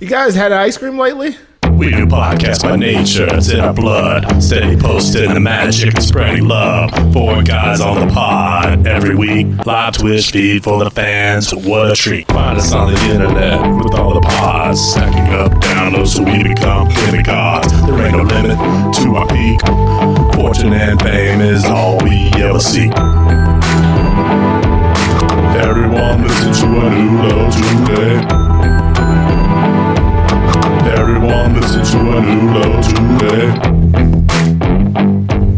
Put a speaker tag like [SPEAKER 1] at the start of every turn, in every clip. [SPEAKER 1] You guys had ice cream lately?
[SPEAKER 2] We do podcasts by nature, it's in our blood. Steady posting the magic and spreading love. Four guys on the pod every week. Live Twitch feed for the fans, what a treat. Find us on the internet with all the pods. Stacking up downloads so we become living gods. There ain't no limit to our peak. Fortune and fame is all we ever seek. Everyone listen to a new low today. Everyone listen to a new low today.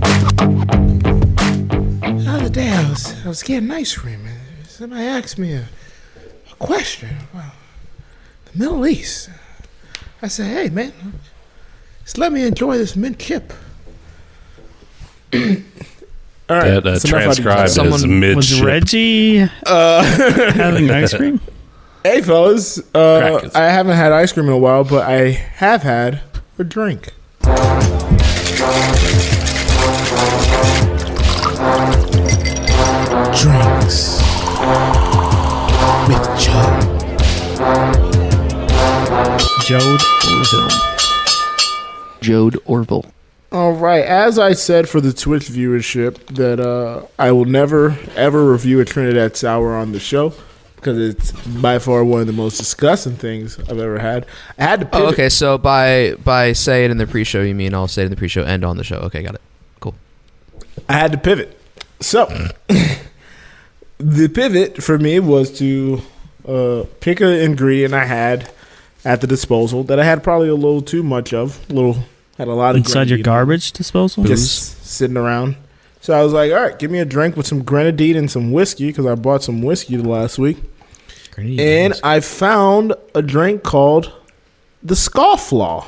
[SPEAKER 1] Oh, The other day I was I was getting ice cream and somebody asked me a, a question about the Middle East. I said, hey man, just let me enjoy this mint chip.
[SPEAKER 3] All right.
[SPEAKER 4] That uh,
[SPEAKER 3] It's enough out of you.
[SPEAKER 4] transcribed as
[SPEAKER 5] Someone
[SPEAKER 4] mid
[SPEAKER 5] was Reggie having ice cream?
[SPEAKER 1] Hey fellas, uh,
[SPEAKER 4] Crackers.
[SPEAKER 1] I haven't had ice cream in a while, but I have had a drink. Drinks with Joe.
[SPEAKER 5] Jode Orville.
[SPEAKER 6] Jode Orville.
[SPEAKER 1] All right, as I said for the Twitch viewership, that uh, I will never ever review a Trinidad sour on the show because it's by far one of the most disgusting things I've ever had. I had to pivot.
[SPEAKER 6] Oh, okay, so by by say it in the pre-show, you mean I'll say it in the pre-show and on the show. Okay, got it. Cool.
[SPEAKER 1] I had to pivot. So the pivot for me was to uh, pick an ingredient I had at the disposal that I had probably a little too much of. A little had a lot of
[SPEAKER 5] Inside your
[SPEAKER 1] grenadine
[SPEAKER 5] garbage disposal?
[SPEAKER 1] just sitting around. So I was like, all right, give me a drink with some grenadine and some whiskey because I bought some whiskey last week. And I found a drink called the Scofflaw.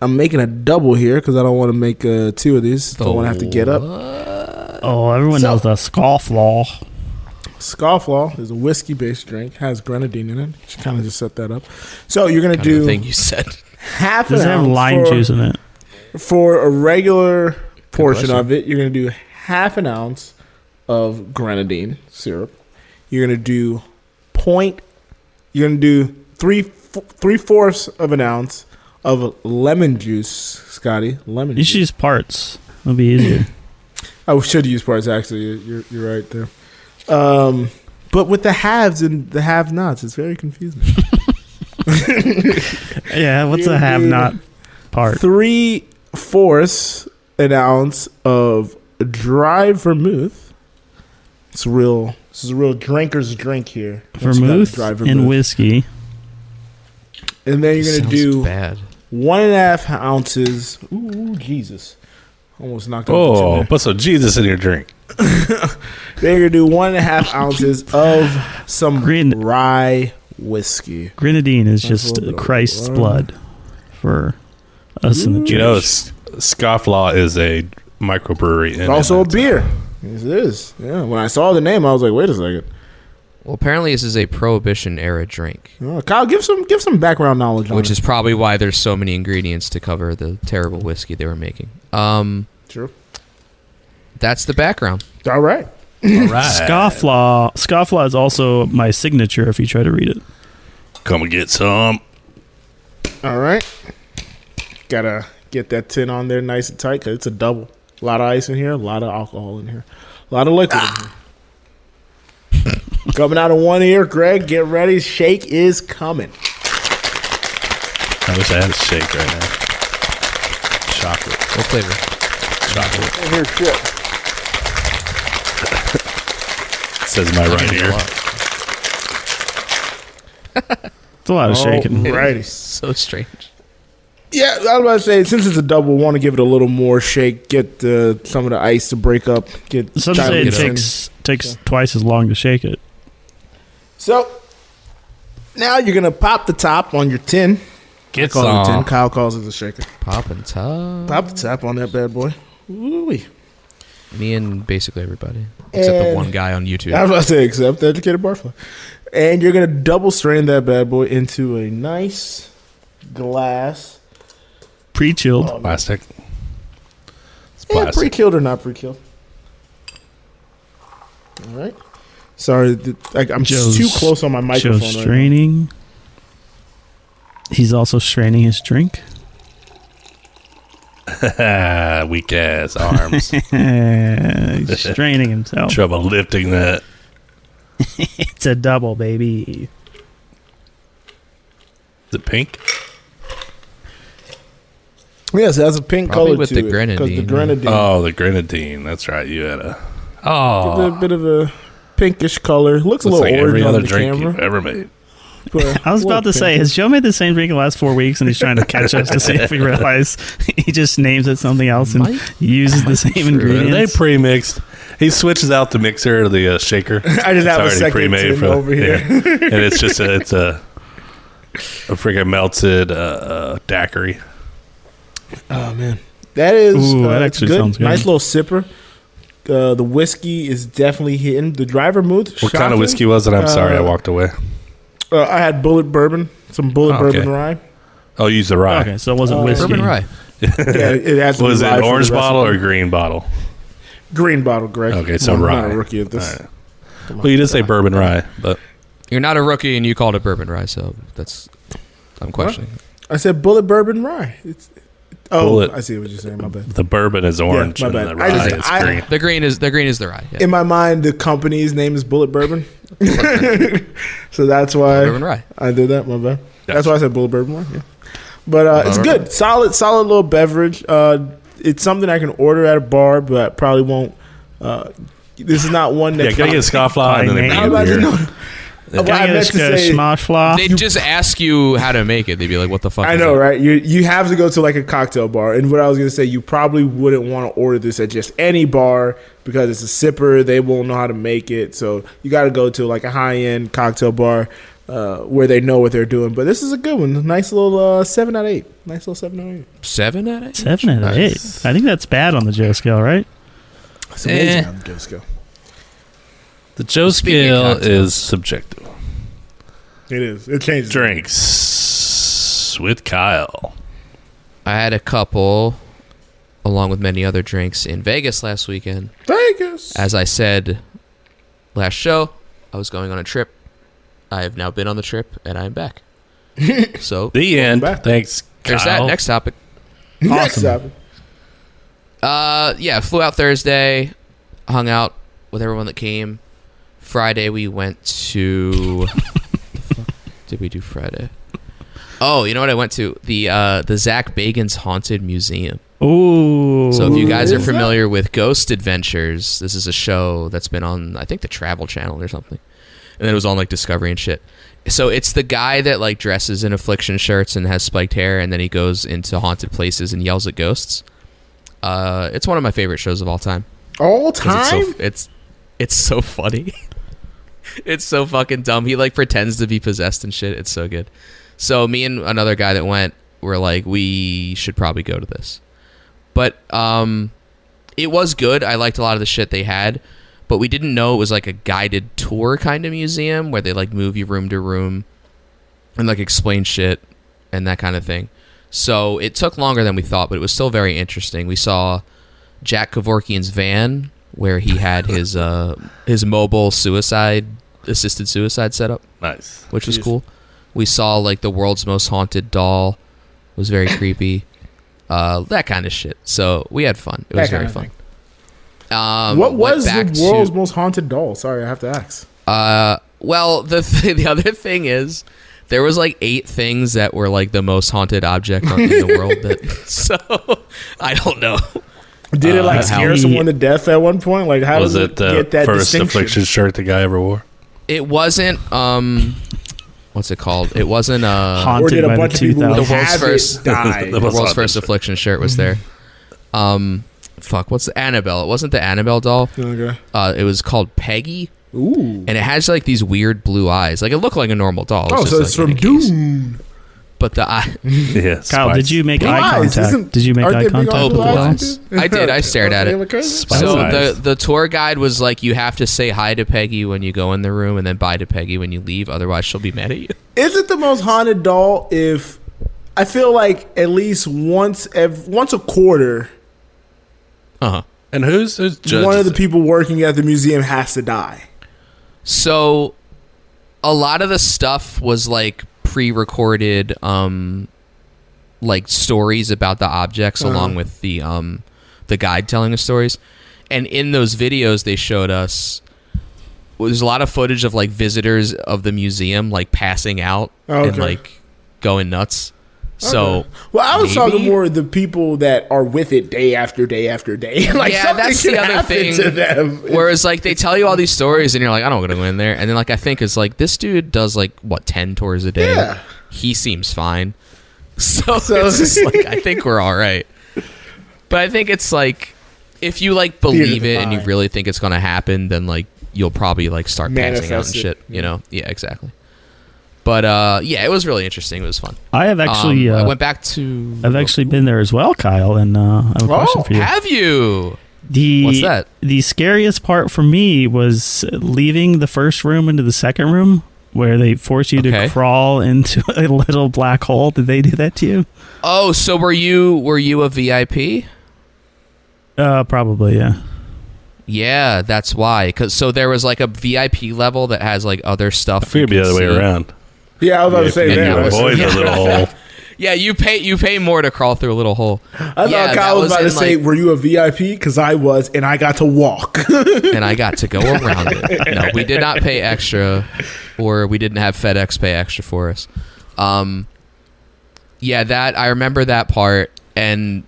[SPEAKER 1] I'm making a double here because I don't want to make uh, two of these. Don't want to have to get up.
[SPEAKER 5] Oh, everyone knows the scofflaw.
[SPEAKER 1] Scofflaw is a whiskey based drink, has grenadine in it. She kind of just set that up. So you're going to
[SPEAKER 6] Kind of the
[SPEAKER 1] do
[SPEAKER 6] thing you said.
[SPEAKER 1] half an
[SPEAKER 5] Does it have
[SPEAKER 1] ounce
[SPEAKER 5] lime
[SPEAKER 1] for,
[SPEAKER 5] juice in it?
[SPEAKER 1] for a regular portion
[SPEAKER 6] question.
[SPEAKER 1] of it. You're going to do half an ounce of grenadine syrup. You're going to do point. You're going to do three three fourths of an ounce of lemon juice, Scotty. Lemon.
[SPEAKER 5] You
[SPEAKER 1] juice.
[SPEAKER 5] should use parts. It'll be easier.
[SPEAKER 1] I should use parts actually. You're you're right there. Um, but with the haves and the have-nots, it's very confusing.
[SPEAKER 5] yeah, what's
[SPEAKER 1] You
[SPEAKER 5] a have
[SPEAKER 1] do-
[SPEAKER 5] not part?
[SPEAKER 1] Three fourths an ounce of dry vermouth. It's real. This is a real drinker's drink here. It's got
[SPEAKER 5] Vermouth
[SPEAKER 1] dry
[SPEAKER 5] and whiskey.
[SPEAKER 1] And then you're gonna
[SPEAKER 6] Sounds
[SPEAKER 1] do
[SPEAKER 6] bad.
[SPEAKER 1] one and a half ounces. Ooh, Jesus! Almost knocked out. what's in
[SPEAKER 4] Oh,
[SPEAKER 1] there.
[SPEAKER 4] put some Jesus in your drink.
[SPEAKER 1] Then you're gonna do one and a half ounces of some
[SPEAKER 5] Green-
[SPEAKER 1] rye whiskey.
[SPEAKER 5] Grenadine is
[SPEAKER 1] That's a
[SPEAKER 5] just
[SPEAKER 1] little bit of
[SPEAKER 5] Christ's
[SPEAKER 1] lime.
[SPEAKER 5] blood for us in the church.
[SPEAKER 4] You know, S- Scofflaw is a microbrewery. In
[SPEAKER 1] also a
[SPEAKER 4] Atlanta.
[SPEAKER 1] beer. Yes, it is. Yeah. When I saw the name, I was like, wait a second.
[SPEAKER 6] Well, apparently this is a prohibition era drink,
[SPEAKER 1] Oh, Kyle, give some give some background knowledge on
[SPEAKER 6] which
[SPEAKER 1] it.
[SPEAKER 6] is probably why there's so many ingredients to cover the terrible whiskey they were making. Um,
[SPEAKER 1] true.
[SPEAKER 6] that's the background.
[SPEAKER 1] All right.
[SPEAKER 4] All right.
[SPEAKER 5] Scofflaw. Scofflaw is also my signature if you try to read it.
[SPEAKER 4] Come and get some.
[SPEAKER 1] All right. Gotta get that tin on there nice and tight because it's a double. A lot of ice in here, a lot of alcohol in here, a lot of liquid in here. coming out of one ear, Greg, get ready. Shake is coming.
[SPEAKER 4] I wish I had a shake right now. Chocolate.
[SPEAKER 6] What flavor?
[SPEAKER 4] Chocolate. Oh, Says my right ear.
[SPEAKER 5] It's a lot
[SPEAKER 1] Oh,
[SPEAKER 5] of shaking.
[SPEAKER 1] Alrighty.
[SPEAKER 6] So strange.
[SPEAKER 1] Yeah, I was about to say, since it's a double, want to give it a little more shake, get the, some of the ice to break up. Get
[SPEAKER 5] Some say
[SPEAKER 1] dilute
[SPEAKER 5] it
[SPEAKER 6] Chocolate.
[SPEAKER 1] in.
[SPEAKER 5] takes takes twice as long to shake it.
[SPEAKER 1] So now you're gonna pop the top on your tin.
[SPEAKER 6] Get
[SPEAKER 1] Call it a tin.
[SPEAKER 6] some.
[SPEAKER 1] Kyle calls it a shaker.
[SPEAKER 6] Pop and top.
[SPEAKER 1] Pop the top on that bad boy. Ooh.
[SPEAKER 6] Me and basically everybody except the
[SPEAKER 1] And-
[SPEAKER 6] one guy on YouTube.
[SPEAKER 1] I was about to say, except the educated barfly. And you're gonna double strain that bad boy into a nice glass.
[SPEAKER 5] Pre chilled.
[SPEAKER 4] Plastic. It's
[SPEAKER 1] Yeah,
[SPEAKER 4] plastic.
[SPEAKER 1] pre-killed or not pre-killed. All right. Sorry, th- I, I'm just
[SPEAKER 5] Joe's-
[SPEAKER 1] too close on my
[SPEAKER 5] Joe
[SPEAKER 1] microphone. Right now.
[SPEAKER 5] straining. He's also straining his drink.
[SPEAKER 4] Weak ass arms.
[SPEAKER 5] Eh, he's straining himself.
[SPEAKER 4] Trouble lifting that.
[SPEAKER 5] It's a double, baby.
[SPEAKER 4] Is it pink?
[SPEAKER 1] Yes, it has a pink
[SPEAKER 6] Probably
[SPEAKER 1] color
[SPEAKER 6] with
[SPEAKER 1] to
[SPEAKER 6] the
[SPEAKER 1] it, 'cause
[SPEAKER 6] grenadine,
[SPEAKER 1] The
[SPEAKER 6] yeah.
[SPEAKER 1] grenadine.
[SPEAKER 4] Oh, the grenadine. That's right. You had a.
[SPEAKER 1] It's a
[SPEAKER 4] Oh,
[SPEAKER 1] bit of a pinkish color. Looks, a little
[SPEAKER 4] looks like
[SPEAKER 1] orange
[SPEAKER 4] every
[SPEAKER 1] on
[SPEAKER 4] other
[SPEAKER 1] the
[SPEAKER 4] drink
[SPEAKER 1] camera.
[SPEAKER 4] you've ever made.
[SPEAKER 5] I was about to say, has Joe made the same drink the last four weeks, and he's trying to catch us to see if we realize he just names it something else and
[SPEAKER 6] Might-
[SPEAKER 5] uses the same
[SPEAKER 4] Are they
[SPEAKER 5] ingredients.
[SPEAKER 4] pre-mixed? He switches out the mixer or the uh, shaker.
[SPEAKER 1] I just have a second tin over here.
[SPEAKER 4] yeah. and it's just a, it's a a freaking melted uh, uh, daiquiri.
[SPEAKER 1] Oh man, that is
[SPEAKER 5] Ooh,
[SPEAKER 1] uh,
[SPEAKER 5] that
[SPEAKER 1] it's
[SPEAKER 5] actually
[SPEAKER 1] good.
[SPEAKER 5] sounds good.
[SPEAKER 1] Nice little sipper. Uh, the whiskey is definitely hitting. The driver mood.
[SPEAKER 4] What kind of whiskey was it? I'm sorry, I walked away.
[SPEAKER 1] Uh, I had bullet bourbon, some bullet
[SPEAKER 4] Oh, okay.
[SPEAKER 1] bourbon rye.
[SPEAKER 4] Oh, use the rye.
[SPEAKER 5] okay, so it wasn't
[SPEAKER 1] Uh,
[SPEAKER 5] whiskey.
[SPEAKER 6] Bourbon rye.
[SPEAKER 1] Yeah, it has to be
[SPEAKER 4] Was it
[SPEAKER 1] rye for
[SPEAKER 4] an
[SPEAKER 1] the
[SPEAKER 4] orange
[SPEAKER 1] recipe.
[SPEAKER 4] bottle or green bottle?
[SPEAKER 1] green bottle, Greg?
[SPEAKER 4] Okay, so
[SPEAKER 1] Come on, I'm
[SPEAKER 4] rye.
[SPEAKER 1] Not a rookie at this.
[SPEAKER 4] All right. Well, you did say bourbon rye, but
[SPEAKER 6] You're not a rookie, and you called it bourbon rye, so that's I'm questioning.
[SPEAKER 1] I said bullet bourbon rye. It's, oh,
[SPEAKER 4] Bullet.
[SPEAKER 1] I see what you're saying. My bad.
[SPEAKER 4] the bourbon is orange
[SPEAKER 1] my
[SPEAKER 4] and
[SPEAKER 1] bad.
[SPEAKER 4] the
[SPEAKER 1] I
[SPEAKER 4] rye
[SPEAKER 1] just-
[SPEAKER 4] is
[SPEAKER 1] I-
[SPEAKER 4] green.
[SPEAKER 6] The green is the green is the rye. Yeah.
[SPEAKER 1] In my mind, the company's name is Bullet Bourbon, so that's
[SPEAKER 6] Bourbon
[SPEAKER 1] why
[SPEAKER 6] rye.
[SPEAKER 1] I did that. My bad. That's
[SPEAKER 4] Gotcha.
[SPEAKER 1] why I said Bullet Bourbon wine. Yeah. But uh, it's
[SPEAKER 6] Bourbon.
[SPEAKER 1] good, solid, solid little beverage. Uh, it's something I can order at a bar, but I probably won't. Uh, this is not one
[SPEAKER 4] Yeah,
[SPEAKER 1] that.
[SPEAKER 4] gotta get scofflaw and then
[SPEAKER 5] name.
[SPEAKER 1] I'm
[SPEAKER 4] the
[SPEAKER 1] about to
[SPEAKER 4] green
[SPEAKER 1] know.
[SPEAKER 4] beer.
[SPEAKER 1] Well,
[SPEAKER 5] Can I
[SPEAKER 1] I
[SPEAKER 5] get
[SPEAKER 1] meant
[SPEAKER 5] this
[SPEAKER 1] to say-
[SPEAKER 5] schmoshfla?
[SPEAKER 6] They just ask you how to make it. They'd be like, "What the fuck?"
[SPEAKER 1] I
[SPEAKER 6] is
[SPEAKER 1] know,
[SPEAKER 6] it?
[SPEAKER 1] right? You you have to go to like a cocktail bar, and what I was gonna say, you probably wouldn't want to order this at just any bar because it's a sipper. They won't know how to make it, so you got to go to like a high end cocktail bar uh, where they know what they're doing. But this is a good one, nice little uh, seven out of eight, nice little seven out of eight.
[SPEAKER 6] Seven out of eight.
[SPEAKER 5] Seven out of eight. I think that's bad on the Joe scale, right?
[SPEAKER 1] It's amazing
[SPEAKER 6] Eh.
[SPEAKER 1] how the gifts go.
[SPEAKER 4] The Joe
[SPEAKER 6] Speaking of
[SPEAKER 4] scale
[SPEAKER 6] cocktails.
[SPEAKER 4] is subjective.
[SPEAKER 1] It is. It changes.
[SPEAKER 4] Drinks with Kyle.
[SPEAKER 6] I had a couple, along with many other drinks, in Vegas last weekend.
[SPEAKER 1] Vegas.
[SPEAKER 6] As I said last show, I was going on a trip. I have now been on the trip, and I am back. so
[SPEAKER 4] The end.
[SPEAKER 1] back.
[SPEAKER 4] Thanks, Kyle.
[SPEAKER 6] there's that. Next topic.
[SPEAKER 1] Next topic.
[SPEAKER 6] Uh, yeah, flew out Thursday, hung out with everyone that came. Friday we went to. did we do Friday? Oh, you know what I went to the uh, the Zach Bagans Haunted Museum.
[SPEAKER 5] Ooh.
[SPEAKER 6] So if you guys are
[SPEAKER 1] Who's that?
[SPEAKER 6] familiar with Ghost Adventures, this is a show that's been on I think the Travel Channel or something, and it was on like Discovery and shit. So it's the guy that like dresses in affliction shirts and has spiked hair, and then he goes into haunted places and yells at ghosts. Uh, it's one of my favorite shows of all time.
[SPEAKER 1] All
[SPEAKER 6] 'Cause
[SPEAKER 1] time.
[SPEAKER 6] It's so, it's it's so funny. it's so fucking dumb. He like pretends to be possessed and shit. It's so good. So me and another guy that went were like, we should probably go to this. But um, it was good. I liked a lot of the shit they had, but we didn't know it was like a guided tour kind of museum where they like move you room to room and like explain shit and that kind of thing. So it took longer than we thought, but it was still very interesting. We saw Jack Kevorkian's van where he had his uh his mobile suicide assisted suicide setup,
[SPEAKER 4] Nice.
[SPEAKER 6] which was
[SPEAKER 1] Jeez.
[SPEAKER 6] cool. We saw like the world's most haunted doll It was very creepy. Uh, that kind of shit. So we had fun. It
[SPEAKER 1] That
[SPEAKER 6] was
[SPEAKER 1] kind
[SPEAKER 6] very
[SPEAKER 1] of
[SPEAKER 6] fun. Um,
[SPEAKER 1] what
[SPEAKER 6] went
[SPEAKER 1] was
[SPEAKER 6] back
[SPEAKER 1] the
[SPEAKER 6] to-
[SPEAKER 1] world's most haunted doll? Sorry, I have to ask.
[SPEAKER 6] uh, well, the th- the other thing is there was like eight things that were like the most haunted object on, in the world. That so I don't know.
[SPEAKER 1] Did it like
[SPEAKER 6] how
[SPEAKER 1] scare
[SPEAKER 5] he-
[SPEAKER 1] someone to death at one point? Like, how
[SPEAKER 4] was
[SPEAKER 1] does
[SPEAKER 4] it
[SPEAKER 1] it
[SPEAKER 4] the
[SPEAKER 1] get that
[SPEAKER 4] first
[SPEAKER 1] distinction?
[SPEAKER 4] affliction shirt the guy ever wore?
[SPEAKER 6] It wasn't um, what's it called? It wasn't uh,
[SPEAKER 1] Or
[SPEAKER 5] haunted
[SPEAKER 1] did a
[SPEAKER 5] by the
[SPEAKER 1] bunch of people who
[SPEAKER 5] 2000s.
[SPEAKER 6] world's
[SPEAKER 1] have
[SPEAKER 6] first-
[SPEAKER 1] it die?
[SPEAKER 4] The
[SPEAKER 6] the
[SPEAKER 4] What's
[SPEAKER 6] world's
[SPEAKER 4] on
[SPEAKER 6] first
[SPEAKER 4] this
[SPEAKER 6] affliction shirt was there. Um, fuck, what's the Annabelle? It wasn't the Annabelle doll.
[SPEAKER 1] Okay.
[SPEAKER 6] Uh, it was called Peggy,
[SPEAKER 1] Ooh.
[SPEAKER 6] and it has like these weird blue eyes. Like it looked like a normal doll.
[SPEAKER 1] oh,
[SPEAKER 6] just,
[SPEAKER 1] so it's
[SPEAKER 6] like,
[SPEAKER 1] from
[SPEAKER 6] in a case.
[SPEAKER 1] Dune.
[SPEAKER 6] But the eye,
[SPEAKER 4] Yes.
[SPEAKER 5] Kyle, did you make
[SPEAKER 1] Blue
[SPEAKER 5] eye
[SPEAKER 1] eyes,
[SPEAKER 5] contact?
[SPEAKER 1] isn't-
[SPEAKER 5] did you make
[SPEAKER 1] aren't
[SPEAKER 5] eye
[SPEAKER 1] they big
[SPEAKER 5] contact
[SPEAKER 1] on
[SPEAKER 5] with
[SPEAKER 6] blue
[SPEAKER 5] the
[SPEAKER 6] eyes?
[SPEAKER 5] eyes?
[SPEAKER 6] I did. I stared at it.
[SPEAKER 4] By
[SPEAKER 6] so
[SPEAKER 4] size.
[SPEAKER 6] the the tour guide was like, you have to say hi to Peggy when you go in the room, and then bye to Peggy when you leave. Otherwise, she'll be mad at you.
[SPEAKER 1] Is it the most haunted doll if I feel like at least once ev- once a quarter,
[SPEAKER 6] Uh
[SPEAKER 1] Uh-huh.
[SPEAKER 6] huh.
[SPEAKER 4] And who's, who's judges?
[SPEAKER 1] one of the
[SPEAKER 4] it?
[SPEAKER 1] people working at the museum has to die?
[SPEAKER 6] So, a lot of the stuff was like pre-recorded um like stories about the objects
[SPEAKER 1] Uh-huh.
[SPEAKER 6] along with the um the guide telling the stories. And in those videos they showed us well, there's a lot of footage of like visitors of the museum like passing out
[SPEAKER 1] Oh,
[SPEAKER 6] and
[SPEAKER 1] okay.
[SPEAKER 6] like going nuts. So
[SPEAKER 1] Well, I was
[SPEAKER 6] Maybe.
[SPEAKER 1] talking more of the people that are with it day after day after day. like
[SPEAKER 6] Yeah,
[SPEAKER 1] something
[SPEAKER 6] that's
[SPEAKER 1] could
[SPEAKER 6] the other
[SPEAKER 1] happen
[SPEAKER 6] thing.
[SPEAKER 1] to them.
[SPEAKER 6] Whereas like they tell you all these stories and you're like, I don't want to go in there. And then like I think it's like this dude does like what ten tours a day.
[SPEAKER 1] Yeah.
[SPEAKER 6] He seems fine. So, it's just like I think we're all right. But I think it's like if you like believe it and you
[SPEAKER 1] divine.
[SPEAKER 6] really think it's gonna happen, then like you'll probably like start passing out
[SPEAKER 1] Manifest
[SPEAKER 6] and
[SPEAKER 1] it.
[SPEAKER 6] shit. You know? Yeah, exactly. But uh, yeah, it was really interesting. It was fun.
[SPEAKER 5] I have actually,
[SPEAKER 6] Um,
[SPEAKER 5] uh,
[SPEAKER 6] I went back to.
[SPEAKER 5] I've actually been there as well, Kyle, and uh, I have a
[SPEAKER 1] Oh,
[SPEAKER 5] question for you.
[SPEAKER 6] Have you?
[SPEAKER 5] The
[SPEAKER 6] What's that?
[SPEAKER 5] The scariest part for me was leaving the first room into the second room where they force you
[SPEAKER 6] Okay.
[SPEAKER 5] to crawl into a little black hole. Did they do that to you?
[SPEAKER 6] Oh, so were you? Were you a VIP?
[SPEAKER 5] Uh, probably, yeah.
[SPEAKER 6] Yeah, that's why. Cause so there was like a VIP level that has like other stuff.
[SPEAKER 4] I figured it'd be
[SPEAKER 6] you
[SPEAKER 4] the
[SPEAKER 6] can
[SPEAKER 4] other way
[SPEAKER 6] see.
[SPEAKER 4] around.
[SPEAKER 1] Yeah, I was about to say
[SPEAKER 4] Maybe
[SPEAKER 6] yeah,
[SPEAKER 1] that.
[SPEAKER 6] was-
[SPEAKER 4] avoid the
[SPEAKER 6] yeah.
[SPEAKER 4] little uh, hole.
[SPEAKER 6] Yeah, you pay you pay more to crawl through a little hole.
[SPEAKER 1] I
[SPEAKER 6] yeah,
[SPEAKER 1] thought
[SPEAKER 6] that
[SPEAKER 1] Kyle was,
[SPEAKER 6] was
[SPEAKER 1] about to
[SPEAKER 6] in,
[SPEAKER 1] say,
[SPEAKER 6] like-
[SPEAKER 1] "Were you a VIP?" Because I was, and I got to walk.
[SPEAKER 6] and I got to go around it. No, we did not pay extra, or we didn't have FedEx pay extra for us. Um, yeah, that I remember that part, and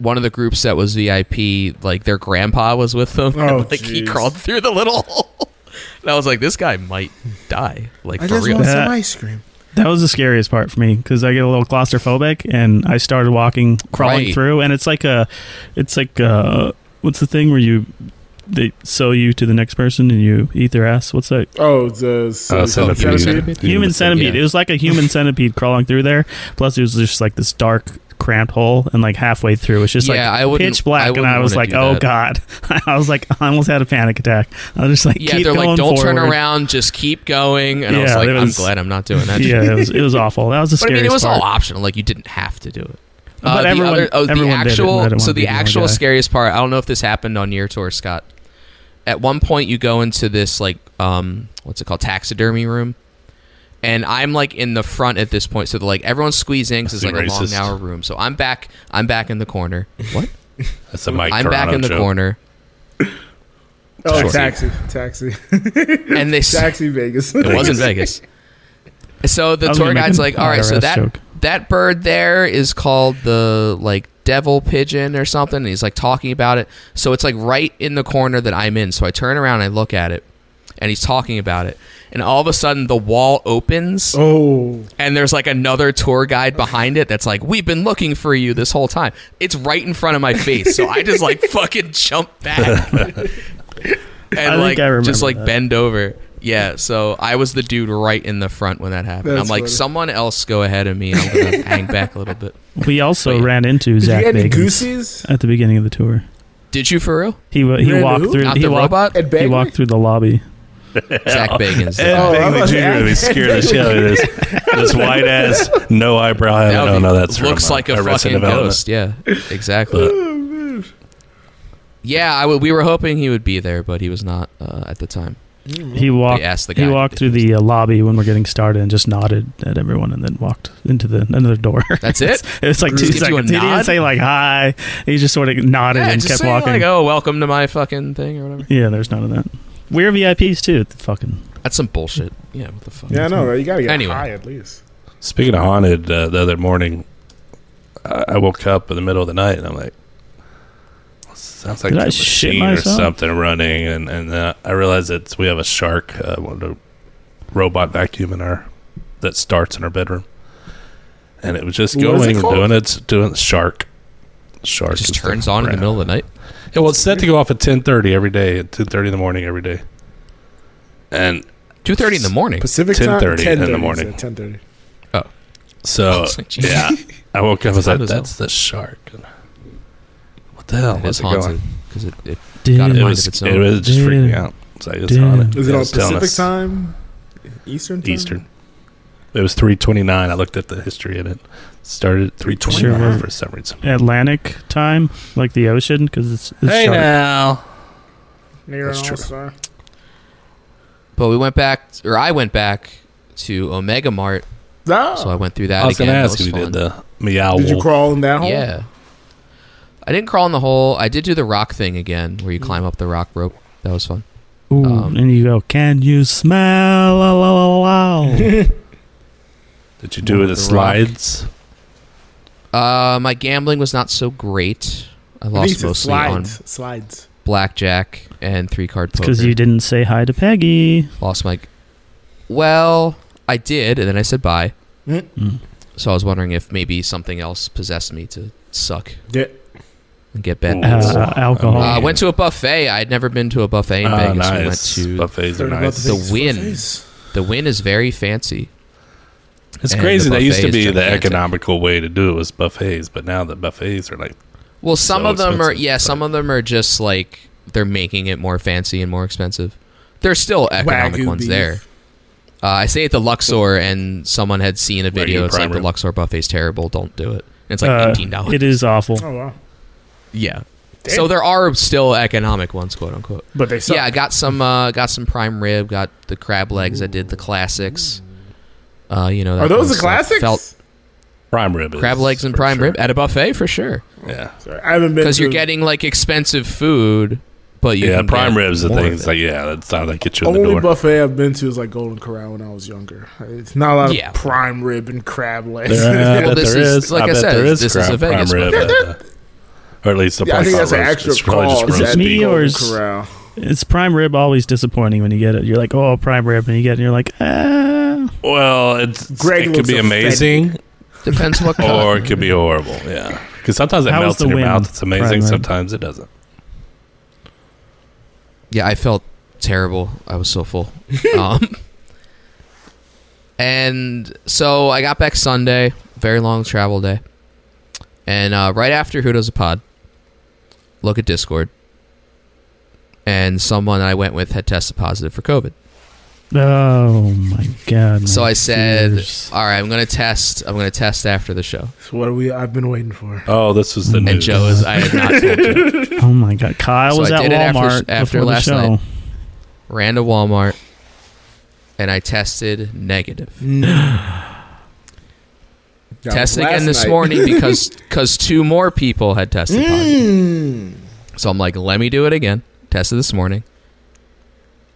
[SPEAKER 6] one of the groups that was VIP, like their grandpa was with them, and,
[SPEAKER 1] Oh,
[SPEAKER 6] like he
[SPEAKER 1] jeez.
[SPEAKER 6] crawled through the little hole. And I was like, this guy might die, like for real.
[SPEAKER 5] want some
[SPEAKER 1] ice cream.
[SPEAKER 5] That was the scariest part for me because I get a little claustrophobic and I started walking, crawling
[SPEAKER 6] Right.
[SPEAKER 5] through, and it's like a, it's like uh, what's the thing where you, they sew you to the next person and you eat their ass. What's that?
[SPEAKER 1] Oh, the
[SPEAKER 4] Uh,
[SPEAKER 1] centipede.
[SPEAKER 4] centipede.
[SPEAKER 5] Human centipede.
[SPEAKER 6] yeah.
[SPEAKER 5] It was like a human centipede crawling through there. Plus, it was just like this dark, cramped hole, and like halfway through, it's just
[SPEAKER 6] Yeah, I
[SPEAKER 5] like
[SPEAKER 6] wouldn't-
[SPEAKER 5] pitch black,
[SPEAKER 6] I
[SPEAKER 5] and
[SPEAKER 6] wouldn't
[SPEAKER 5] I was
[SPEAKER 6] wanna
[SPEAKER 5] like,
[SPEAKER 6] do
[SPEAKER 5] oh
[SPEAKER 6] that.
[SPEAKER 5] god, I was like, I almost had a panic attack. I was just like,
[SPEAKER 6] Yeah,
[SPEAKER 5] keep
[SPEAKER 6] they're
[SPEAKER 5] going
[SPEAKER 6] like, don't turn
[SPEAKER 5] forward."
[SPEAKER 6] around, just keep going. And I was
[SPEAKER 5] Yeah,
[SPEAKER 6] like,
[SPEAKER 5] that
[SPEAKER 6] I'm
[SPEAKER 5] was-
[SPEAKER 6] glad I'm not doing that. shit.
[SPEAKER 5] Yeah, it was, it was awful. That was the
[SPEAKER 6] But I
[SPEAKER 5] scariest
[SPEAKER 6] mean, it was
[SPEAKER 5] part.
[SPEAKER 6] all optional. Like, you didn't have to do it. Uh,
[SPEAKER 5] But everyone- everyone did it, and I
[SPEAKER 6] oh, actual,
[SPEAKER 5] didn't
[SPEAKER 6] so
[SPEAKER 5] wanna be
[SPEAKER 6] the
[SPEAKER 5] the only
[SPEAKER 6] actual
[SPEAKER 5] guy.
[SPEAKER 6] scariest part. I don't know if this happened on your tour, Scott. At one point, you go into this like, um, what's it called, taxidermy room, and I'm like in the front at this point. So they're like everyone's squeezing because it's like
[SPEAKER 4] That's
[SPEAKER 6] a long
[SPEAKER 4] racist.
[SPEAKER 6] narrow room. So I'm back. I'm back in the corner. What?
[SPEAKER 4] That's a Mike
[SPEAKER 6] I'm
[SPEAKER 4] Toronto
[SPEAKER 6] back in the
[SPEAKER 4] joke.
[SPEAKER 6] corner,
[SPEAKER 1] Oh,
[SPEAKER 4] Sure.
[SPEAKER 1] taxi, taxi,
[SPEAKER 6] and they
[SPEAKER 1] taxi, Vegas.
[SPEAKER 6] It was in Vegas. So the
[SPEAKER 5] I was
[SPEAKER 6] tour
[SPEAKER 5] gonna make
[SPEAKER 6] guide's
[SPEAKER 5] an
[SPEAKER 6] like, all right, so
[SPEAKER 5] IRS
[SPEAKER 6] that
[SPEAKER 5] joke.
[SPEAKER 6] that bird there is called the like devil pigeon or something. And he's like talking about it. So it's like right in the corner that I'm in. So I turn around and I look at it, and he's talking about it. And all of a sudden, the wall opens,
[SPEAKER 1] Oh,
[SPEAKER 6] and there's like another tour guide behind it that's like, "We've been looking for you this whole time." It's right in front of my face, so I just like fucking jump back and
[SPEAKER 5] I
[SPEAKER 6] like
[SPEAKER 5] I remember
[SPEAKER 6] just like
[SPEAKER 5] that.
[SPEAKER 6] bend over. Yeah, so I was the dude right in the front when that happened.
[SPEAKER 1] That's
[SPEAKER 6] I'm like,
[SPEAKER 1] funny.
[SPEAKER 6] someone else go ahead of me. I'm gonna hang back a little bit.
[SPEAKER 5] We also
[SPEAKER 6] Wait.
[SPEAKER 5] ran into
[SPEAKER 1] did
[SPEAKER 5] Zach
[SPEAKER 1] you get any
[SPEAKER 5] Bagans
[SPEAKER 1] goosies
[SPEAKER 5] at the beginning of the tour.
[SPEAKER 6] Did you for real?
[SPEAKER 5] He wa-
[SPEAKER 1] ran
[SPEAKER 5] he
[SPEAKER 1] into
[SPEAKER 5] walked
[SPEAKER 1] who?
[SPEAKER 5] through
[SPEAKER 6] Not
[SPEAKER 5] he
[SPEAKER 6] the
[SPEAKER 5] walked
[SPEAKER 6] robot,
[SPEAKER 1] at
[SPEAKER 5] he
[SPEAKER 1] Bagley?
[SPEAKER 5] walked through the lobby.
[SPEAKER 6] Zach Bagans.
[SPEAKER 4] Ed
[SPEAKER 1] Oh, I
[SPEAKER 4] Bagley
[SPEAKER 1] was
[SPEAKER 4] Jr.
[SPEAKER 1] like,
[SPEAKER 4] They
[SPEAKER 1] Ed
[SPEAKER 4] scared the shit out of this, this white ass, no eyebrow. I
[SPEAKER 6] Now
[SPEAKER 4] don't
[SPEAKER 6] he
[SPEAKER 4] know. That's from,
[SPEAKER 6] looks
[SPEAKER 4] uh,
[SPEAKER 6] like a
[SPEAKER 4] Arrested
[SPEAKER 6] fucking
[SPEAKER 4] Development.
[SPEAKER 6] ghost. Yeah,
[SPEAKER 1] Oh,
[SPEAKER 6] exactly. yeah, I w- we were hoping he would be there, but he was not uh, at the time. Mm-hmm.
[SPEAKER 5] He walked
[SPEAKER 6] asked the
[SPEAKER 5] he
[SPEAKER 6] guy
[SPEAKER 5] walked
[SPEAKER 6] if
[SPEAKER 5] through the uh, lobby when we're getting started and just nodded at everyone and then walked into the another door.
[SPEAKER 6] That's it?
[SPEAKER 5] it was like
[SPEAKER 6] Just
[SPEAKER 5] two
[SPEAKER 6] gives you a
[SPEAKER 5] seconds. He didn't
[SPEAKER 6] nod?
[SPEAKER 5] say like hi. He just sort of nodded
[SPEAKER 6] Yeah,
[SPEAKER 5] and
[SPEAKER 6] just
[SPEAKER 5] kept
[SPEAKER 6] say,
[SPEAKER 5] walking.
[SPEAKER 6] like, oh, welcome to my fucking thing or whatever.
[SPEAKER 5] Yeah, there's none of that. We're VIPs too. The fucking
[SPEAKER 6] That's some bullshit. Yeah, what the fuck?
[SPEAKER 1] Yeah, I know. Right? You gotta get
[SPEAKER 6] Anyway.
[SPEAKER 1] high at least.
[SPEAKER 4] Speaking of haunted, uh, the other morning, I, I woke up in the middle of the night and I'm like, sounds like
[SPEAKER 5] Did I
[SPEAKER 4] a
[SPEAKER 5] shit
[SPEAKER 4] machine or
[SPEAKER 5] myself?
[SPEAKER 4] something running, and and uh, I realized that we have a shark, uh, one of the robot vacuum in our that starts in our bedroom, and it was just
[SPEAKER 1] What is it
[SPEAKER 4] going and
[SPEAKER 1] called?
[SPEAKER 4] doing its doing shark. Shark
[SPEAKER 6] It just
[SPEAKER 4] is the
[SPEAKER 6] turns on in the
[SPEAKER 4] brand.
[SPEAKER 6] middle of the night.
[SPEAKER 4] Yeah, well, it's set to go off at ten thirty every day, at two thirty in the morning every day, and
[SPEAKER 6] Two thirty in the morning.
[SPEAKER 1] Pacific
[SPEAKER 4] 10:30 in the morning.
[SPEAKER 1] Ten thirty.
[SPEAKER 4] so yeah, I woke up. I was
[SPEAKER 6] Time
[SPEAKER 4] like,
[SPEAKER 6] is up.
[SPEAKER 4] "That's the shark." What the hell?
[SPEAKER 6] It
[SPEAKER 4] Where's
[SPEAKER 6] is
[SPEAKER 4] it going?
[SPEAKER 6] haunted because it, it
[SPEAKER 5] Dude,
[SPEAKER 6] got a
[SPEAKER 4] It
[SPEAKER 6] mind
[SPEAKER 4] was,
[SPEAKER 6] of its
[SPEAKER 4] it
[SPEAKER 6] own.
[SPEAKER 4] was just freaking me
[SPEAKER 5] Damn.
[SPEAKER 4] out. It's like, it's
[SPEAKER 5] Damn.
[SPEAKER 4] haunted.
[SPEAKER 1] Is it
[SPEAKER 4] It
[SPEAKER 1] on
[SPEAKER 4] was telling
[SPEAKER 1] Pacific
[SPEAKER 4] us
[SPEAKER 1] time? Eastern time.
[SPEAKER 4] Eastern. It was three twenty nine. I looked at the history and it started at three twenty
[SPEAKER 5] Sure,
[SPEAKER 4] nine
[SPEAKER 5] we're-
[SPEAKER 4] for some reason.
[SPEAKER 5] Atlantic time, like the ocean, because it's, it's sharp.
[SPEAKER 4] now.
[SPEAKER 1] Near
[SPEAKER 4] That's
[SPEAKER 1] an
[SPEAKER 4] true.
[SPEAKER 1] all-star.
[SPEAKER 6] but we went back, or I went back to Omega Mart,
[SPEAKER 1] Ah,
[SPEAKER 6] so I went through that
[SPEAKER 4] I was
[SPEAKER 6] again.
[SPEAKER 4] gonna
[SPEAKER 6] That
[SPEAKER 4] ask
[SPEAKER 6] was
[SPEAKER 4] if you
[SPEAKER 6] fun.
[SPEAKER 4] did the meow.
[SPEAKER 1] did you
[SPEAKER 4] wolf.
[SPEAKER 1] crawl in that hole?
[SPEAKER 6] Yeah. I didn't crawl in the hole. I did do the rock thing again, where you
[SPEAKER 4] Mm.
[SPEAKER 6] climb up the rock rope. That was fun.
[SPEAKER 5] Ooh,
[SPEAKER 6] Um,
[SPEAKER 5] and you go, can you smell? La, la, la, la, la."
[SPEAKER 4] Did you do it
[SPEAKER 6] The
[SPEAKER 4] as
[SPEAKER 6] rock.
[SPEAKER 4] slides?
[SPEAKER 6] Uh, my gambling was not so great. I
[SPEAKER 1] I think
[SPEAKER 6] lost
[SPEAKER 1] it's a
[SPEAKER 6] mostly
[SPEAKER 1] slides.
[SPEAKER 6] on
[SPEAKER 1] Slides.
[SPEAKER 6] blackjack and three card
[SPEAKER 5] It's
[SPEAKER 6] poker.
[SPEAKER 5] because you didn't say hi to Peggy.
[SPEAKER 6] lost my. Well, I did, and then I said bye.
[SPEAKER 4] Hmm.
[SPEAKER 1] Mm.
[SPEAKER 5] Mm.
[SPEAKER 6] So I was wondering if maybe something else possessed me to suck
[SPEAKER 1] Yeah.
[SPEAKER 6] and get bad.
[SPEAKER 4] Ooh.
[SPEAKER 6] I
[SPEAKER 4] That's-
[SPEAKER 5] Uh, alcohol.
[SPEAKER 4] Oh,
[SPEAKER 6] uh,
[SPEAKER 4] yeah.
[SPEAKER 6] went to a buffet. I had never been to a buffet in
[SPEAKER 4] Ah,
[SPEAKER 6] Vegas.
[SPEAKER 4] nice.
[SPEAKER 6] We went to
[SPEAKER 4] Buffets are
[SPEAKER 1] Heard about
[SPEAKER 4] nice.
[SPEAKER 6] the
[SPEAKER 1] Vegas
[SPEAKER 6] win.
[SPEAKER 1] buffets.
[SPEAKER 6] the win is very fancy.
[SPEAKER 4] It's
[SPEAKER 6] and
[SPEAKER 4] crazy.
[SPEAKER 6] the
[SPEAKER 4] that used to
[SPEAKER 6] buffet is
[SPEAKER 4] be the
[SPEAKER 6] gigantic.
[SPEAKER 4] economical way to do it was buffets, but now the buffets are like
[SPEAKER 6] Well, some
[SPEAKER 4] So
[SPEAKER 6] of them are
[SPEAKER 4] expensive,
[SPEAKER 6] yeah,
[SPEAKER 4] but-
[SPEAKER 6] some of them are just like they're making it more fancy and more expensive. There's still economic
[SPEAKER 1] Wagyu
[SPEAKER 6] ones
[SPEAKER 1] beef.
[SPEAKER 6] there. Uh, I say at the Luxor, and someone had seen a video.
[SPEAKER 4] Wagyu
[SPEAKER 6] It's like
[SPEAKER 4] prime
[SPEAKER 6] the
[SPEAKER 4] rib.
[SPEAKER 6] Luxor buffet's terrible. Don't do it. And it's like
[SPEAKER 5] Uh,
[SPEAKER 6] eighteen dollars.
[SPEAKER 5] It is awful.
[SPEAKER 1] Oh wow.
[SPEAKER 6] yeah. So there are still economic ones, quote unquote.
[SPEAKER 1] But they suck.
[SPEAKER 6] yeah, I got some. Uh, got some prime rib. Got the crab legs. I did the classics. Uh, you know, that
[SPEAKER 1] Are
[SPEAKER 6] kind of
[SPEAKER 1] those the
[SPEAKER 6] stuff.
[SPEAKER 1] classics?
[SPEAKER 6] Felt
[SPEAKER 4] prime rib. is
[SPEAKER 6] crab legs and
[SPEAKER 4] for
[SPEAKER 6] prime
[SPEAKER 4] sure.
[SPEAKER 6] rib at a buffet for sure.
[SPEAKER 4] Yeah,
[SPEAKER 1] Sorry, I haven't been
[SPEAKER 6] Because you're
[SPEAKER 1] to-
[SPEAKER 6] getting like expensive food, but you
[SPEAKER 4] yeah.
[SPEAKER 6] can
[SPEAKER 4] Prime
[SPEAKER 6] get
[SPEAKER 4] ribs and
[SPEAKER 6] more of
[SPEAKER 4] things
[SPEAKER 6] it.
[SPEAKER 4] like yeah. That's how they get you in the
[SPEAKER 1] Only
[SPEAKER 4] door.
[SPEAKER 1] buffet I've been to is like Golden Corral when I was younger. It's not a lot
[SPEAKER 6] Yeah.
[SPEAKER 1] of prime rib and crab legs.
[SPEAKER 4] There- I bet
[SPEAKER 6] this
[SPEAKER 4] there
[SPEAKER 6] is- like I
[SPEAKER 4] bet
[SPEAKER 6] said,
[SPEAKER 4] there is
[SPEAKER 6] this is a
[SPEAKER 4] crab
[SPEAKER 6] Vegas
[SPEAKER 4] prime rib,
[SPEAKER 1] buffet.
[SPEAKER 4] at the- or at least the
[SPEAKER 1] yeah, I
[SPEAKER 4] place
[SPEAKER 1] think that's
[SPEAKER 4] not
[SPEAKER 1] an
[SPEAKER 4] roast.
[SPEAKER 1] extra
[SPEAKER 4] It's probably
[SPEAKER 1] call.
[SPEAKER 4] just
[SPEAKER 1] Is
[SPEAKER 4] roast
[SPEAKER 1] that
[SPEAKER 5] Me
[SPEAKER 4] beef.
[SPEAKER 5] or
[SPEAKER 1] Golden
[SPEAKER 5] is-
[SPEAKER 1] Corral?
[SPEAKER 5] It's prime rib always disappointing when you get it. You're like, oh, prime rib, and you get it, and you're like, ah.
[SPEAKER 4] Well, it's,
[SPEAKER 1] Greg
[SPEAKER 4] it could
[SPEAKER 1] looks
[SPEAKER 4] be amazing
[SPEAKER 6] Depends what kind.
[SPEAKER 4] or it could be horrible. Yeah, because sometimes it
[SPEAKER 5] How is
[SPEAKER 4] melts
[SPEAKER 5] the
[SPEAKER 4] in your
[SPEAKER 5] wind,
[SPEAKER 4] mouth. It's
[SPEAKER 5] prime
[SPEAKER 4] amazing.
[SPEAKER 5] rib?
[SPEAKER 4] Sometimes it doesn't.
[SPEAKER 6] yeah, I felt terrible. I was so full. Um, and so I got back Sunday, very long travel day. And uh, right after Who Does a Pod, look at Discord. And someone I went with had tested positive for COVID.
[SPEAKER 5] Oh my god.
[SPEAKER 6] So
[SPEAKER 5] my
[SPEAKER 6] I said,
[SPEAKER 5] fears.
[SPEAKER 6] "All right, I'm gonna test. I'm gonna test after the show."
[SPEAKER 1] So what are we? I've been waiting for.
[SPEAKER 4] Oh, this was the
[SPEAKER 6] And
[SPEAKER 4] news.
[SPEAKER 6] Joe is, I had not told Joe.
[SPEAKER 5] "Oh my god." Kyle
[SPEAKER 6] So
[SPEAKER 5] was
[SPEAKER 6] I
[SPEAKER 5] at
[SPEAKER 6] did it after-
[SPEAKER 5] Walmart
[SPEAKER 6] after
[SPEAKER 5] before
[SPEAKER 6] last
[SPEAKER 5] the show.
[SPEAKER 6] night. ran to Walmart, and I tested negative.
[SPEAKER 1] That was
[SPEAKER 6] tested again
[SPEAKER 1] last
[SPEAKER 6] this
[SPEAKER 1] night.
[SPEAKER 6] morning because because two more people had tested positive.
[SPEAKER 1] Mm.
[SPEAKER 6] So I'm like, let me do it again. Tested this morning.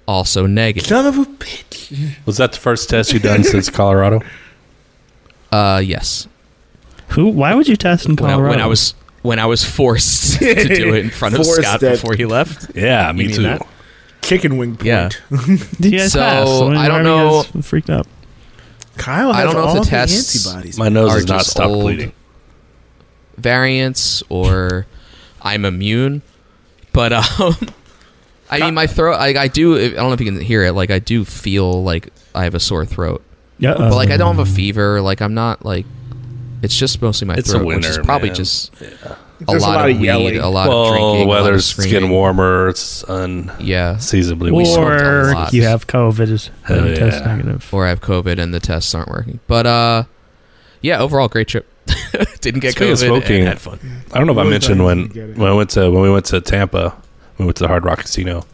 [SPEAKER 6] Also negative.
[SPEAKER 1] Son of a bitch.
[SPEAKER 4] Was that the first test you done since Colorado?
[SPEAKER 6] Uh, yes.
[SPEAKER 5] Who? Why would you test in
[SPEAKER 6] When I,
[SPEAKER 5] Colorado?
[SPEAKER 6] when I was when I was forced to do it in front of
[SPEAKER 1] Forced
[SPEAKER 6] Scott
[SPEAKER 1] that.
[SPEAKER 6] before he left.
[SPEAKER 4] Yeah, me
[SPEAKER 6] mean
[SPEAKER 4] too.
[SPEAKER 6] that?
[SPEAKER 1] Chicken wing point.
[SPEAKER 6] Yeah.
[SPEAKER 5] Did you guys
[SPEAKER 6] So,
[SPEAKER 5] pass? mean,
[SPEAKER 6] I don't
[SPEAKER 5] why were you
[SPEAKER 6] know-
[SPEAKER 5] guys Freaked out.
[SPEAKER 1] Kyle has
[SPEAKER 6] I don't know if
[SPEAKER 1] all
[SPEAKER 6] the
[SPEAKER 1] the,
[SPEAKER 6] tests-
[SPEAKER 1] antibodies.
[SPEAKER 4] My nose
[SPEAKER 6] Are
[SPEAKER 4] has not
[SPEAKER 6] just
[SPEAKER 4] stopped
[SPEAKER 6] old.
[SPEAKER 4] bleeding.
[SPEAKER 6] Variants or I'm immune, but um. I mean, my throat. I, I do. I don't know if you can hear it. Like, I do feel like I have a sore throat.
[SPEAKER 5] Yeah,
[SPEAKER 6] but like I
[SPEAKER 5] Um.
[SPEAKER 6] don't have a fever. Like I'm not like it's just mostly my
[SPEAKER 4] It's a
[SPEAKER 6] throat,
[SPEAKER 4] winter,
[SPEAKER 6] which is probably
[SPEAKER 4] man.
[SPEAKER 6] just a,
[SPEAKER 1] Just
[SPEAKER 6] lot of weed,
[SPEAKER 1] yelling.
[SPEAKER 6] a lot of
[SPEAKER 4] Well,
[SPEAKER 6] drinking, a
[SPEAKER 4] the
[SPEAKER 6] lot of
[SPEAKER 4] weather's getting
[SPEAKER 6] screaming.
[SPEAKER 4] warmer. It's unseasonably
[SPEAKER 6] Yeah, we smoked a
[SPEAKER 5] Or
[SPEAKER 6] lot.
[SPEAKER 5] you have COVID
[SPEAKER 4] Hell
[SPEAKER 5] and test
[SPEAKER 4] yeah.
[SPEAKER 5] negative.
[SPEAKER 6] or I have COVID and the tests aren't working. But uh, yeah, overall great trip. Didn't get
[SPEAKER 4] Speaking of
[SPEAKER 6] COVID.
[SPEAKER 4] smoking,
[SPEAKER 6] and had fun.
[SPEAKER 4] I don't know if I
[SPEAKER 1] Really
[SPEAKER 4] mentioned
[SPEAKER 1] thought you
[SPEAKER 4] when
[SPEAKER 1] could get it.
[SPEAKER 4] when I went to when we went to Tampa, we went to the Hard Rock Casino.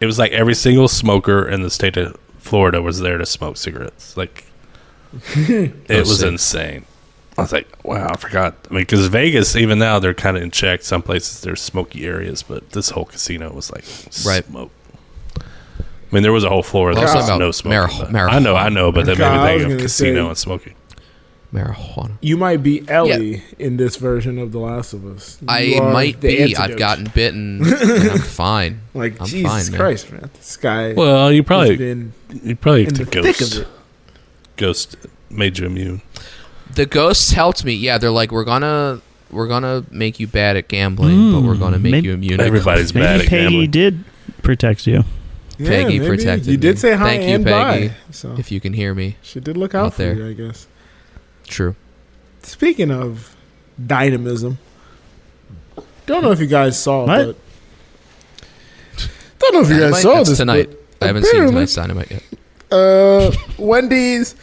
[SPEAKER 4] It was like every single smoker in the state of Florida was there to smoke cigarettes. Like it was
[SPEAKER 6] sick.
[SPEAKER 4] insane. I was like, wow, I forgot. I mean, because Vegas, even now, they're kind of in check. Some places there's smoky areas, but this whole casino was like
[SPEAKER 6] Right.
[SPEAKER 4] smoke. I mean, there was a whole floor that
[SPEAKER 6] Well,
[SPEAKER 4] was
[SPEAKER 6] about
[SPEAKER 4] no smoking.
[SPEAKER 6] marih-
[SPEAKER 4] but-
[SPEAKER 6] marijuana.
[SPEAKER 4] I know, I know, but that
[SPEAKER 1] God, I was
[SPEAKER 4] made me think of
[SPEAKER 1] gonna
[SPEAKER 4] casino
[SPEAKER 1] say-
[SPEAKER 4] and smoking.
[SPEAKER 6] marijuana.
[SPEAKER 1] You might be Ellie in this version of The Last of Us.
[SPEAKER 6] I
[SPEAKER 1] You are
[SPEAKER 6] might
[SPEAKER 1] the
[SPEAKER 6] be. I've
[SPEAKER 1] antidote.
[SPEAKER 6] gotten bitten. and I'm fine.
[SPEAKER 1] like
[SPEAKER 6] I'm
[SPEAKER 1] Jesus
[SPEAKER 6] fine, man.
[SPEAKER 1] Christ, man. This guy
[SPEAKER 4] Well, you
[SPEAKER 1] has
[SPEAKER 4] probably
[SPEAKER 1] been
[SPEAKER 4] you probably
[SPEAKER 1] in the thick
[SPEAKER 4] ghost
[SPEAKER 1] of it.
[SPEAKER 4] ghost made you immune.
[SPEAKER 6] The ghosts helped me. Yeah, they're like we're gonna we're gonna make you bad at gambling, but we're gonna
[SPEAKER 5] Mm,
[SPEAKER 6] make
[SPEAKER 5] maybe-
[SPEAKER 6] you immune. to
[SPEAKER 4] Everybody's bad
[SPEAKER 5] Maybe
[SPEAKER 4] at
[SPEAKER 5] Peggy
[SPEAKER 4] gambling.
[SPEAKER 5] did protect you.
[SPEAKER 1] Yeah,
[SPEAKER 6] Peggy
[SPEAKER 1] maybe.
[SPEAKER 6] protected
[SPEAKER 1] You
[SPEAKER 6] me.
[SPEAKER 1] did say hi
[SPEAKER 6] Thank you,
[SPEAKER 1] and
[SPEAKER 6] Peggy.
[SPEAKER 1] bye. So
[SPEAKER 6] if you can hear me.
[SPEAKER 1] she did look out,
[SPEAKER 6] out
[SPEAKER 1] for
[SPEAKER 6] there.
[SPEAKER 1] you, I guess.
[SPEAKER 6] True.
[SPEAKER 1] Speaking of dynamism, don't know if you guys saw,
[SPEAKER 5] What?
[SPEAKER 1] but don't know if you guys
[SPEAKER 6] Dynamite?
[SPEAKER 1] saw
[SPEAKER 6] That's
[SPEAKER 1] this
[SPEAKER 6] tonight. I haven't seen
[SPEAKER 1] apparently-
[SPEAKER 6] tonight's dynamite yet.
[SPEAKER 1] but, uh, Wendy's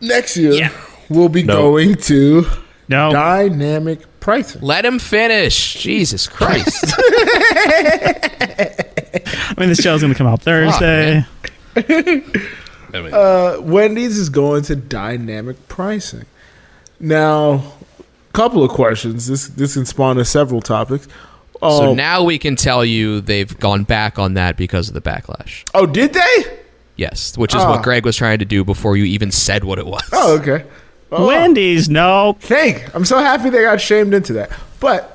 [SPEAKER 1] next year
[SPEAKER 5] Yeah.
[SPEAKER 1] will be
[SPEAKER 4] No. Oh.
[SPEAKER 1] going to
[SPEAKER 5] No,
[SPEAKER 1] dynamic pricing.
[SPEAKER 6] Let him finish. Jesus Christ.
[SPEAKER 5] I mean this show's gonna come out Thursday.
[SPEAKER 6] man.
[SPEAKER 4] I mean,
[SPEAKER 1] uh, Wendy's is going to dynamic pricing. Now, couple of questions. This this can spawn us several topics. Oh,
[SPEAKER 6] So now we can tell you they've gone back on that because of the backlash.
[SPEAKER 1] oh, did they?
[SPEAKER 6] Yes, which is
[SPEAKER 1] Ah.
[SPEAKER 6] what Greg was trying to do before you even said what it was.
[SPEAKER 1] Oh, okay. Oh,
[SPEAKER 5] Wendy's, no.
[SPEAKER 1] thank. I'm so happy they got shamed into that. But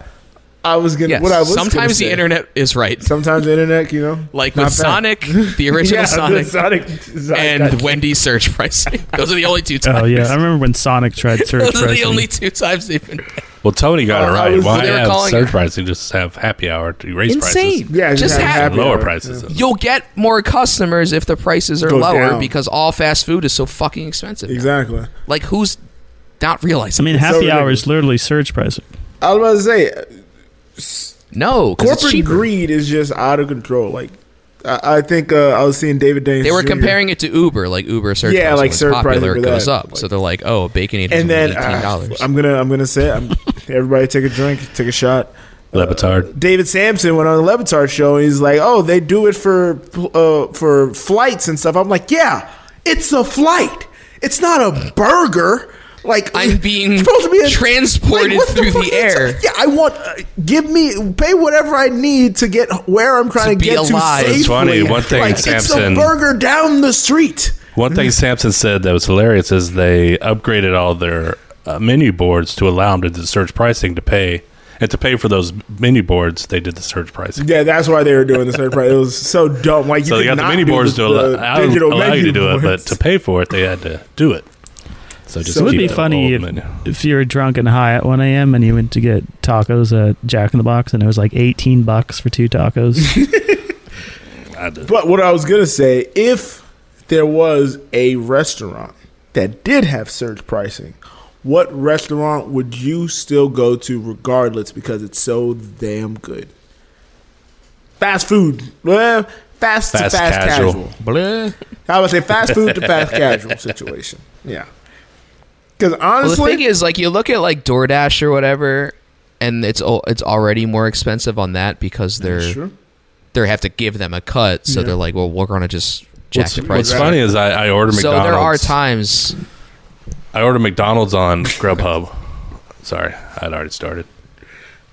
[SPEAKER 1] I was gonna.
[SPEAKER 6] yes.
[SPEAKER 1] What I was gonna
[SPEAKER 6] Sometimes the
[SPEAKER 1] say-
[SPEAKER 6] internet is right.
[SPEAKER 1] Sometimes the internet, you know,
[SPEAKER 6] Like
[SPEAKER 1] not
[SPEAKER 6] with
[SPEAKER 1] bad.
[SPEAKER 6] Sonic, the original
[SPEAKER 1] Yeah,
[SPEAKER 6] Sonic,
[SPEAKER 1] Sonic, Sonic
[SPEAKER 6] and
[SPEAKER 1] got-
[SPEAKER 6] Wendy's surge pricing. Those are the only two times.
[SPEAKER 5] Oh yeah, I remember when Sonic tried
[SPEAKER 6] Those
[SPEAKER 5] search.
[SPEAKER 6] are the only two times they've been
[SPEAKER 4] well, Tony got
[SPEAKER 1] Oh,
[SPEAKER 4] it
[SPEAKER 1] I
[SPEAKER 4] right.
[SPEAKER 1] was-
[SPEAKER 4] Why
[SPEAKER 6] they were
[SPEAKER 4] have
[SPEAKER 6] calling
[SPEAKER 4] surge
[SPEAKER 6] it-
[SPEAKER 4] pricing? Just have happy hour to raise
[SPEAKER 6] insane.
[SPEAKER 4] prices,
[SPEAKER 1] Yeah,
[SPEAKER 6] just
[SPEAKER 1] just have
[SPEAKER 6] have-
[SPEAKER 1] happy
[SPEAKER 4] lower
[SPEAKER 1] hour,
[SPEAKER 4] prices.
[SPEAKER 6] You'll get more customers if the prices are
[SPEAKER 1] Go
[SPEAKER 6] lower
[SPEAKER 1] down.
[SPEAKER 6] because all fast food is so fucking expensive. now.
[SPEAKER 1] exactly.
[SPEAKER 6] Like who's not
[SPEAKER 5] I
[SPEAKER 6] realizing?
[SPEAKER 5] mean,
[SPEAKER 1] It's so
[SPEAKER 5] happy hour
[SPEAKER 1] ridiculous.
[SPEAKER 5] is literally surge pricing.
[SPEAKER 1] I was about to say,
[SPEAKER 6] no, 'cause it's
[SPEAKER 1] corporate
[SPEAKER 6] cheaper.
[SPEAKER 1] greed is just out of control. Like, I, I think uh, I was seeing David Dane.
[SPEAKER 6] They were
[SPEAKER 1] Jr.
[SPEAKER 6] comparing it to Uber, like Uber surge.
[SPEAKER 1] Yeah,
[SPEAKER 6] pricing
[SPEAKER 1] like
[SPEAKER 6] was
[SPEAKER 1] surge pricing
[SPEAKER 6] popular, it
[SPEAKER 1] for
[SPEAKER 6] goes
[SPEAKER 1] that.
[SPEAKER 6] up. so they're like, oh, bacon
[SPEAKER 1] and then
[SPEAKER 6] eighteen
[SPEAKER 1] uh,
[SPEAKER 6] dollars.
[SPEAKER 1] I'm gonna I'm gonna say it. I'm, everybody take a drink, take a shot.
[SPEAKER 4] Levitard.
[SPEAKER 1] David Sampson went on the Levitard show. And he's like, "Oh, they do it for uh, for flights and stuff." I'm like, "Yeah, it's a flight. It's not a burger." Like
[SPEAKER 6] I'm being
[SPEAKER 1] it's
[SPEAKER 6] transported
[SPEAKER 1] what
[SPEAKER 6] through the
[SPEAKER 1] fuck are you
[SPEAKER 6] air.
[SPEAKER 1] ta- yeah, I want. Uh, give me pay whatever I need to get where I'm trying to,
[SPEAKER 6] To be
[SPEAKER 1] get
[SPEAKER 6] alive.
[SPEAKER 1] to
[SPEAKER 6] It's
[SPEAKER 1] safely.
[SPEAKER 4] funny, one thing
[SPEAKER 1] like,
[SPEAKER 4] Sampson-
[SPEAKER 1] it's a burger down the street.
[SPEAKER 4] One thing Samson said that was hilarious is they upgraded all their uh, menu boards to allow them to do surge pricing to pay. And to pay for those menu boards, they did the surge pricing.
[SPEAKER 1] Yeah, that's why they were doing the third part. It was so dumb. Like you
[SPEAKER 4] So they
[SPEAKER 1] could
[SPEAKER 4] got the
[SPEAKER 1] not
[SPEAKER 4] menu
[SPEAKER 1] do
[SPEAKER 4] boards
[SPEAKER 1] the-
[SPEAKER 4] to allow,
[SPEAKER 1] the
[SPEAKER 4] I would
[SPEAKER 1] digital
[SPEAKER 4] allow you
[SPEAKER 1] menu
[SPEAKER 4] to do it, but
[SPEAKER 1] boards.
[SPEAKER 4] to pay for it, they had to do it. So just
[SPEAKER 5] So it would
[SPEAKER 4] keep
[SPEAKER 5] be
[SPEAKER 4] the
[SPEAKER 5] funny
[SPEAKER 4] old
[SPEAKER 5] if,
[SPEAKER 4] menu.
[SPEAKER 5] if you were drunk and high at 1 a.m. and you went to get tacos at Jack in the Box and it was like 18 bucks for two tacos.
[SPEAKER 4] I did.
[SPEAKER 1] But what I was gonna say, if there was a restaurant that did have surge pricing, what restaurant would you still go to regardless because it's so damn good? Fast food. Well, fast,
[SPEAKER 4] Fast
[SPEAKER 1] to fast
[SPEAKER 4] casual.
[SPEAKER 1] casual. I would say fast food to fast casual situation. Yeah. Because
[SPEAKER 6] Well, the
[SPEAKER 1] honestly,
[SPEAKER 6] thing is, like, you look at like DoorDash or whatever, and it's al- it's already more expensive on that because
[SPEAKER 1] That's
[SPEAKER 6] they're
[SPEAKER 1] true.
[SPEAKER 6] they have to give them a cut. So they're like, well, we're gonna just jack
[SPEAKER 4] What's,
[SPEAKER 6] the price.
[SPEAKER 4] what's
[SPEAKER 6] up.
[SPEAKER 4] funny is I, I order
[SPEAKER 6] So
[SPEAKER 4] McDonald's.
[SPEAKER 6] there are times
[SPEAKER 4] I order McDonald's on Grubhub. Sorry, I'd already started.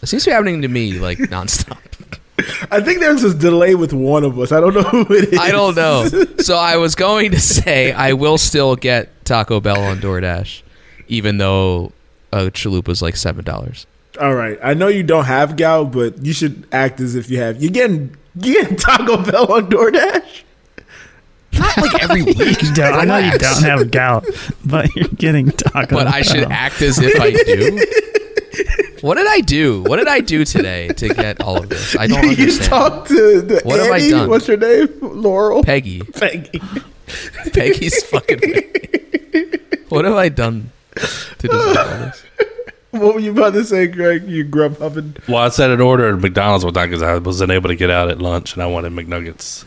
[SPEAKER 6] it seems to be happening to me like nonstop.
[SPEAKER 1] I think there's this delay with one of us. I don't know who it is.
[SPEAKER 6] I don't know. So I was going to say I will still get Taco Bell on DoorDash, even though a chalupa's like seven dollars.
[SPEAKER 1] All right. I know you don't have Gal, but you should act as if you have. You're getting, you getting Taco Bell on DoorDash?
[SPEAKER 6] Not like every week,
[SPEAKER 5] You don't- I know you
[SPEAKER 6] Relax.
[SPEAKER 5] don't have gout, but you're getting tacos.
[SPEAKER 6] but I should act as if I do. What did I do? What did I do today to get all of this? I don't
[SPEAKER 1] you
[SPEAKER 6] understand.
[SPEAKER 1] talk to the
[SPEAKER 6] What have I
[SPEAKER 1] Annie,
[SPEAKER 6] done?
[SPEAKER 1] what's her name? Laurel?
[SPEAKER 6] Peggy,
[SPEAKER 1] Peggy.
[SPEAKER 6] Peggy's fucking. Peggy. What have I done to deserve all this?
[SPEAKER 1] What were you about to say, Greg? You grub hubbing.
[SPEAKER 4] Well, I said an order at McDonald's one time because I wasn't able to get out at lunch and I wanted McNuggets.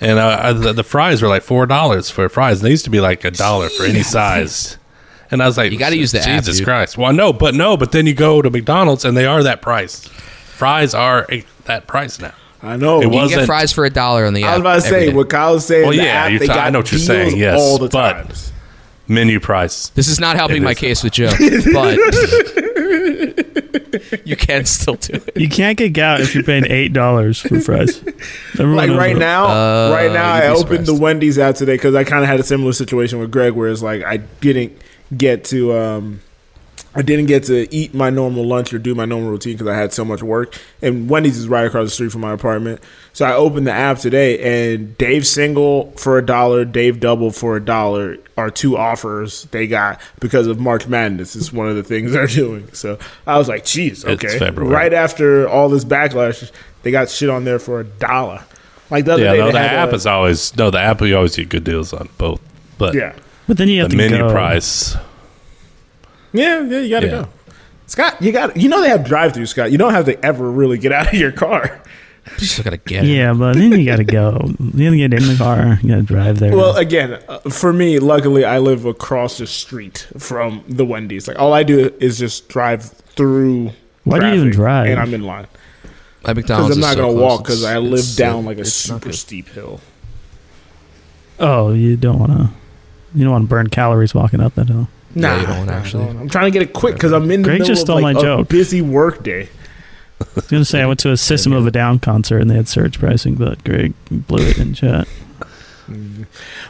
[SPEAKER 4] And I, I, the, the fries were like four dollars for fries. And they used to be like a dollar for any size. And I was like,
[SPEAKER 6] You gotta use the app,
[SPEAKER 4] Jesus
[SPEAKER 6] dude.
[SPEAKER 4] Christ. Well, no, but no, but then you go to McDonald's and they are that price. Fries are a, that price now.
[SPEAKER 1] I know.
[SPEAKER 4] It
[SPEAKER 6] You
[SPEAKER 4] was-
[SPEAKER 6] can get
[SPEAKER 4] Wasn't-
[SPEAKER 6] fries for a dollar on the app.
[SPEAKER 1] I was about to
[SPEAKER 6] every
[SPEAKER 1] say,
[SPEAKER 6] day.
[SPEAKER 1] what Kyle's saying,
[SPEAKER 4] Well,
[SPEAKER 1] the
[SPEAKER 4] yeah,
[SPEAKER 1] app,
[SPEAKER 4] you
[SPEAKER 1] they
[SPEAKER 4] t- I
[SPEAKER 1] got
[SPEAKER 4] know what you're
[SPEAKER 1] deals
[SPEAKER 4] saying, yes,
[SPEAKER 1] all the
[SPEAKER 4] but-
[SPEAKER 1] time.
[SPEAKER 4] Menu price.
[SPEAKER 6] This is not helping
[SPEAKER 4] It
[SPEAKER 6] my
[SPEAKER 4] is.
[SPEAKER 6] case with Joe, but you can still do it.
[SPEAKER 5] You can't get gout if you're paying $8 for fries. Everyone
[SPEAKER 1] Like
[SPEAKER 5] knows
[SPEAKER 1] right
[SPEAKER 5] that.
[SPEAKER 1] now,
[SPEAKER 6] Uh,
[SPEAKER 1] right now,
[SPEAKER 6] you'd be
[SPEAKER 1] I opened the
[SPEAKER 6] surprised.
[SPEAKER 1] Wendy's app today because I kind of had a similar situation with Greg, where it's like I didn't get to, um, I didn't get to eat my normal lunch or do my normal routine because I had so much work. And Wendy's is right across the street from my apartment, so I opened the app today, and Dave single for a dollar, Dave double for a dollar are two offers they got because of March Madness. It's one of the things they're doing. So I was like, "Geez, okay."
[SPEAKER 4] February.
[SPEAKER 1] Right after all this backlash, they got shit on there for a dollar. Like the other
[SPEAKER 4] Yeah,
[SPEAKER 1] day,
[SPEAKER 4] no,
[SPEAKER 1] they
[SPEAKER 4] the
[SPEAKER 1] had
[SPEAKER 4] app
[SPEAKER 1] a-
[SPEAKER 4] is always no, the app you always get good deals on both. But
[SPEAKER 1] yeah,
[SPEAKER 5] But then you have
[SPEAKER 4] the
[SPEAKER 5] to
[SPEAKER 4] menu
[SPEAKER 5] go.
[SPEAKER 4] price.
[SPEAKER 1] yeah, yeah. You gotta
[SPEAKER 4] Yeah.
[SPEAKER 1] go, Scott. You got. You know they have drive-through, Scott. You don't have to ever really get out of your car.
[SPEAKER 6] You still gotta get it.
[SPEAKER 5] Yeah, but then you got to go. You got to get in the car. You got to drive there.
[SPEAKER 1] Well, again, uh, for me, luckily, I live across the street from the Wendy's. Like all I do is just drive through.
[SPEAKER 5] Why do you even
[SPEAKER 1] traffic,
[SPEAKER 5] drive?
[SPEAKER 1] And I'm in line
[SPEAKER 6] My
[SPEAKER 1] because
[SPEAKER 6] McDonald's
[SPEAKER 1] I'm
[SPEAKER 6] is
[SPEAKER 1] not
[SPEAKER 6] so
[SPEAKER 1] gonna
[SPEAKER 6] close.
[SPEAKER 1] walk because
[SPEAKER 6] It's-
[SPEAKER 1] I live
[SPEAKER 6] it's-
[SPEAKER 1] down like a
[SPEAKER 6] it's not
[SPEAKER 1] super
[SPEAKER 6] good.
[SPEAKER 1] steep hill.
[SPEAKER 5] Oh, you don't want to. You don't want to burn calories walking up that hill.
[SPEAKER 6] Yeah,
[SPEAKER 1] Nah,
[SPEAKER 6] you don't
[SPEAKER 1] nah,
[SPEAKER 6] actually.
[SPEAKER 1] nah, I'm trying to get it quick because I'm in the
[SPEAKER 5] Greg
[SPEAKER 1] middle
[SPEAKER 5] just
[SPEAKER 1] of
[SPEAKER 5] stole
[SPEAKER 1] like,
[SPEAKER 5] my
[SPEAKER 1] a
[SPEAKER 5] joke.
[SPEAKER 1] busy work day.
[SPEAKER 5] I was gonna say I went to a System of a Down concert and they had surge pricing, but Greg blew it in chat.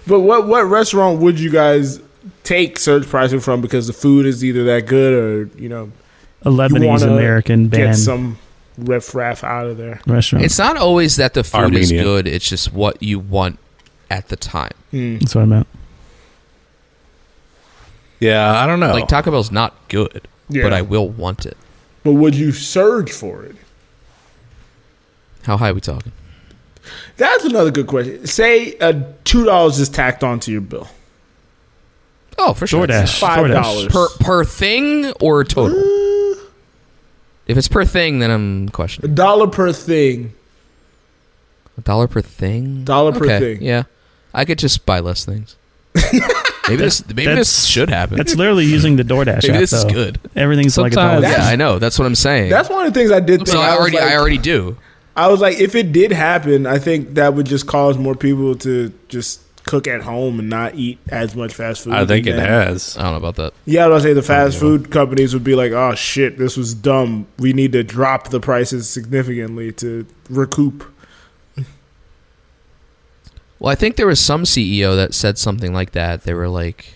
[SPEAKER 1] But what what restaurant would you guys take surge pricing from because the food is either that good or you know
[SPEAKER 5] A Lebanese
[SPEAKER 1] wanna
[SPEAKER 5] American
[SPEAKER 1] get
[SPEAKER 5] band
[SPEAKER 1] some riff raff out of there.
[SPEAKER 5] restaurant.
[SPEAKER 6] It's not always that the food is
[SPEAKER 4] Armenian.
[SPEAKER 6] good. It's just what you want at the time.
[SPEAKER 1] Hmm.
[SPEAKER 5] That's what I meant.
[SPEAKER 4] Yeah, I don't
[SPEAKER 5] Oh.
[SPEAKER 4] know.
[SPEAKER 6] Like Taco Bell's not good,
[SPEAKER 1] Yeah.
[SPEAKER 6] but I will want it.
[SPEAKER 1] But would you surge for it?
[SPEAKER 6] How high are we talking?
[SPEAKER 1] That's another good question. Say uh, two dollars is tacked onto your bill.
[SPEAKER 6] Oh, for sure.
[SPEAKER 5] DoorDash.
[SPEAKER 1] Five
[SPEAKER 5] DoorDash.
[SPEAKER 1] dollars
[SPEAKER 6] Per per thing or total?
[SPEAKER 5] Uh.
[SPEAKER 6] If it's per thing, then I'm
[SPEAKER 1] a
[SPEAKER 6] questioning.
[SPEAKER 1] dollar per thing.
[SPEAKER 6] A dollar per thing.
[SPEAKER 1] Dollar per
[SPEAKER 6] Okay,
[SPEAKER 1] thing.
[SPEAKER 6] Yeah, I could just buy less things. maybe this maybe this
[SPEAKER 5] that's-
[SPEAKER 6] should happen.
[SPEAKER 5] That's literally using the DoorDash
[SPEAKER 6] maybe
[SPEAKER 5] app.
[SPEAKER 6] this is
[SPEAKER 5] though.
[SPEAKER 6] good.
[SPEAKER 5] Everything's
[SPEAKER 4] Sometimes-
[SPEAKER 5] like a dollar.
[SPEAKER 6] Yeah,
[SPEAKER 1] That's-
[SPEAKER 6] I know. That's what I'm saying.
[SPEAKER 1] That's one of the things I did.
[SPEAKER 6] so
[SPEAKER 1] think.
[SPEAKER 6] I
[SPEAKER 1] was
[SPEAKER 6] already
[SPEAKER 1] like-
[SPEAKER 6] I already do.
[SPEAKER 1] I was like, if it did happen, I think that would just cause more people to just cook at home and not eat as much fast food.
[SPEAKER 4] I think it
[SPEAKER 1] And then-
[SPEAKER 4] has.
[SPEAKER 6] I don't know about that.
[SPEAKER 1] Yeah, I was gonna say the fast food companies would be like, "Oh shit, this was dumb. We need to drop the prices significantly to recoup."
[SPEAKER 6] Well, I think there was some CEO that said something like that. They were like,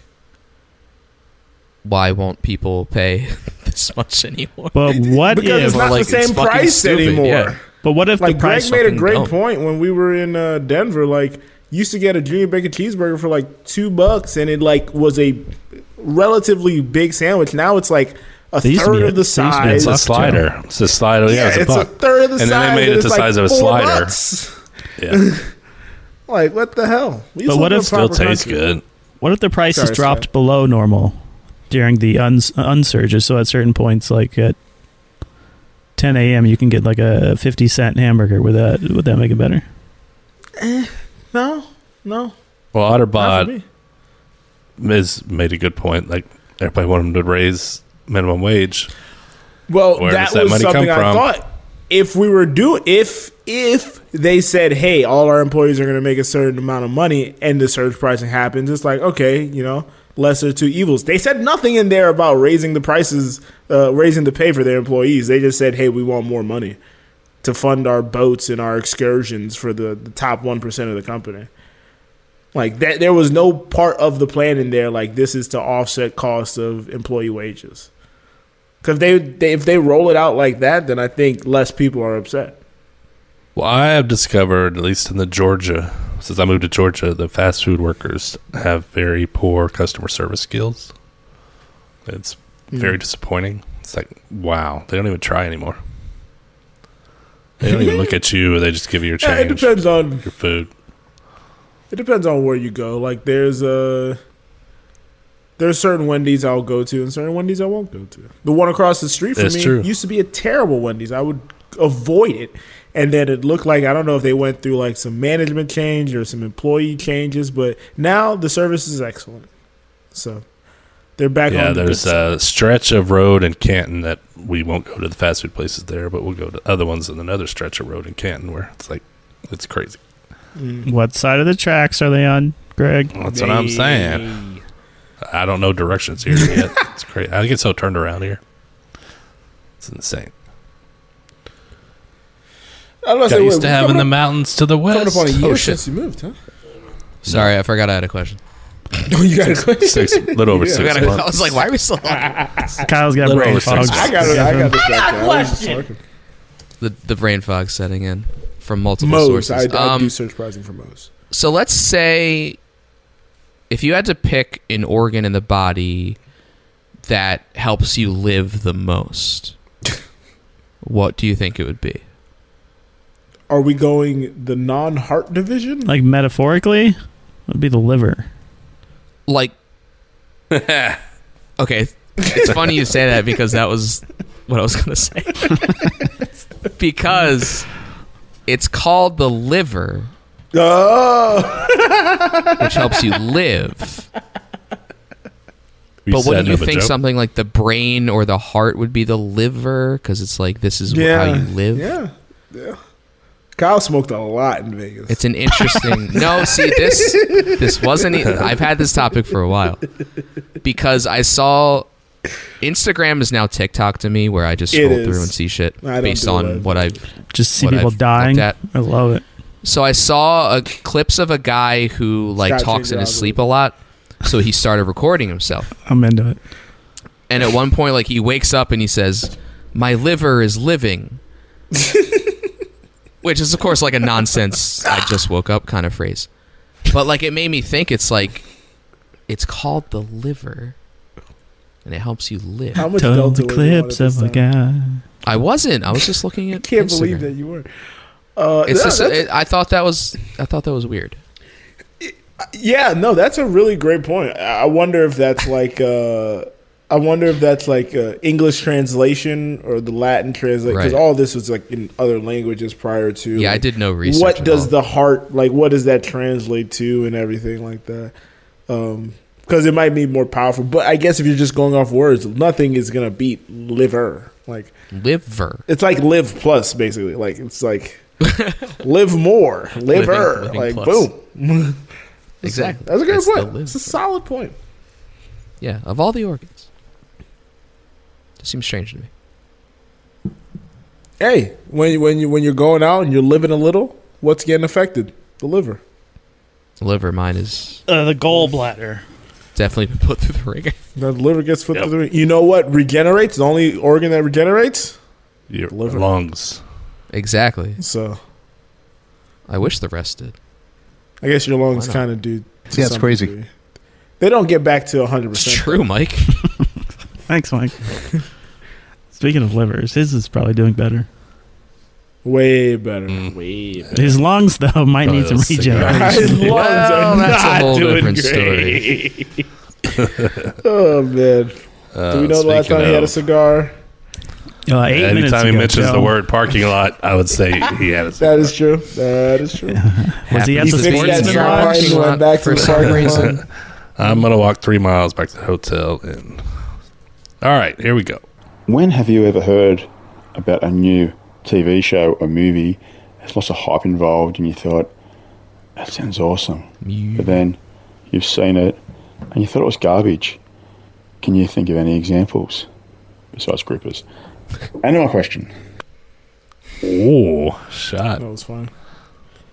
[SPEAKER 6] "Why won't people pay this much anymore?"
[SPEAKER 5] But what
[SPEAKER 1] because
[SPEAKER 5] if?
[SPEAKER 1] it's not
[SPEAKER 6] Like,
[SPEAKER 1] the
[SPEAKER 6] it's
[SPEAKER 1] same
[SPEAKER 6] fucking
[SPEAKER 1] price
[SPEAKER 6] stupid,
[SPEAKER 1] anymore.
[SPEAKER 6] yeah.
[SPEAKER 5] But what if
[SPEAKER 1] Like
[SPEAKER 5] the price?
[SPEAKER 1] Greg made a
[SPEAKER 6] fucking
[SPEAKER 1] great
[SPEAKER 6] dumb.
[SPEAKER 1] point when we were in uh, Denver. Like, used to get a junior bacon cheeseburger for like two bucks, and it like was a relatively big sandwich. Now it's like a
[SPEAKER 5] They used to
[SPEAKER 1] third
[SPEAKER 5] be-
[SPEAKER 1] of the
[SPEAKER 5] they used to be
[SPEAKER 1] size.
[SPEAKER 4] It's a
[SPEAKER 5] Left
[SPEAKER 4] slider. It's a slider. Yeah, it's a
[SPEAKER 1] it's
[SPEAKER 4] puck.
[SPEAKER 1] a third of the size.
[SPEAKER 4] and then they made it
[SPEAKER 1] it's
[SPEAKER 4] the
[SPEAKER 1] like
[SPEAKER 4] size of a
[SPEAKER 1] four
[SPEAKER 4] slider.
[SPEAKER 1] bucks.
[SPEAKER 4] Yeah,
[SPEAKER 1] Like, what the hell? We
[SPEAKER 5] But
[SPEAKER 1] just live
[SPEAKER 5] what
[SPEAKER 1] in
[SPEAKER 5] if
[SPEAKER 1] a
[SPEAKER 4] still
[SPEAKER 1] proper
[SPEAKER 4] tastes
[SPEAKER 1] country.
[SPEAKER 4] good.
[SPEAKER 5] What if the price
[SPEAKER 1] Sorry,
[SPEAKER 5] is dropped below normal during the uns- unsurges? So at certain points, like at 10 a.m., you can get like a 50 cent hamburger. Would that would that make it better?
[SPEAKER 1] No, no,
[SPEAKER 4] Well,
[SPEAKER 1] not for
[SPEAKER 4] Otterbot
[SPEAKER 1] me.
[SPEAKER 4] Miz made a good point. Like everybody wanted him to raise minimum wage.
[SPEAKER 1] Well,
[SPEAKER 4] Where
[SPEAKER 1] that
[SPEAKER 4] does that
[SPEAKER 1] was
[SPEAKER 4] money come
[SPEAKER 1] something I
[SPEAKER 4] from?
[SPEAKER 1] thought. If we were do if if they said, "Hey, all our employees are going to make a certain amount of money," and the surge pricing happens, it's like okay, you know, lesser of two evils. They said nothing in there about raising the prices, uh, raising the pay for their employees. They just said, "Hey, we want more money to fund our boats and our excursions for the, the top one percent of the company." Like that, there was no part of the plan in there. Like this is to offset costs of employee wages. Because they, they if they roll it out like that, then I think less people are upset.
[SPEAKER 4] Well, I have discovered, at least in the Georgia, since I moved to Georgia, the fast food workers have very poor customer service skills. It's very disappointing. It's like, wow, they don't even try anymore. They don't even look at you, they just give you your
[SPEAKER 1] Yeah, it
[SPEAKER 4] change,
[SPEAKER 1] depends on
[SPEAKER 4] your food.
[SPEAKER 1] it depends on where you go. Like there's uh there's certain Wendy's I'll go to and certain Wendy's I won't go to. The one across the street from
[SPEAKER 4] That's
[SPEAKER 1] me
[SPEAKER 4] true.
[SPEAKER 1] used to be a terrible Wendy's. I would avoid it. And then it looked like I don't know if they went through like some management change or some employee changes, but now the service is excellent. So they're back
[SPEAKER 4] Yeah,
[SPEAKER 1] on the
[SPEAKER 4] there's uh,
[SPEAKER 1] good
[SPEAKER 4] a stretch of road in Canton that we won't go to the fast food places there, but we'll go to other ones in another stretch of road in Canton where it's like, it's crazy.
[SPEAKER 1] Mm.
[SPEAKER 5] What side of the tracks are they on, Greg?
[SPEAKER 4] That's what I'm saying. I don't know directions here yet. it's crazy. I get so turned around here. It's insane.
[SPEAKER 1] I was
[SPEAKER 4] Got
[SPEAKER 1] gonna say,
[SPEAKER 4] used
[SPEAKER 1] wait,
[SPEAKER 4] to
[SPEAKER 1] we're
[SPEAKER 4] having the
[SPEAKER 1] coming
[SPEAKER 4] mountains to the
[SPEAKER 1] up- coming
[SPEAKER 4] west.
[SPEAKER 1] up on a year
[SPEAKER 6] Oh, shit.
[SPEAKER 1] since you moved, huh?
[SPEAKER 6] Sorry, I forgot I had a question.
[SPEAKER 1] Oh, you got a question?
[SPEAKER 4] Six, little over
[SPEAKER 1] Yeah.
[SPEAKER 6] I,
[SPEAKER 4] six
[SPEAKER 6] gotta- I
[SPEAKER 4] months.
[SPEAKER 6] was like, "Why are we still on
[SPEAKER 5] Kyle's got
[SPEAKER 4] Literally
[SPEAKER 5] brain
[SPEAKER 4] six
[SPEAKER 5] fog.
[SPEAKER 1] I got it. I got it. I got question.
[SPEAKER 6] the the brain fog setting in from multiple
[SPEAKER 1] Moe's. I,
[SPEAKER 6] sources?"
[SPEAKER 1] I
[SPEAKER 6] Um,
[SPEAKER 1] do search pricing for Moe's.
[SPEAKER 6] so let's say if you had to pick an organ in the body that helps you live the most, what do you think it would be?
[SPEAKER 1] Are we going the non-heart division?
[SPEAKER 5] Like metaphorically, would be the liver.
[SPEAKER 6] Like, okay, it's funny you say that because that was what I was gonna say. because it's called the liver,
[SPEAKER 1] Oh,
[SPEAKER 6] which helps you live.
[SPEAKER 4] You
[SPEAKER 6] but
[SPEAKER 4] said
[SPEAKER 6] wouldn't you
[SPEAKER 4] of a
[SPEAKER 6] think
[SPEAKER 4] joke.
[SPEAKER 6] something like the brain or the heart would be the liver? Because it's like this is wh- how you live.
[SPEAKER 1] Yeah, Kyle smoked a lot in Vegas.
[SPEAKER 6] It's an interesting. no, see this this wasn't. e- I've had this topic for a while because I saw Instagram is now TikTok to me, where I just
[SPEAKER 1] It
[SPEAKER 6] scroll
[SPEAKER 1] is.
[SPEAKER 6] through and see shit
[SPEAKER 1] I don't
[SPEAKER 6] based
[SPEAKER 1] do
[SPEAKER 6] on
[SPEAKER 1] that.
[SPEAKER 6] what I've
[SPEAKER 5] Just see
[SPEAKER 6] What
[SPEAKER 5] people
[SPEAKER 6] I've
[SPEAKER 5] dying.
[SPEAKER 6] looked at.
[SPEAKER 5] I love it.
[SPEAKER 6] So I saw a, clips of a guy who like
[SPEAKER 1] Scott
[SPEAKER 6] talks in
[SPEAKER 1] James
[SPEAKER 6] his
[SPEAKER 1] Robinson.
[SPEAKER 6] sleep a lot. So he started recording himself,
[SPEAKER 5] I'm into it.
[SPEAKER 6] and at one point, like he wakes up and he says, "My liver is living," which is of course like a nonsense. I just woke up kind of phrase, but like it made me think. It's like it's called the liver, and it helps you live.
[SPEAKER 1] How much
[SPEAKER 5] Total
[SPEAKER 1] Delta were you on at
[SPEAKER 5] clips
[SPEAKER 1] this
[SPEAKER 5] of a
[SPEAKER 1] time?
[SPEAKER 5] guy.
[SPEAKER 6] I wasn't. I was just looking
[SPEAKER 1] I
[SPEAKER 6] at.
[SPEAKER 1] can't
[SPEAKER 6] Instagram.
[SPEAKER 1] believe that you were. Uh,
[SPEAKER 6] It's
[SPEAKER 1] yeah,
[SPEAKER 6] just.
[SPEAKER 1] that's-
[SPEAKER 6] It, I thought that was. I thought that was weird.
[SPEAKER 1] yeah, no, that's a really great point. I I wonder if that's like, uh, I wonder if that's like uh, English translation or the Latin translation because
[SPEAKER 6] Right.
[SPEAKER 1] all this was like in other languages prior to.
[SPEAKER 6] Yeah, I
[SPEAKER 1] like,
[SPEAKER 6] did no research.
[SPEAKER 1] What
[SPEAKER 6] at
[SPEAKER 1] does
[SPEAKER 6] all.
[SPEAKER 1] the heart like? What does that translate to, and everything like that? Because it might be more powerful, but I guess if you're just going off words, nothing is gonna beat liver. Like
[SPEAKER 6] liver?
[SPEAKER 1] it's like live plus basically. Like it's like live more, liver.
[SPEAKER 6] living
[SPEAKER 1] like
[SPEAKER 6] plus.
[SPEAKER 1] boom.
[SPEAKER 6] Exactly.
[SPEAKER 1] That's a good
[SPEAKER 6] the
[SPEAKER 1] point.
[SPEAKER 6] live
[SPEAKER 1] It's a
[SPEAKER 6] for-
[SPEAKER 1] solid point.
[SPEAKER 6] Yeah, of all the organs. It seems strange to me.
[SPEAKER 1] Hey, when you, when you when you're going out and you're living a little, what's getting affected? The liver.
[SPEAKER 6] The liver, mine is
[SPEAKER 5] Uh, the gallbladder.
[SPEAKER 6] definitely been put through the ringer.
[SPEAKER 1] The liver gets put through. You know what regenerates? The only organ that regenerates.
[SPEAKER 4] Your
[SPEAKER 1] Liver.
[SPEAKER 4] lungs.
[SPEAKER 6] exactly.
[SPEAKER 1] So
[SPEAKER 6] I wish the rest did.
[SPEAKER 1] I guess your lungs
[SPEAKER 6] Why not?
[SPEAKER 1] kind of do. to
[SPEAKER 3] Yeah, it's
[SPEAKER 1] some
[SPEAKER 3] crazy.
[SPEAKER 1] degree. They don't get back to 100.
[SPEAKER 6] It's
[SPEAKER 1] percent
[SPEAKER 6] true, Mike.
[SPEAKER 5] Thanks, Mike. Speaking of livers, his is probably doing better.
[SPEAKER 1] Way better.
[SPEAKER 4] Mm.
[SPEAKER 1] Way better.
[SPEAKER 5] His lungs, though, might
[SPEAKER 4] Oh,
[SPEAKER 5] need some
[SPEAKER 4] that's sick.
[SPEAKER 5] regeneration.
[SPEAKER 1] His lungs
[SPEAKER 6] Well,
[SPEAKER 1] are
[SPEAKER 6] that's a
[SPEAKER 1] not
[SPEAKER 6] whole
[SPEAKER 1] doing
[SPEAKER 6] different
[SPEAKER 1] great. oh man!
[SPEAKER 4] Uh,
[SPEAKER 1] Do we know the last
[SPEAKER 4] speaking
[SPEAKER 1] time he had a
[SPEAKER 4] of-
[SPEAKER 1] cigar?
[SPEAKER 5] Uh, eight minutes
[SPEAKER 4] Anytime he
[SPEAKER 5] ago,
[SPEAKER 4] mentions
[SPEAKER 5] Joe.
[SPEAKER 4] the word parking lot, I would say he had a cigar.
[SPEAKER 1] That is true. That is true.
[SPEAKER 5] Was he at
[SPEAKER 6] Happens
[SPEAKER 5] the
[SPEAKER 6] to be
[SPEAKER 1] fixed that
[SPEAKER 6] in your
[SPEAKER 1] car and
[SPEAKER 6] parking
[SPEAKER 1] he went
[SPEAKER 6] lot
[SPEAKER 1] back to
[SPEAKER 6] for
[SPEAKER 1] the
[SPEAKER 6] some
[SPEAKER 1] parking lot.
[SPEAKER 6] reason.
[SPEAKER 4] I'm gonna walk three miles back to the hotel and. All right, here we go.
[SPEAKER 7] When have you ever heard about a new TV show or movie? There's lots of hype involved, and you thought, that sounds awesome. But then you've seen it and you thought it was garbage. Can you think of any examples besides groupers? And my question.
[SPEAKER 4] Oh, shot!
[SPEAKER 1] That was fine.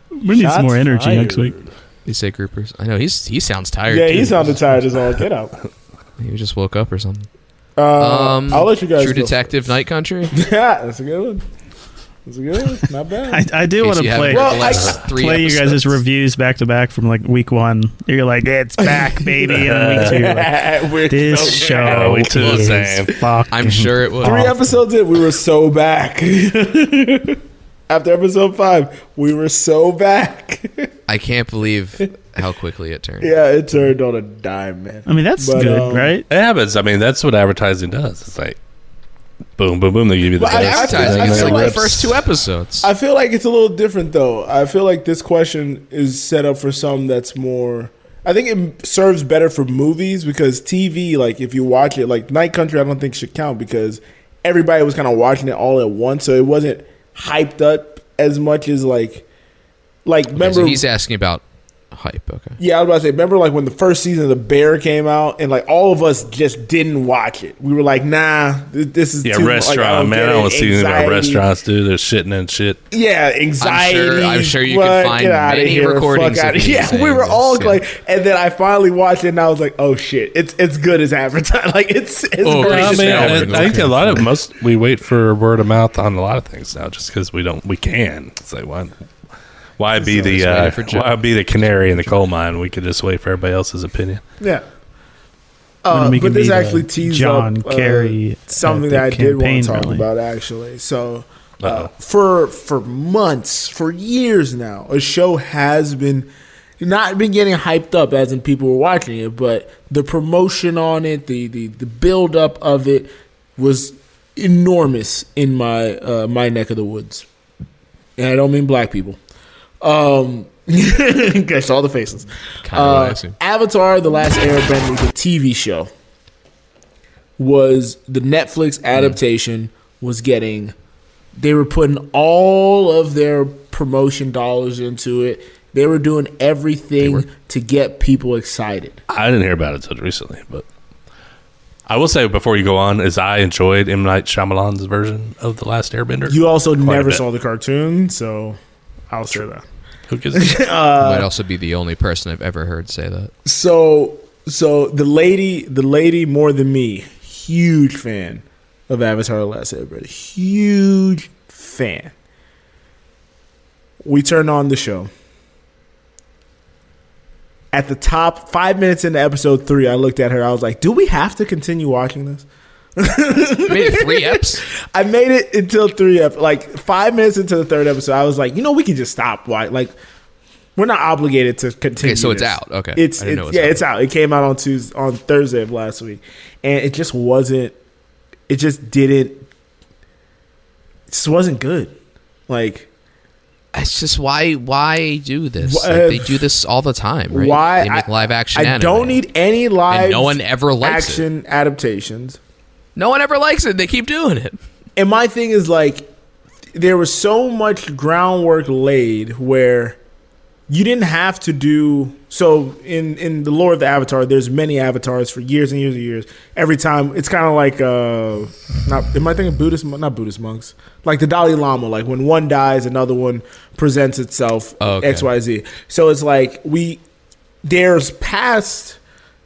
[SPEAKER 5] We need some more
[SPEAKER 1] Shots
[SPEAKER 5] energy
[SPEAKER 1] fired.
[SPEAKER 5] next week.
[SPEAKER 6] You say groupers. I know he's he sounds tired.
[SPEAKER 1] Yeah,
[SPEAKER 6] too.
[SPEAKER 1] he sounded tired as all get out.
[SPEAKER 6] He just woke up or something.
[SPEAKER 1] Uh,
[SPEAKER 6] Um,
[SPEAKER 1] I'll let you guys.
[SPEAKER 6] True
[SPEAKER 1] go
[SPEAKER 6] Detective, Night Country.
[SPEAKER 1] first. yeah, that's a good one. That's a good one. Not
[SPEAKER 5] I,
[SPEAKER 1] bad.
[SPEAKER 5] I do want to
[SPEAKER 6] you
[SPEAKER 5] play
[SPEAKER 6] haven't heard
[SPEAKER 1] Well,
[SPEAKER 6] the
[SPEAKER 1] I-
[SPEAKER 6] last three
[SPEAKER 5] play you guys'
[SPEAKER 6] episodes.
[SPEAKER 5] reviews back to back from like week one. You're like, it's back, baby, and week two. you're like,
[SPEAKER 1] We're
[SPEAKER 5] this
[SPEAKER 1] so
[SPEAKER 5] show
[SPEAKER 1] bad.
[SPEAKER 4] Yeah, we two the
[SPEAKER 5] is
[SPEAKER 4] same.
[SPEAKER 5] fucking.
[SPEAKER 6] I'm sure it was.
[SPEAKER 5] Three
[SPEAKER 1] Three episodes in, we were so back. After episode five, we were so back.
[SPEAKER 6] I can't believe how quickly it turned.
[SPEAKER 1] yeah, it turned on a dime, man.
[SPEAKER 5] I mean, that's
[SPEAKER 1] But,
[SPEAKER 5] good,
[SPEAKER 1] um,
[SPEAKER 5] right?
[SPEAKER 4] It happens. I mean, that's what advertising does. It's like, boom, boom, boom. They give you the
[SPEAKER 1] Well, I-
[SPEAKER 4] best,
[SPEAKER 1] I feel-
[SPEAKER 6] Advertising.
[SPEAKER 4] and
[SPEAKER 1] I
[SPEAKER 4] then
[SPEAKER 6] It's
[SPEAKER 1] feel
[SPEAKER 6] like
[SPEAKER 4] they
[SPEAKER 6] the
[SPEAKER 1] like-
[SPEAKER 4] rip.
[SPEAKER 6] first two episodes.
[SPEAKER 1] I feel like it's a little different, though. I feel like this question is set up for some that's more. I think it serves better for movies because TV, like if you watch it, like Night Country, I don't think should count because everybody was kind of watching it all at once, so it wasn't hyped up as much as like, like
[SPEAKER 6] Okay,
[SPEAKER 1] remember
[SPEAKER 6] so he's asking about hype. Okay.
[SPEAKER 1] Yeah, I was about to say. Remember, like when the first season of The Bear came out, and like all of us just didn't watch it. We were like, "Nah, th- this is
[SPEAKER 4] Yeah,
[SPEAKER 1] too,
[SPEAKER 4] restaurant
[SPEAKER 1] Like, don't
[SPEAKER 4] man.
[SPEAKER 1] get
[SPEAKER 4] I
[SPEAKER 1] it.
[SPEAKER 4] don't see what
[SPEAKER 1] Anxiety.
[SPEAKER 4] restaurants do. They're shitting and shit.
[SPEAKER 1] Yeah, anxiety.
[SPEAKER 6] I'm sure you can
[SPEAKER 1] What?
[SPEAKER 6] find
[SPEAKER 1] Get outta
[SPEAKER 6] many
[SPEAKER 1] here,
[SPEAKER 6] recordings
[SPEAKER 1] fuck
[SPEAKER 6] of
[SPEAKER 1] outta-
[SPEAKER 6] you
[SPEAKER 1] Yeah,
[SPEAKER 6] saying
[SPEAKER 1] we were
[SPEAKER 6] this,
[SPEAKER 1] all
[SPEAKER 6] yeah.
[SPEAKER 1] like, and then I finally watched it, and I was like, "Oh shit, it's it's good as advertised. Like it's it's
[SPEAKER 6] Oh,
[SPEAKER 1] great."
[SPEAKER 6] Well,
[SPEAKER 4] I
[SPEAKER 6] I
[SPEAKER 1] as
[SPEAKER 6] mean,
[SPEAKER 1] advertised.
[SPEAKER 6] Salmon.
[SPEAKER 4] I think a lot of most we wait for word of mouth on a lot of things now, just because we don't we can. It's like why, why be the
[SPEAKER 6] waiting
[SPEAKER 4] uh,
[SPEAKER 6] for Joe.
[SPEAKER 4] why be the canary in the coal mine? We could just wait for everybody else's opinion.
[SPEAKER 1] Yeah.
[SPEAKER 5] When
[SPEAKER 1] Uh,
[SPEAKER 5] we
[SPEAKER 1] but
[SPEAKER 5] can
[SPEAKER 1] this
[SPEAKER 5] meet, uh,
[SPEAKER 1] actually teased
[SPEAKER 5] John
[SPEAKER 1] up, uh,
[SPEAKER 5] Kerry at
[SPEAKER 1] something
[SPEAKER 5] the
[SPEAKER 1] that I did want
[SPEAKER 5] campaign
[SPEAKER 1] to talk
[SPEAKER 5] rally.
[SPEAKER 1] about actually. So uh,
[SPEAKER 4] Uh-oh.
[SPEAKER 1] for for months, for years now, a show has been not been getting hyped up as in people were watching it, but the promotion on it, the the the build up of it was enormous in my uh, my neck of the woods, and I don't mean black people. Um, I saw the faces.
[SPEAKER 6] Kind
[SPEAKER 1] Uh,
[SPEAKER 6] of what I assume.
[SPEAKER 1] Avatar: The Last Airbender, the TV show, was the Netflix adaptation was getting. They were putting all of their promotion dollars into it. They were doing everything to get people excited.
[SPEAKER 4] I didn't hear about it until recently, but I will say before you go on is I enjoyed M Night Shyamalan's version of the Last Airbender.
[SPEAKER 1] You also
[SPEAKER 4] a
[SPEAKER 1] never
[SPEAKER 4] bit.
[SPEAKER 1] saw the cartoon, so I'll say that.
[SPEAKER 4] Who gives a-
[SPEAKER 1] Uh,
[SPEAKER 6] might also be the only person I've ever heard say that.
[SPEAKER 1] So so the lady the lady more than me, huge fan of Avatar The Last Airbender. Huge fan. We turned on the show. At the top, five minutes into episode three, I looked at her. I was like, "Do we have to continue watching this?"
[SPEAKER 6] You made it three eps.
[SPEAKER 1] I made it until three ep- like five minutes into the third episode. I was like, you know, we can just stop. Why? Like, we're not obligated to continue.
[SPEAKER 6] Okay, so it's
[SPEAKER 1] this.
[SPEAKER 6] out. Okay.
[SPEAKER 1] it's,
[SPEAKER 6] I didn't
[SPEAKER 1] it's
[SPEAKER 6] know it was
[SPEAKER 1] yeah,
[SPEAKER 6] out.
[SPEAKER 1] it's out. It came out on Tuesday, on Thursday of last week, and it just wasn't. It just didn't. It just wasn't good. Like,
[SPEAKER 6] It's just why why do this?
[SPEAKER 1] Wh-
[SPEAKER 6] Like, they do this all the time, right?
[SPEAKER 1] uh, why
[SPEAKER 6] they make
[SPEAKER 1] I-
[SPEAKER 6] live action?
[SPEAKER 1] I
[SPEAKER 6] anime.
[SPEAKER 1] don't need any live.
[SPEAKER 6] no one ever likes it.
[SPEAKER 1] action adaptations.
[SPEAKER 6] No one ever likes it. They keep doing it.
[SPEAKER 1] and my thing is like there was so much groundwork laid where you didn't have to do so in in the lore of the avatar there's many avatars for years and years and years every time it's kind of like uh not am i thinking buddhist mon- not buddhist monks like the dalai lama like when one dies another one presents itself
[SPEAKER 6] Oh, okay.
[SPEAKER 1] xyz so it's like we there's past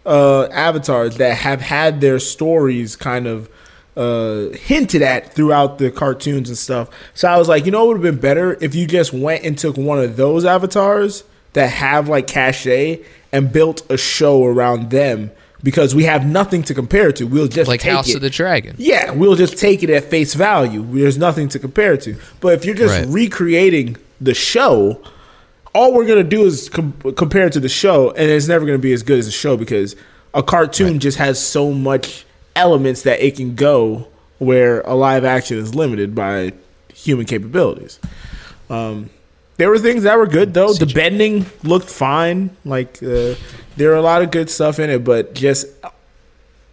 [SPEAKER 1] uh, avatars that have had their stories kind of uh, hinted at throughout the cartoons and stuff. So I was like, you know, it would have been better if you just went and took one of those avatars that have like cachet and built a show around them because we have nothing to compare it to. We'll just
[SPEAKER 6] Like
[SPEAKER 1] take
[SPEAKER 6] House
[SPEAKER 1] it.
[SPEAKER 6] of the Dragon.
[SPEAKER 1] Yeah, we'll just take it at face value. There's nothing to compare it to. But if you're just
[SPEAKER 6] Right.
[SPEAKER 1] recreating the show, all we're gonna do is com- compare it to the show, and it's never gonna be as good as the show because a cartoon just has so much elements that it can go where a live action is limited by human capabilities. Um, there were things that were good though. The bending looked fine. Like uh, there were a lot of good stuff in it, but just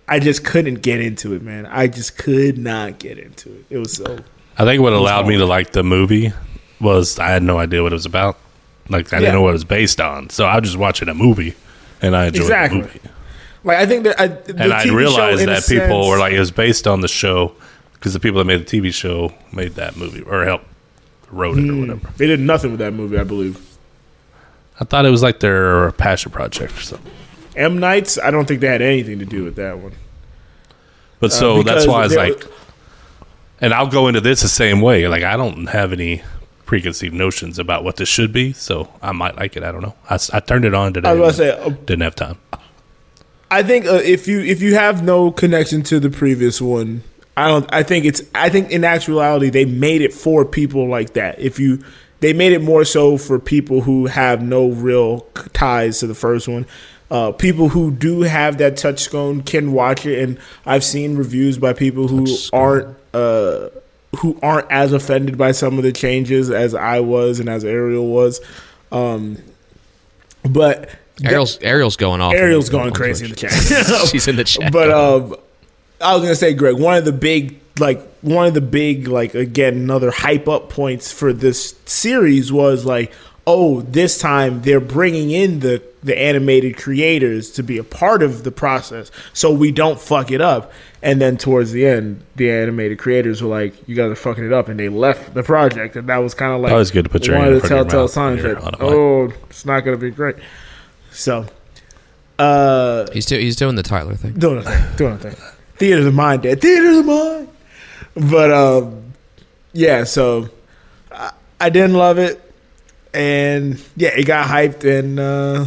[SPEAKER 1] I just couldn't get into it, man. I just could not get into it. It was so
[SPEAKER 4] I think what allowed me to like the movie was I had no idea what it was about. Like I
[SPEAKER 1] Yeah.
[SPEAKER 4] didn't know what it was based on, so I was just watching a movie and I enjoyed
[SPEAKER 1] Exactly.
[SPEAKER 4] the movie.
[SPEAKER 1] like I think that I the
[SPEAKER 4] And I
[SPEAKER 1] TV show,
[SPEAKER 4] realized
[SPEAKER 1] in a
[SPEAKER 4] that people
[SPEAKER 1] sense-
[SPEAKER 4] were like it was based on the show because the people that made the TV show made that movie or helped wrote it
[SPEAKER 1] Hmm.
[SPEAKER 4] or whatever.
[SPEAKER 1] they did nothing with that movie, I believe.
[SPEAKER 4] I thought it was like their passion project or something.
[SPEAKER 1] M Nights, I don't think they had anything to do with that one.
[SPEAKER 4] But so that's
[SPEAKER 1] Uh, because
[SPEAKER 4] why I was
[SPEAKER 1] there-
[SPEAKER 4] like, and I'll go into this the same way. Like I don't have any preconceived notions about what this should be, so I might like it. I don't know. I, s- I turned it on today.
[SPEAKER 1] I was
[SPEAKER 4] and
[SPEAKER 1] about to say, uh,
[SPEAKER 4] didn't have time.
[SPEAKER 1] I think uh, if you if you have no connection to the previous one, I don't. I think it's. I think in actuality, they made it for people like that. If you, they made it more so for people who have no real c- ties to the first one. Uh, people who do have that touchstone can watch it, and I've seen reviews by people who aren't. Uh, who aren't as offended by some of the changes as I was and as Ariel was, um, but
[SPEAKER 6] Ariel's Ariel's going off.
[SPEAKER 1] Ariel's
[SPEAKER 6] on-
[SPEAKER 1] going
[SPEAKER 6] on
[SPEAKER 1] crazy in
[SPEAKER 6] Twitch.
[SPEAKER 1] the Oh, chat.
[SPEAKER 6] She's in the chat.
[SPEAKER 1] But um, I was gonna say, Greg, one of the big like one of the big like again another hype up points for this series was like, oh, this time they're bringing in the the animated creators to be a part of the process, so we don't fuck it up. And then towards the end, the animated creators were like, "You guys are fucking it up," and they left the project. And that was kind of like
[SPEAKER 4] Always good to put your
[SPEAKER 1] one
[SPEAKER 4] hand
[SPEAKER 1] of the
[SPEAKER 4] in front of your
[SPEAKER 1] telltale
[SPEAKER 4] mouth when
[SPEAKER 1] signs
[SPEAKER 4] you're
[SPEAKER 1] that
[SPEAKER 4] on a mic.
[SPEAKER 1] oh, it's not gonna be great. So. Uh,
[SPEAKER 6] he's do, he's doing the Tyler thing.
[SPEAKER 1] doing a thing, doing a thing. Theaters of mind, dad. Theaters of mind. But um, yeah. So I, I didn't love it, and yeah, it got hyped, and uh,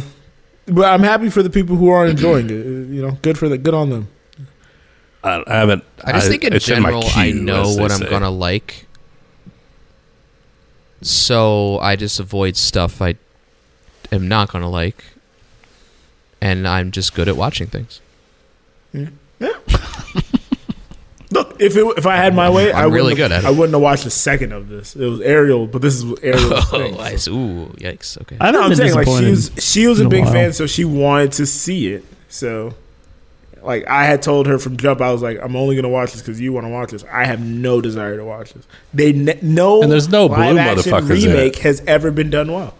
[SPEAKER 1] but I'm happy for the people who are enjoying it. You know, good for the good on them.
[SPEAKER 4] I, I haven't.
[SPEAKER 6] I just think in
[SPEAKER 4] it's my
[SPEAKER 6] general, I
[SPEAKER 4] queue,
[SPEAKER 6] know
[SPEAKER 4] as they
[SPEAKER 6] what I'm
[SPEAKER 4] say.
[SPEAKER 6] gonna like, so I just avoid stuff I am not gonna like, and I'm just good at watching things.
[SPEAKER 1] Look, if it, if I had my way, I
[SPEAKER 6] I'm really
[SPEAKER 1] wouldn't have-
[SPEAKER 6] good at it.
[SPEAKER 1] I wouldn't have watched a second of this. It was Ariel, but this is Ariel's thing.
[SPEAKER 6] Oh, I s- ooh, yikes! Okay,
[SPEAKER 5] I
[SPEAKER 1] No,
[SPEAKER 5] don't
[SPEAKER 1] I'm saying like she was she was
[SPEAKER 5] in
[SPEAKER 1] a
[SPEAKER 5] a
[SPEAKER 1] big
[SPEAKER 5] while.
[SPEAKER 1] fan, so she wanted to see it. So Like I had told her from jump, I was like, "I'm only gonna watch this because you want to watch this." I have no desire to watch this. They ne- no
[SPEAKER 4] And there's no blue
[SPEAKER 1] live-action
[SPEAKER 4] motherfuckers in it.
[SPEAKER 1] remake has ever been done well.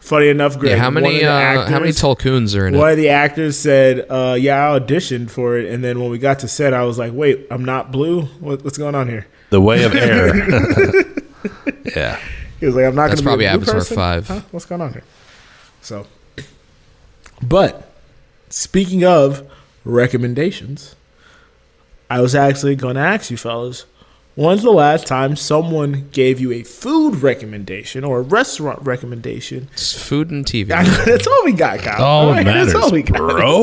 [SPEAKER 1] Funny enough, Greg.
[SPEAKER 6] Yeah, how
[SPEAKER 1] one of
[SPEAKER 6] many
[SPEAKER 1] the
[SPEAKER 6] uh, how many
[SPEAKER 1] actors-
[SPEAKER 6] Tolkoons are in
[SPEAKER 1] one
[SPEAKER 6] it?
[SPEAKER 1] of the actors said, uh, "Yeah, I auditioned for it," and then when we got to set, I was like, "Wait, I'm not blue. What, what's going on here?"
[SPEAKER 4] The Way of Air. yeah.
[SPEAKER 1] He was like, "I'm not going
[SPEAKER 6] That's
[SPEAKER 1] to." be
[SPEAKER 6] probably
[SPEAKER 1] a blue
[SPEAKER 6] happens for
[SPEAKER 1] person?
[SPEAKER 6] five.
[SPEAKER 1] Huh? What's going on here? So, but speaking of recommendations, I was actually going to ask you fellas, when's the last time someone gave you a food recommendation or a restaurant recommendation?
[SPEAKER 6] It's food and TV.
[SPEAKER 1] that's all we got, Kyle.
[SPEAKER 4] All that
[SPEAKER 1] right,
[SPEAKER 4] matters, bro.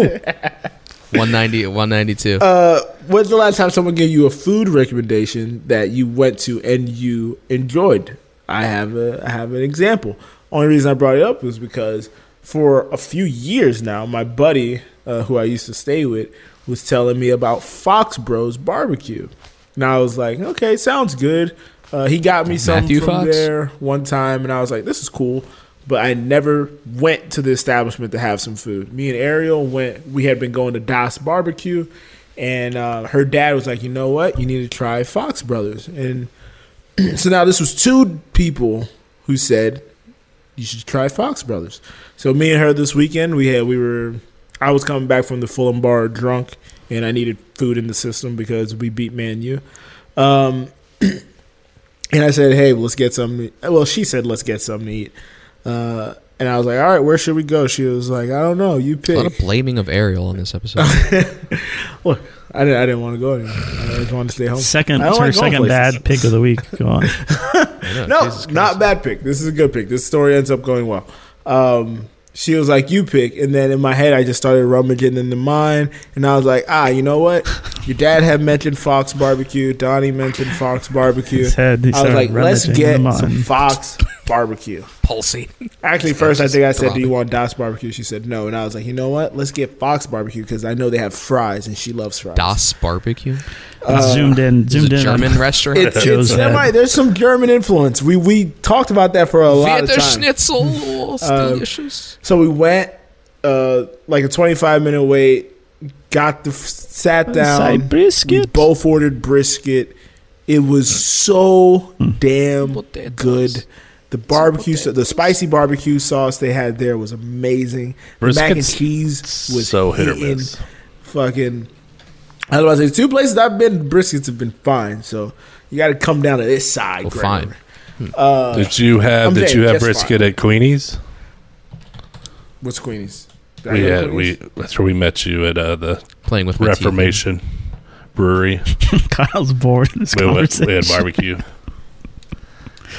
[SPEAKER 6] 190 192.
[SPEAKER 1] Uh, When's the last time someone gave you a food recommendation that you went to and you enjoyed? I have a I have an example. Only reason I brought it up was because for a few years now, my buddy uh, who I used to stay with was telling me about Fox Bros Barbecue, and I was like, okay, sounds good. Uh, he got me some
[SPEAKER 6] Matthew
[SPEAKER 1] from
[SPEAKER 6] Fox?
[SPEAKER 1] there one time, and I was like, this is cool. But I never went to the establishment to have some food. Me and Ariel went. We had been going to Das Barbecue, and uh, her dad was like, "You know what? You need to try Fox Brothers." And so now this was two people who said you should try Fox Brothers. So me and her this weekend we had we were I was coming back from the Fulham bar drunk and I needed food in the system because we beat Man U. Um, and I said, "Hey, let's get something." to- Well, she said, "Let's get something to eat." Uh, and I was like, "All right, where should we go?" She was like, "I don't know. You
[SPEAKER 6] a
[SPEAKER 1] pick."
[SPEAKER 6] lot of blaming of Ariel on this episode.
[SPEAKER 1] Look, I didn't. I didn't want to go anywhere. I just wanted to stay home.
[SPEAKER 5] Second,
[SPEAKER 1] I don't
[SPEAKER 5] it's her
[SPEAKER 1] like going
[SPEAKER 5] second
[SPEAKER 1] places. Uh,
[SPEAKER 5] bad pick of the week. Go on.
[SPEAKER 1] no,
[SPEAKER 6] Jesus Christ.
[SPEAKER 1] not bad pick. This is a good pick. This story ends up going well. Um, she was like, "You pick," and then in my head, I just started rummaging into mine, and I was like, "Ah, you know what? Your dad had mentioned Fox Barbecue. Donnie mentioned Fox Barbecue.
[SPEAKER 5] His head, he
[SPEAKER 1] I was
[SPEAKER 5] started
[SPEAKER 1] like, let's
[SPEAKER 5] rummaging
[SPEAKER 1] get
[SPEAKER 5] in mine.
[SPEAKER 1] some Fox Barbecue.
[SPEAKER 6] Pulsing.
[SPEAKER 1] Actually, first I think I said, "Do
[SPEAKER 6] throbbing.
[SPEAKER 1] you want Das Barbecue?" She said, "No," and I was like, "You know what? Let's get Fox Barbecue because I know they have fries, and she loves fries."
[SPEAKER 6] Das Barbecue?
[SPEAKER 5] zoomed in.
[SPEAKER 6] Is
[SPEAKER 5] Zoomed
[SPEAKER 6] it a
[SPEAKER 5] in. on-
[SPEAKER 6] German restaurant?
[SPEAKER 1] It's, it's
[SPEAKER 5] Joe's head.
[SPEAKER 1] semi, there's some German influence. We we talked about that for a lot of
[SPEAKER 6] Wiener
[SPEAKER 1] time. Um,
[SPEAKER 6] Schnitzel. Oh, It's delicious.
[SPEAKER 1] So we went, uh, like a 25 minute wait, got the, sat down.
[SPEAKER 5] Side brisket.
[SPEAKER 1] We both ordered brisket. It was so damn
[SPEAKER 6] Hmm. Potatoes.
[SPEAKER 1] good. The barbecue, sa- the spicy barbecue sauce they had there was amazing. The mac and
[SPEAKER 4] Brisket's
[SPEAKER 1] cheese was
[SPEAKER 4] so hit or
[SPEAKER 1] hitting.
[SPEAKER 4] miss.
[SPEAKER 1] Fucking, I was about to say two places I've been, briskets have been fine. So you got to come down to this side.
[SPEAKER 6] Well,
[SPEAKER 1] Gregory.
[SPEAKER 6] fine.
[SPEAKER 4] Did you have
[SPEAKER 1] Uh, I'm
[SPEAKER 4] Did
[SPEAKER 1] saying
[SPEAKER 4] you have
[SPEAKER 1] just
[SPEAKER 4] brisket at Queenie's?
[SPEAKER 1] What's Queenie's? Did I
[SPEAKER 4] We
[SPEAKER 1] go to
[SPEAKER 4] had
[SPEAKER 1] Queenie's?
[SPEAKER 4] we. That's where we met you at uh, the
[SPEAKER 6] Playing with my teeth.
[SPEAKER 4] Reformation Brewery.
[SPEAKER 5] Kyle's bored. in This
[SPEAKER 4] We went.
[SPEAKER 5] conversation.
[SPEAKER 4] We had barbecue.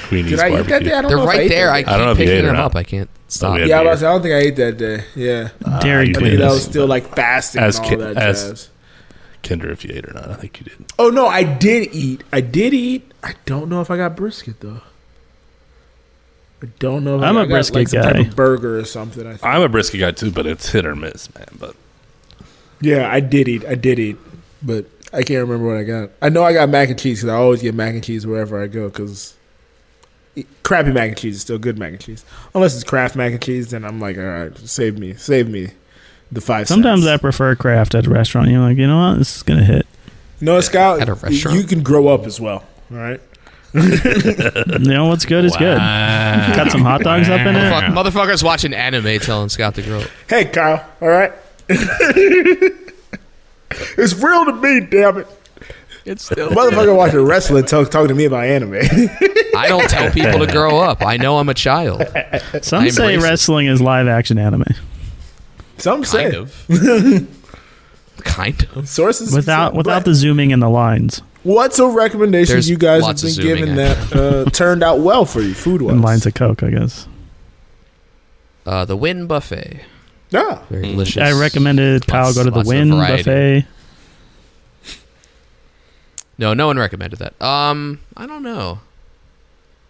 [SPEAKER 4] Queenie's
[SPEAKER 1] Did I eat that day?
[SPEAKER 4] barbecue.
[SPEAKER 1] I don't
[SPEAKER 6] They're
[SPEAKER 1] know if I
[SPEAKER 6] right
[SPEAKER 1] ate
[SPEAKER 6] there.
[SPEAKER 1] that
[SPEAKER 6] I,
[SPEAKER 1] day.
[SPEAKER 6] keep
[SPEAKER 4] I don't know if you
[SPEAKER 6] picking
[SPEAKER 4] ate or
[SPEAKER 6] them
[SPEAKER 4] not.
[SPEAKER 6] up. I can't stop.
[SPEAKER 4] we had-
[SPEAKER 1] Yeah, I,
[SPEAKER 4] beer.
[SPEAKER 1] was, I don't think I ate that day. Yeah,
[SPEAKER 5] Dairy
[SPEAKER 4] you
[SPEAKER 1] I
[SPEAKER 4] did.
[SPEAKER 1] think
[SPEAKER 5] Queen.
[SPEAKER 1] that was still like fasting
[SPEAKER 4] As
[SPEAKER 1] and all
[SPEAKER 4] ki-
[SPEAKER 1] that
[SPEAKER 4] as-
[SPEAKER 1] jazz.
[SPEAKER 4] Kinder, if you ate or not, I think you did.
[SPEAKER 1] Oh no, I did eat. I did eat. I don't know if I got brisket though. I don't know. If
[SPEAKER 5] I'm
[SPEAKER 1] I
[SPEAKER 5] a
[SPEAKER 1] got, I got,
[SPEAKER 5] brisket
[SPEAKER 1] like, some type
[SPEAKER 5] guy.
[SPEAKER 1] of burger or something. I think.
[SPEAKER 4] I'm a brisket guy too, but it's hit or miss, man. But
[SPEAKER 1] Yeah, I did eat. I did eat, but I can't remember what I got. I know I got mac and cheese because I always get mac and cheese wherever I go because crappy mac and cheese is still good mac and cheese unless it's Kraft mac and cheese. Then I'm like, all right, save me, save me the five.
[SPEAKER 5] Sometimes
[SPEAKER 1] cents.
[SPEAKER 5] I prefer craft at a restaurant. You're like, you know what? This is gonna hit.
[SPEAKER 1] No, Scott,
[SPEAKER 6] At a
[SPEAKER 1] y-
[SPEAKER 6] restaurant.
[SPEAKER 1] you can grow up as well. All right.
[SPEAKER 5] You know what's good is good. Got some hot dogs up in it.
[SPEAKER 6] Fuck, motherfuckers watching anime telling Scott to grow up.
[SPEAKER 1] Hey, Kyle. All right. it's real to me, damn it.
[SPEAKER 6] It's still.
[SPEAKER 1] Motherfucker watching wrestling talk, talking to me about anime.
[SPEAKER 6] I don't tell people to grow up. I know I'm a child.
[SPEAKER 5] Some
[SPEAKER 6] I
[SPEAKER 5] say
[SPEAKER 6] embrace it.
[SPEAKER 5] wrestling is live action anime
[SPEAKER 1] Some say
[SPEAKER 6] Kind of. kind of.
[SPEAKER 1] sources
[SPEAKER 5] without
[SPEAKER 1] say-
[SPEAKER 5] without
[SPEAKER 1] but
[SPEAKER 5] the zooming and the lines
[SPEAKER 1] What's a recommendation
[SPEAKER 6] There's
[SPEAKER 1] you guys have
[SPEAKER 6] lots of
[SPEAKER 1] been
[SPEAKER 6] zooming,
[SPEAKER 1] given that uh, turned out well for you, food wise?
[SPEAKER 5] and lines of coke. I guess
[SPEAKER 6] Uh, the Win Buffet.
[SPEAKER 1] yeah.
[SPEAKER 4] Mm.
[SPEAKER 6] Very delicious.
[SPEAKER 5] I recommended Kyle
[SPEAKER 6] Lots-
[SPEAKER 5] go to the
[SPEAKER 6] lots of
[SPEAKER 5] Win
[SPEAKER 6] variety.
[SPEAKER 5] Buffet.
[SPEAKER 6] No, no one recommended that. Um, I don't know.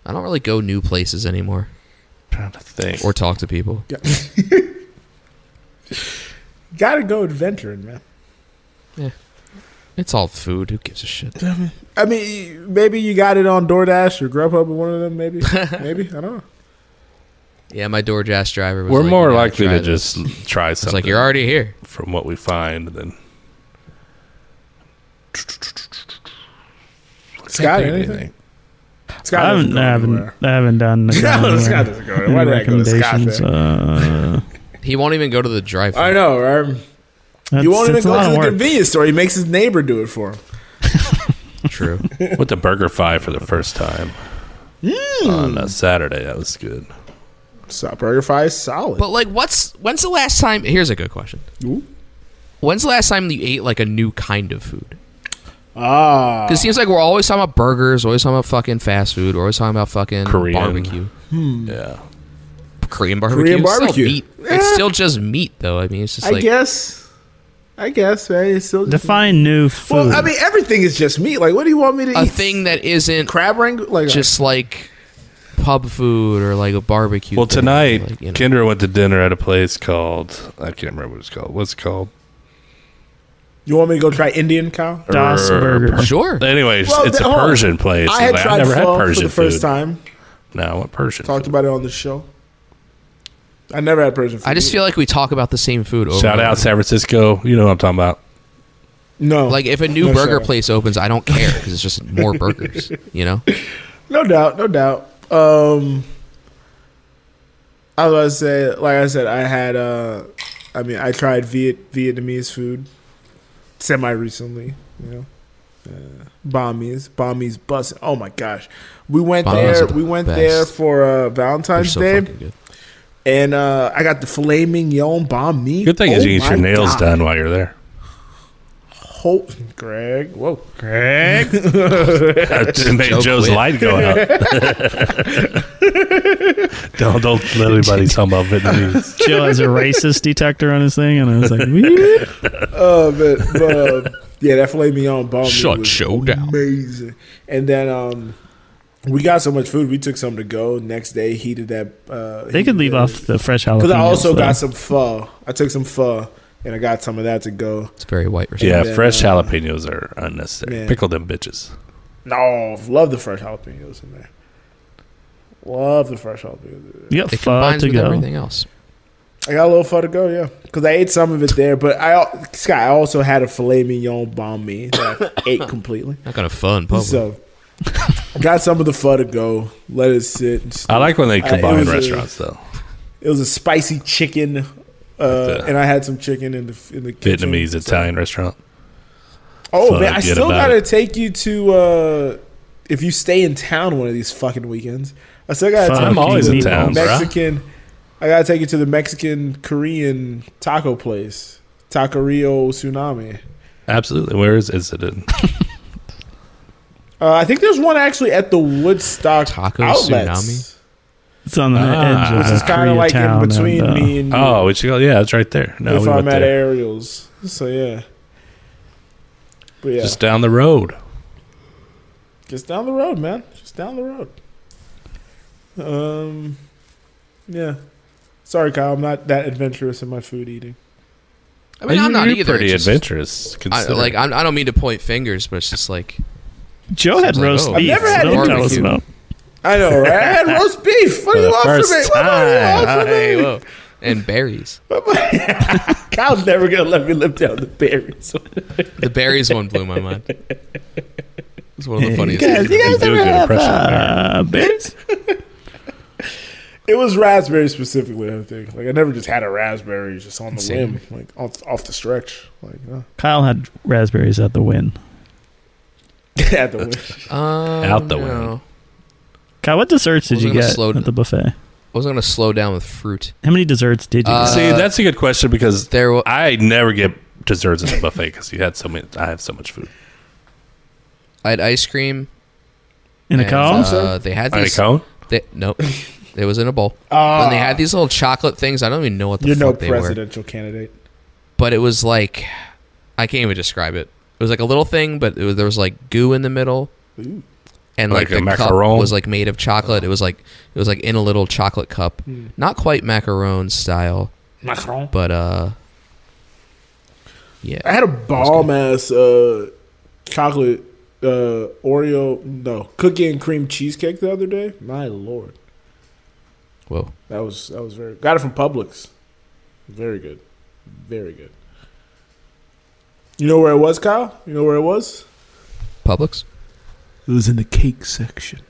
[SPEAKER 6] I don't really go new places anymore
[SPEAKER 4] trying to think.
[SPEAKER 6] or talk to people.
[SPEAKER 1] Gotta go adventuring, man.
[SPEAKER 6] It's all food. Who gives a shit?
[SPEAKER 1] I mean, maybe you got it on DoorDash or Grubhub or one of them, maybe. maybe. I don't know.
[SPEAKER 6] Yeah, my DoorDash driver was
[SPEAKER 4] We're
[SPEAKER 6] like,
[SPEAKER 4] more
[SPEAKER 6] "You gotta
[SPEAKER 4] likely
[SPEAKER 6] try
[SPEAKER 4] to
[SPEAKER 6] this."
[SPEAKER 4] just try
[SPEAKER 6] It's
[SPEAKER 4] something
[SPEAKER 6] like you're already here.
[SPEAKER 4] from what we find than
[SPEAKER 1] Scott,
[SPEAKER 4] Pick
[SPEAKER 1] anything?
[SPEAKER 4] anything.
[SPEAKER 1] Scott
[SPEAKER 5] I
[SPEAKER 1] doesn't
[SPEAKER 5] haven't,
[SPEAKER 1] go
[SPEAKER 5] I haven't,
[SPEAKER 1] anywhere.
[SPEAKER 5] I haven't done the
[SPEAKER 1] Scott
[SPEAKER 5] gone anywhere.
[SPEAKER 1] doesn't go anywhere. Why
[SPEAKER 5] Any
[SPEAKER 1] did I go to Scott
[SPEAKER 5] recommendations?
[SPEAKER 1] then?
[SPEAKER 5] Uh,
[SPEAKER 6] He won't even go to the drive.
[SPEAKER 1] I know, right?
[SPEAKER 5] that's-
[SPEAKER 1] You won't even
[SPEAKER 5] it's a lot
[SPEAKER 1] go to
[SPEAKER 5] of
[SPEAKER 1] the
[SPEAKER 5] work.
[SPEAKER 1] convenience store. He makes his neighbor do it for him.
[SPEAKER 6] True.
[SPEAKER 4] Went to Burger Fi for the first time
[SPEAKER 1] Mm.
[SPEAKER 4] on a Saturday. That was good.
[SPEAKER 1] So Burger Fi is solid.
[SPEAKER 6] but like, what's when's the last time? Here's a good question.
[SPEAKER 1] Ooh.
[SPEAKER 6] When's the last time you ate like a new kind of food?
[SPEAKER 1] ah,
[SPEAKER 6] Because it seems like we're always talking about burgers, always talking about fucking fast food, always talking about fucking
[SPEAKER 4] Korean.
[SPEAKER 6] barbecue,
[SPEAKER 1] Mm.
[SPEAKER 4] Yeah.
[SPEAKER 6] Korean barbecue.
[SPEAKER 1] Korean
[SPEAKER 6] It's still
[SPEAKER 1] barbecue.
[SPEAKER 6] meat. It's
[SPEAKER 1] Yeah.
[SPEAKER 6] still just meat, though. I mean, it's just
[SPEAKER 1] I
[SPEAKER 6] like
[SPEAKER 1] guess. I guess, man. It's still just-
[SPEAKER 5] Define new food.
[SPEAKER 1] Well, I mean, everything is just meat. Like, what do you want me to
[SPEAKER 6] a
[SPEAKER 1] eat?
[SPEAKER 6] thing that isn't
[SPEAKER 1] Crab rangoon? Like,
[SPEAKER 6] just like pub food or like a barbecue.
[SPEAKER 4] Well,
[SPEAKER 6] thing,
[SPEAKER 4] tonight,
[SPEAKER 6] like, you know.
[SPEAKER 4] Kendra went to dinner at a place called, I can't remember what it's called. What's it called?
[SPEAKER 1] you want me to go try Indian cow?
[SPEAKER 5] Das
[SPEAKER 4] Er,
[SPEAKER 5] Burger.
[SPEAKER 6] sure.
[SPEAKER 4] Anyways,
[SPEAKER 1] Well,
[SPEAKER 4] it's
[SPEAKER 1] the-
[SPEAKER 4] a
[SPEAKER 1] hold on.
[SPEAKER 4] Persian place.
[SPEAKER 1] I had
[SPEAKER 4] Like,
[SPEAKER 1] tried
[SPEAKER 4] I've never
[SPEAKER 1] pho
[SPEAKER 4] had Persian
[SPEAKER 1] for the first
[SPEAKER 4] food.
[SPEAKER 1] time.
[SPEAKER 4] No, what Persian?
[SPEAKER 1] Talked
[SPEAKER 4] food.
[SPEAKER 1] about it on the show. I never had Persian food.
[SPEAKER 6] I just feel like we talk about the same food. Over
[SPEAKER 4] Shout
[SPEAKER 6] and
[SPEAKER 4] out
[SPEAKER 6] over.
[SPEAKER 4] San Francisco. You know what I'm talking about.
[SPEAKER 1] no,
[SPEAKER 6] Like if a new
[SPEAKER 1] No,
[SPEAKER 6] burger
[SPEAKER 1] shout out.
[SPEAKER 6] place opens, I don't care because it's just more burgers. You know,
[SPEAKER 1] no doubt, no douut. Um, I was about to say, like I said, I had. Uh, I mean, I tried Viet Vietnamese food semi recently. You know, uh, Bombies, Bombies, bus. Oh my gosh, we went
[SPEAKER 6] Bombies
[SPEAKER 1] there.
[SPEAKER 6] are the
[SPEAKER 1] We went
[SPEAKER 6] best.
[SPEAKER 1] there for uh,
[SPEAKER 6] they're
[SPEAKER 1] Valentine's
[SPEAKER 6] so
[SPEAKER 1] Day.
[SPEAKER 6] fucking good.
[SPEAKER 1] and uh, I got the filet mignon bomb meat.
[SPEAKER 4] Good thing is
[SPEAKER 1] Oh
[SPEAKER 4] you get
[SPEAKER 1] my
[SPEAKER 4] your nails
[SPEAKER 1] God.
[SPEAKER 4] done while you're there.
[SPEAKER 1] Ho- Greg, whoa,
[SPEAKER 4] It made
[SPEAKER 6] Joe
[SPEAKER 4] Uh, Joe's
[SPEAKER 6] quit.
[SPEAKER 4] light go out. don't don't let anybody talk about Vietnamese.
[SPEAKER 5] Joe has a racist detector on his thing, and I was like, "Wee."
[SPEAKER 1] uh, but, but uh, yeah, that filet mignon bomb meat was
[SPEAKER 6] showdown.
[SPEAKER 1] amazing. And then um, we got so much food, we took some to go. Next day, heated that. Uh,
[SPEAKER 5] they could leave off the fresh jalapenos.
[SPEAKER 1] Because I also
[SPEAKER 5] though.
[SPEAKER 1] got some pho. I took some pho, and I got some of that to go.
[SPEAKER 6] It's very white. Yeah.
[SPEAKER 4] Yeah,
[SPEAKER 1] then,
[SPEAKER 4] fresh
[SPEAKER 1] uh,
[SPEAKER 4] jalapenos are unnecessary.
[SPEAKER 1] man.
[SPEAKER 4] Pickle them bitches.
[SPEAKER 1] No, love the fresh jalapenos in there. Love the fresh jalapenos.
[SPEAKER 5] You got
[SPEAKER 6] It
[SPEAKER 5] pho
[SPEAKER 6] combines
[SPEAKER 5] to
[SPEAKER 6] with
[SPEAKER 5] go.
[SPEAKER 6] everything else.
[SPEAKER 1] I got a little pho to go, yeah. Because I ate some of it there, but I al- Scott, I also had a filet mignon bomb me that I ate completely.
[SPEAKER 6] Not gonna fun public.
[SPEAKER 1] So got some of the pho to go. Let it sit. and
[SPEAKER 4] I like when they
[SPEAKER 1] Uh, it
[SPEAKER 4] combine
[SPEAKER 1] was a-
[SPEAKER 4] restaurants though.
[SPEAKER 1] It was a spicy chicken, uh,
[SPEAKER 4] the-
[SPEAKER 1] and I had some chicken in the in the kitchen.
[SPEAKER 4] Vietnamese Italian restaurant.
[SPEAKER 1] Oh
[SPEAKER 4] Pho,
[SPEAKER 1] man, I
[SPEAKER 4] get
[SPEAKER 1] still
[SPEAKER 4] about
[SPEAKER 1] gotta take you to uh, if you stay in town one of these fucking weekends. I still gotta.
[SPEAKER 5] Pho
[SPEAKER 1] take
[SPEAKER 4] I'm
[SPEAKER 1] you
[SPEAKER 4] always
[SPEAKER 1] to
[SPEAKER 4] in
[SPEAKER 1] the
[SPEAKER 4] town, bruh.
[SPEAKER 1] Mexican. I gotta take you to the Mexican Korean taco place, Taco Rio Tsunami.
[SPEAKER 4] Absolutely. Where is is it in?
[SPEAKER 1] Mm-hmm. Uh, I think there's one actually at the Woodstock
[SPEAKER 6] Taco
[SPEAKER 1] outlets.
[SPEAKER 6] Tsunami?
[SPEAKER 5] It's on the
[SPEAKER 4] Ah.
[SPEAKER 5] edge of
[SPEAKER 4] Which
[SPEAKER 5] the
[SPEAKER 1] It's kind of like in
[SPEAKER 5] Koreatown
[SPEAKER 1] between
[SPEAKER 5] and, uh,
[SPEAKER 1] me and
[SPEAKER 4] Oh, what you call? Yeah, it's right there. No,
[SPEAKER 1] if
[SPEAKER 4] we
[SPEAKER 1] I'm
[SPEAKER 4] went
[SPEAKER 1] at
[SPEAKER 4] there.
[SPEAKER 1] Ariel's. So yeah. But yeah,
[SPEAKER 4] Just
[SPEAKER 1] just,
[SPEAKER 4] down the road.
[SPEAKER 1] down the road, man. Just down the road. Um, yeah. Sorry, Kyle. I'm not that adventurous in my food eating.
[SPEAKER 6] I mean,
[SPEAKER 4] You-
[SPEAKER 6] I'm not
[SPEAKER 4] you're
[SPEAKER 6] either.
[SPEAKER 4] Pretty
[SPEAKER 6] it's just-
[SPEAKER 4] adventurous.
[SPEAKER 6] I,
[SPEAKER 4] considering.
[SPEAKER 6] like I'm, I don't mean to point fingers, but it's just like
[SPEAKER 5] Joe had
[SPEAKER 6] Seems like,
[SPEAKER 5] roast
[SPEAKER 6] oh,
[SPEAKER 5] beef.
[SPEAKER 1] I've never
[SPEAKER 5] so
[SPEAKER 1] had
[SPEAKER 5] don't tell us
[SPEAKER 6] barbecue.
[SPEAKER 5] about.
[SPEAKER 1] I know, right? I had roast beef. What
[SPEAKER 4] For
[SPEAKER 1] do you
[SPEAKER 4] the
[SPEAKER 1] want from me?
[SPEAKER 4] first
[SPEAKER 1] What
[SPEAKER 4] time.
[SPEAKER 1] do
[SPEAKER 6] hey,
[SPEAKER 1] you want
[SPEAKER 6] whoa, and berries.
[SPEAKER 1] from me? Kyle's never gonna let me live down the berries.
[SPEAKER 6] The berries one blew my mind. It's one of the funniest.
[SPEAKER 5] guys-
[SPEAKER 6] things.
[SPEAKER 5] you
[SPEAKER 4] You do a good impression there.
[SPEAKER 5] Uh, berries.
[SPEAKER 1] It was raspberry specifically. I think. Like I never just had a raspberry just on the
[SPEAKER 6] Same.
[SPEAKER 1] whim, like off, off the stretch, like uh,
[SPEAKER 5] Kyle had raspberries at the win.
[SPEAKER 1] at the whim.
[SPEAKER 6] Um,
[SPEAKER 4] Out the
[SPEAKER 6] no.
[SPEAKER 4] window.
[SPEAKER 5] Kyle, what desserts did
[SPEAKER 6] Wasn't
[SPEAKER 5] you
[SPEAKER 6] gonna
[SPEAKER 5] get
[SPEAKER 6] slow
[SPEAKER 5] at
[SPEAKER 6] down.
[SPEAKER 5] the buffet?
[SPEAKER 6] wasn't gonna slow down with fruit.
[SPEAKER 5] How many desserts did you?
[SPEAKER 6] Uh,
[SPEAKER 5] get?
[SPEAKER 4] See, that's a good question because
[SPEAKER 6] There, wa-
[SPEAKER 4] I never get desserts in the buffet because you had so many. I have so much food.
[SPEAKER 6] I had ice cream.
[SPEAKER 5] In a
[SPEAKER 6] and,
[SPEAKER 5] cone?
[SPEAKER 6] Uh, they had
[SPEAKER 4] On a
[SPEAKER 6] these.
[SPEAKER 4] cone?
[SPEAKER 6] They, nope, it was in a bowl.
[SPEAKER 1] Ah.
[SPEAKER 6] and they had these little chocolate things. I don't even know what the
[SPEAKER 1] You're
[SPEAKER 6] fuck
[SPEAKER 1] no
[SPEAKER 6] they were.
[SPEAKER 1] presidential candidate.
[SPEAKER 6] But it was like, I can't even describe it. It was like a little thing, but it was, there was like goo in the middle,
[SPEAKER 1] Ooh.
[SPEAKER 6] and like,
[SPEAKER 4] Like a
[SPEAKER 6] the cup
[SPEAKER 4] macaron?
[SPEAKER 6] was like made of chocolate. It was like it was like in a little chocolate cup, not quite macaron style,
[SPEAKER 1] Macron.
[SPEAKER 6] but uh, yeah.
[SPEAKER 1] I had a bomb ass uh, chocolate uh, Oreo, no, cookie and cream cheesecake the other day. My lord.
[SPEAKER 6] Whoa.
[SPEAKER 1] That was that was very got it from Publix. Very good, very good. You know where it was, Kyle? You know where it was?
[SPEAKER 6] Publix?
[SPEAKER 1] It was in the cake section.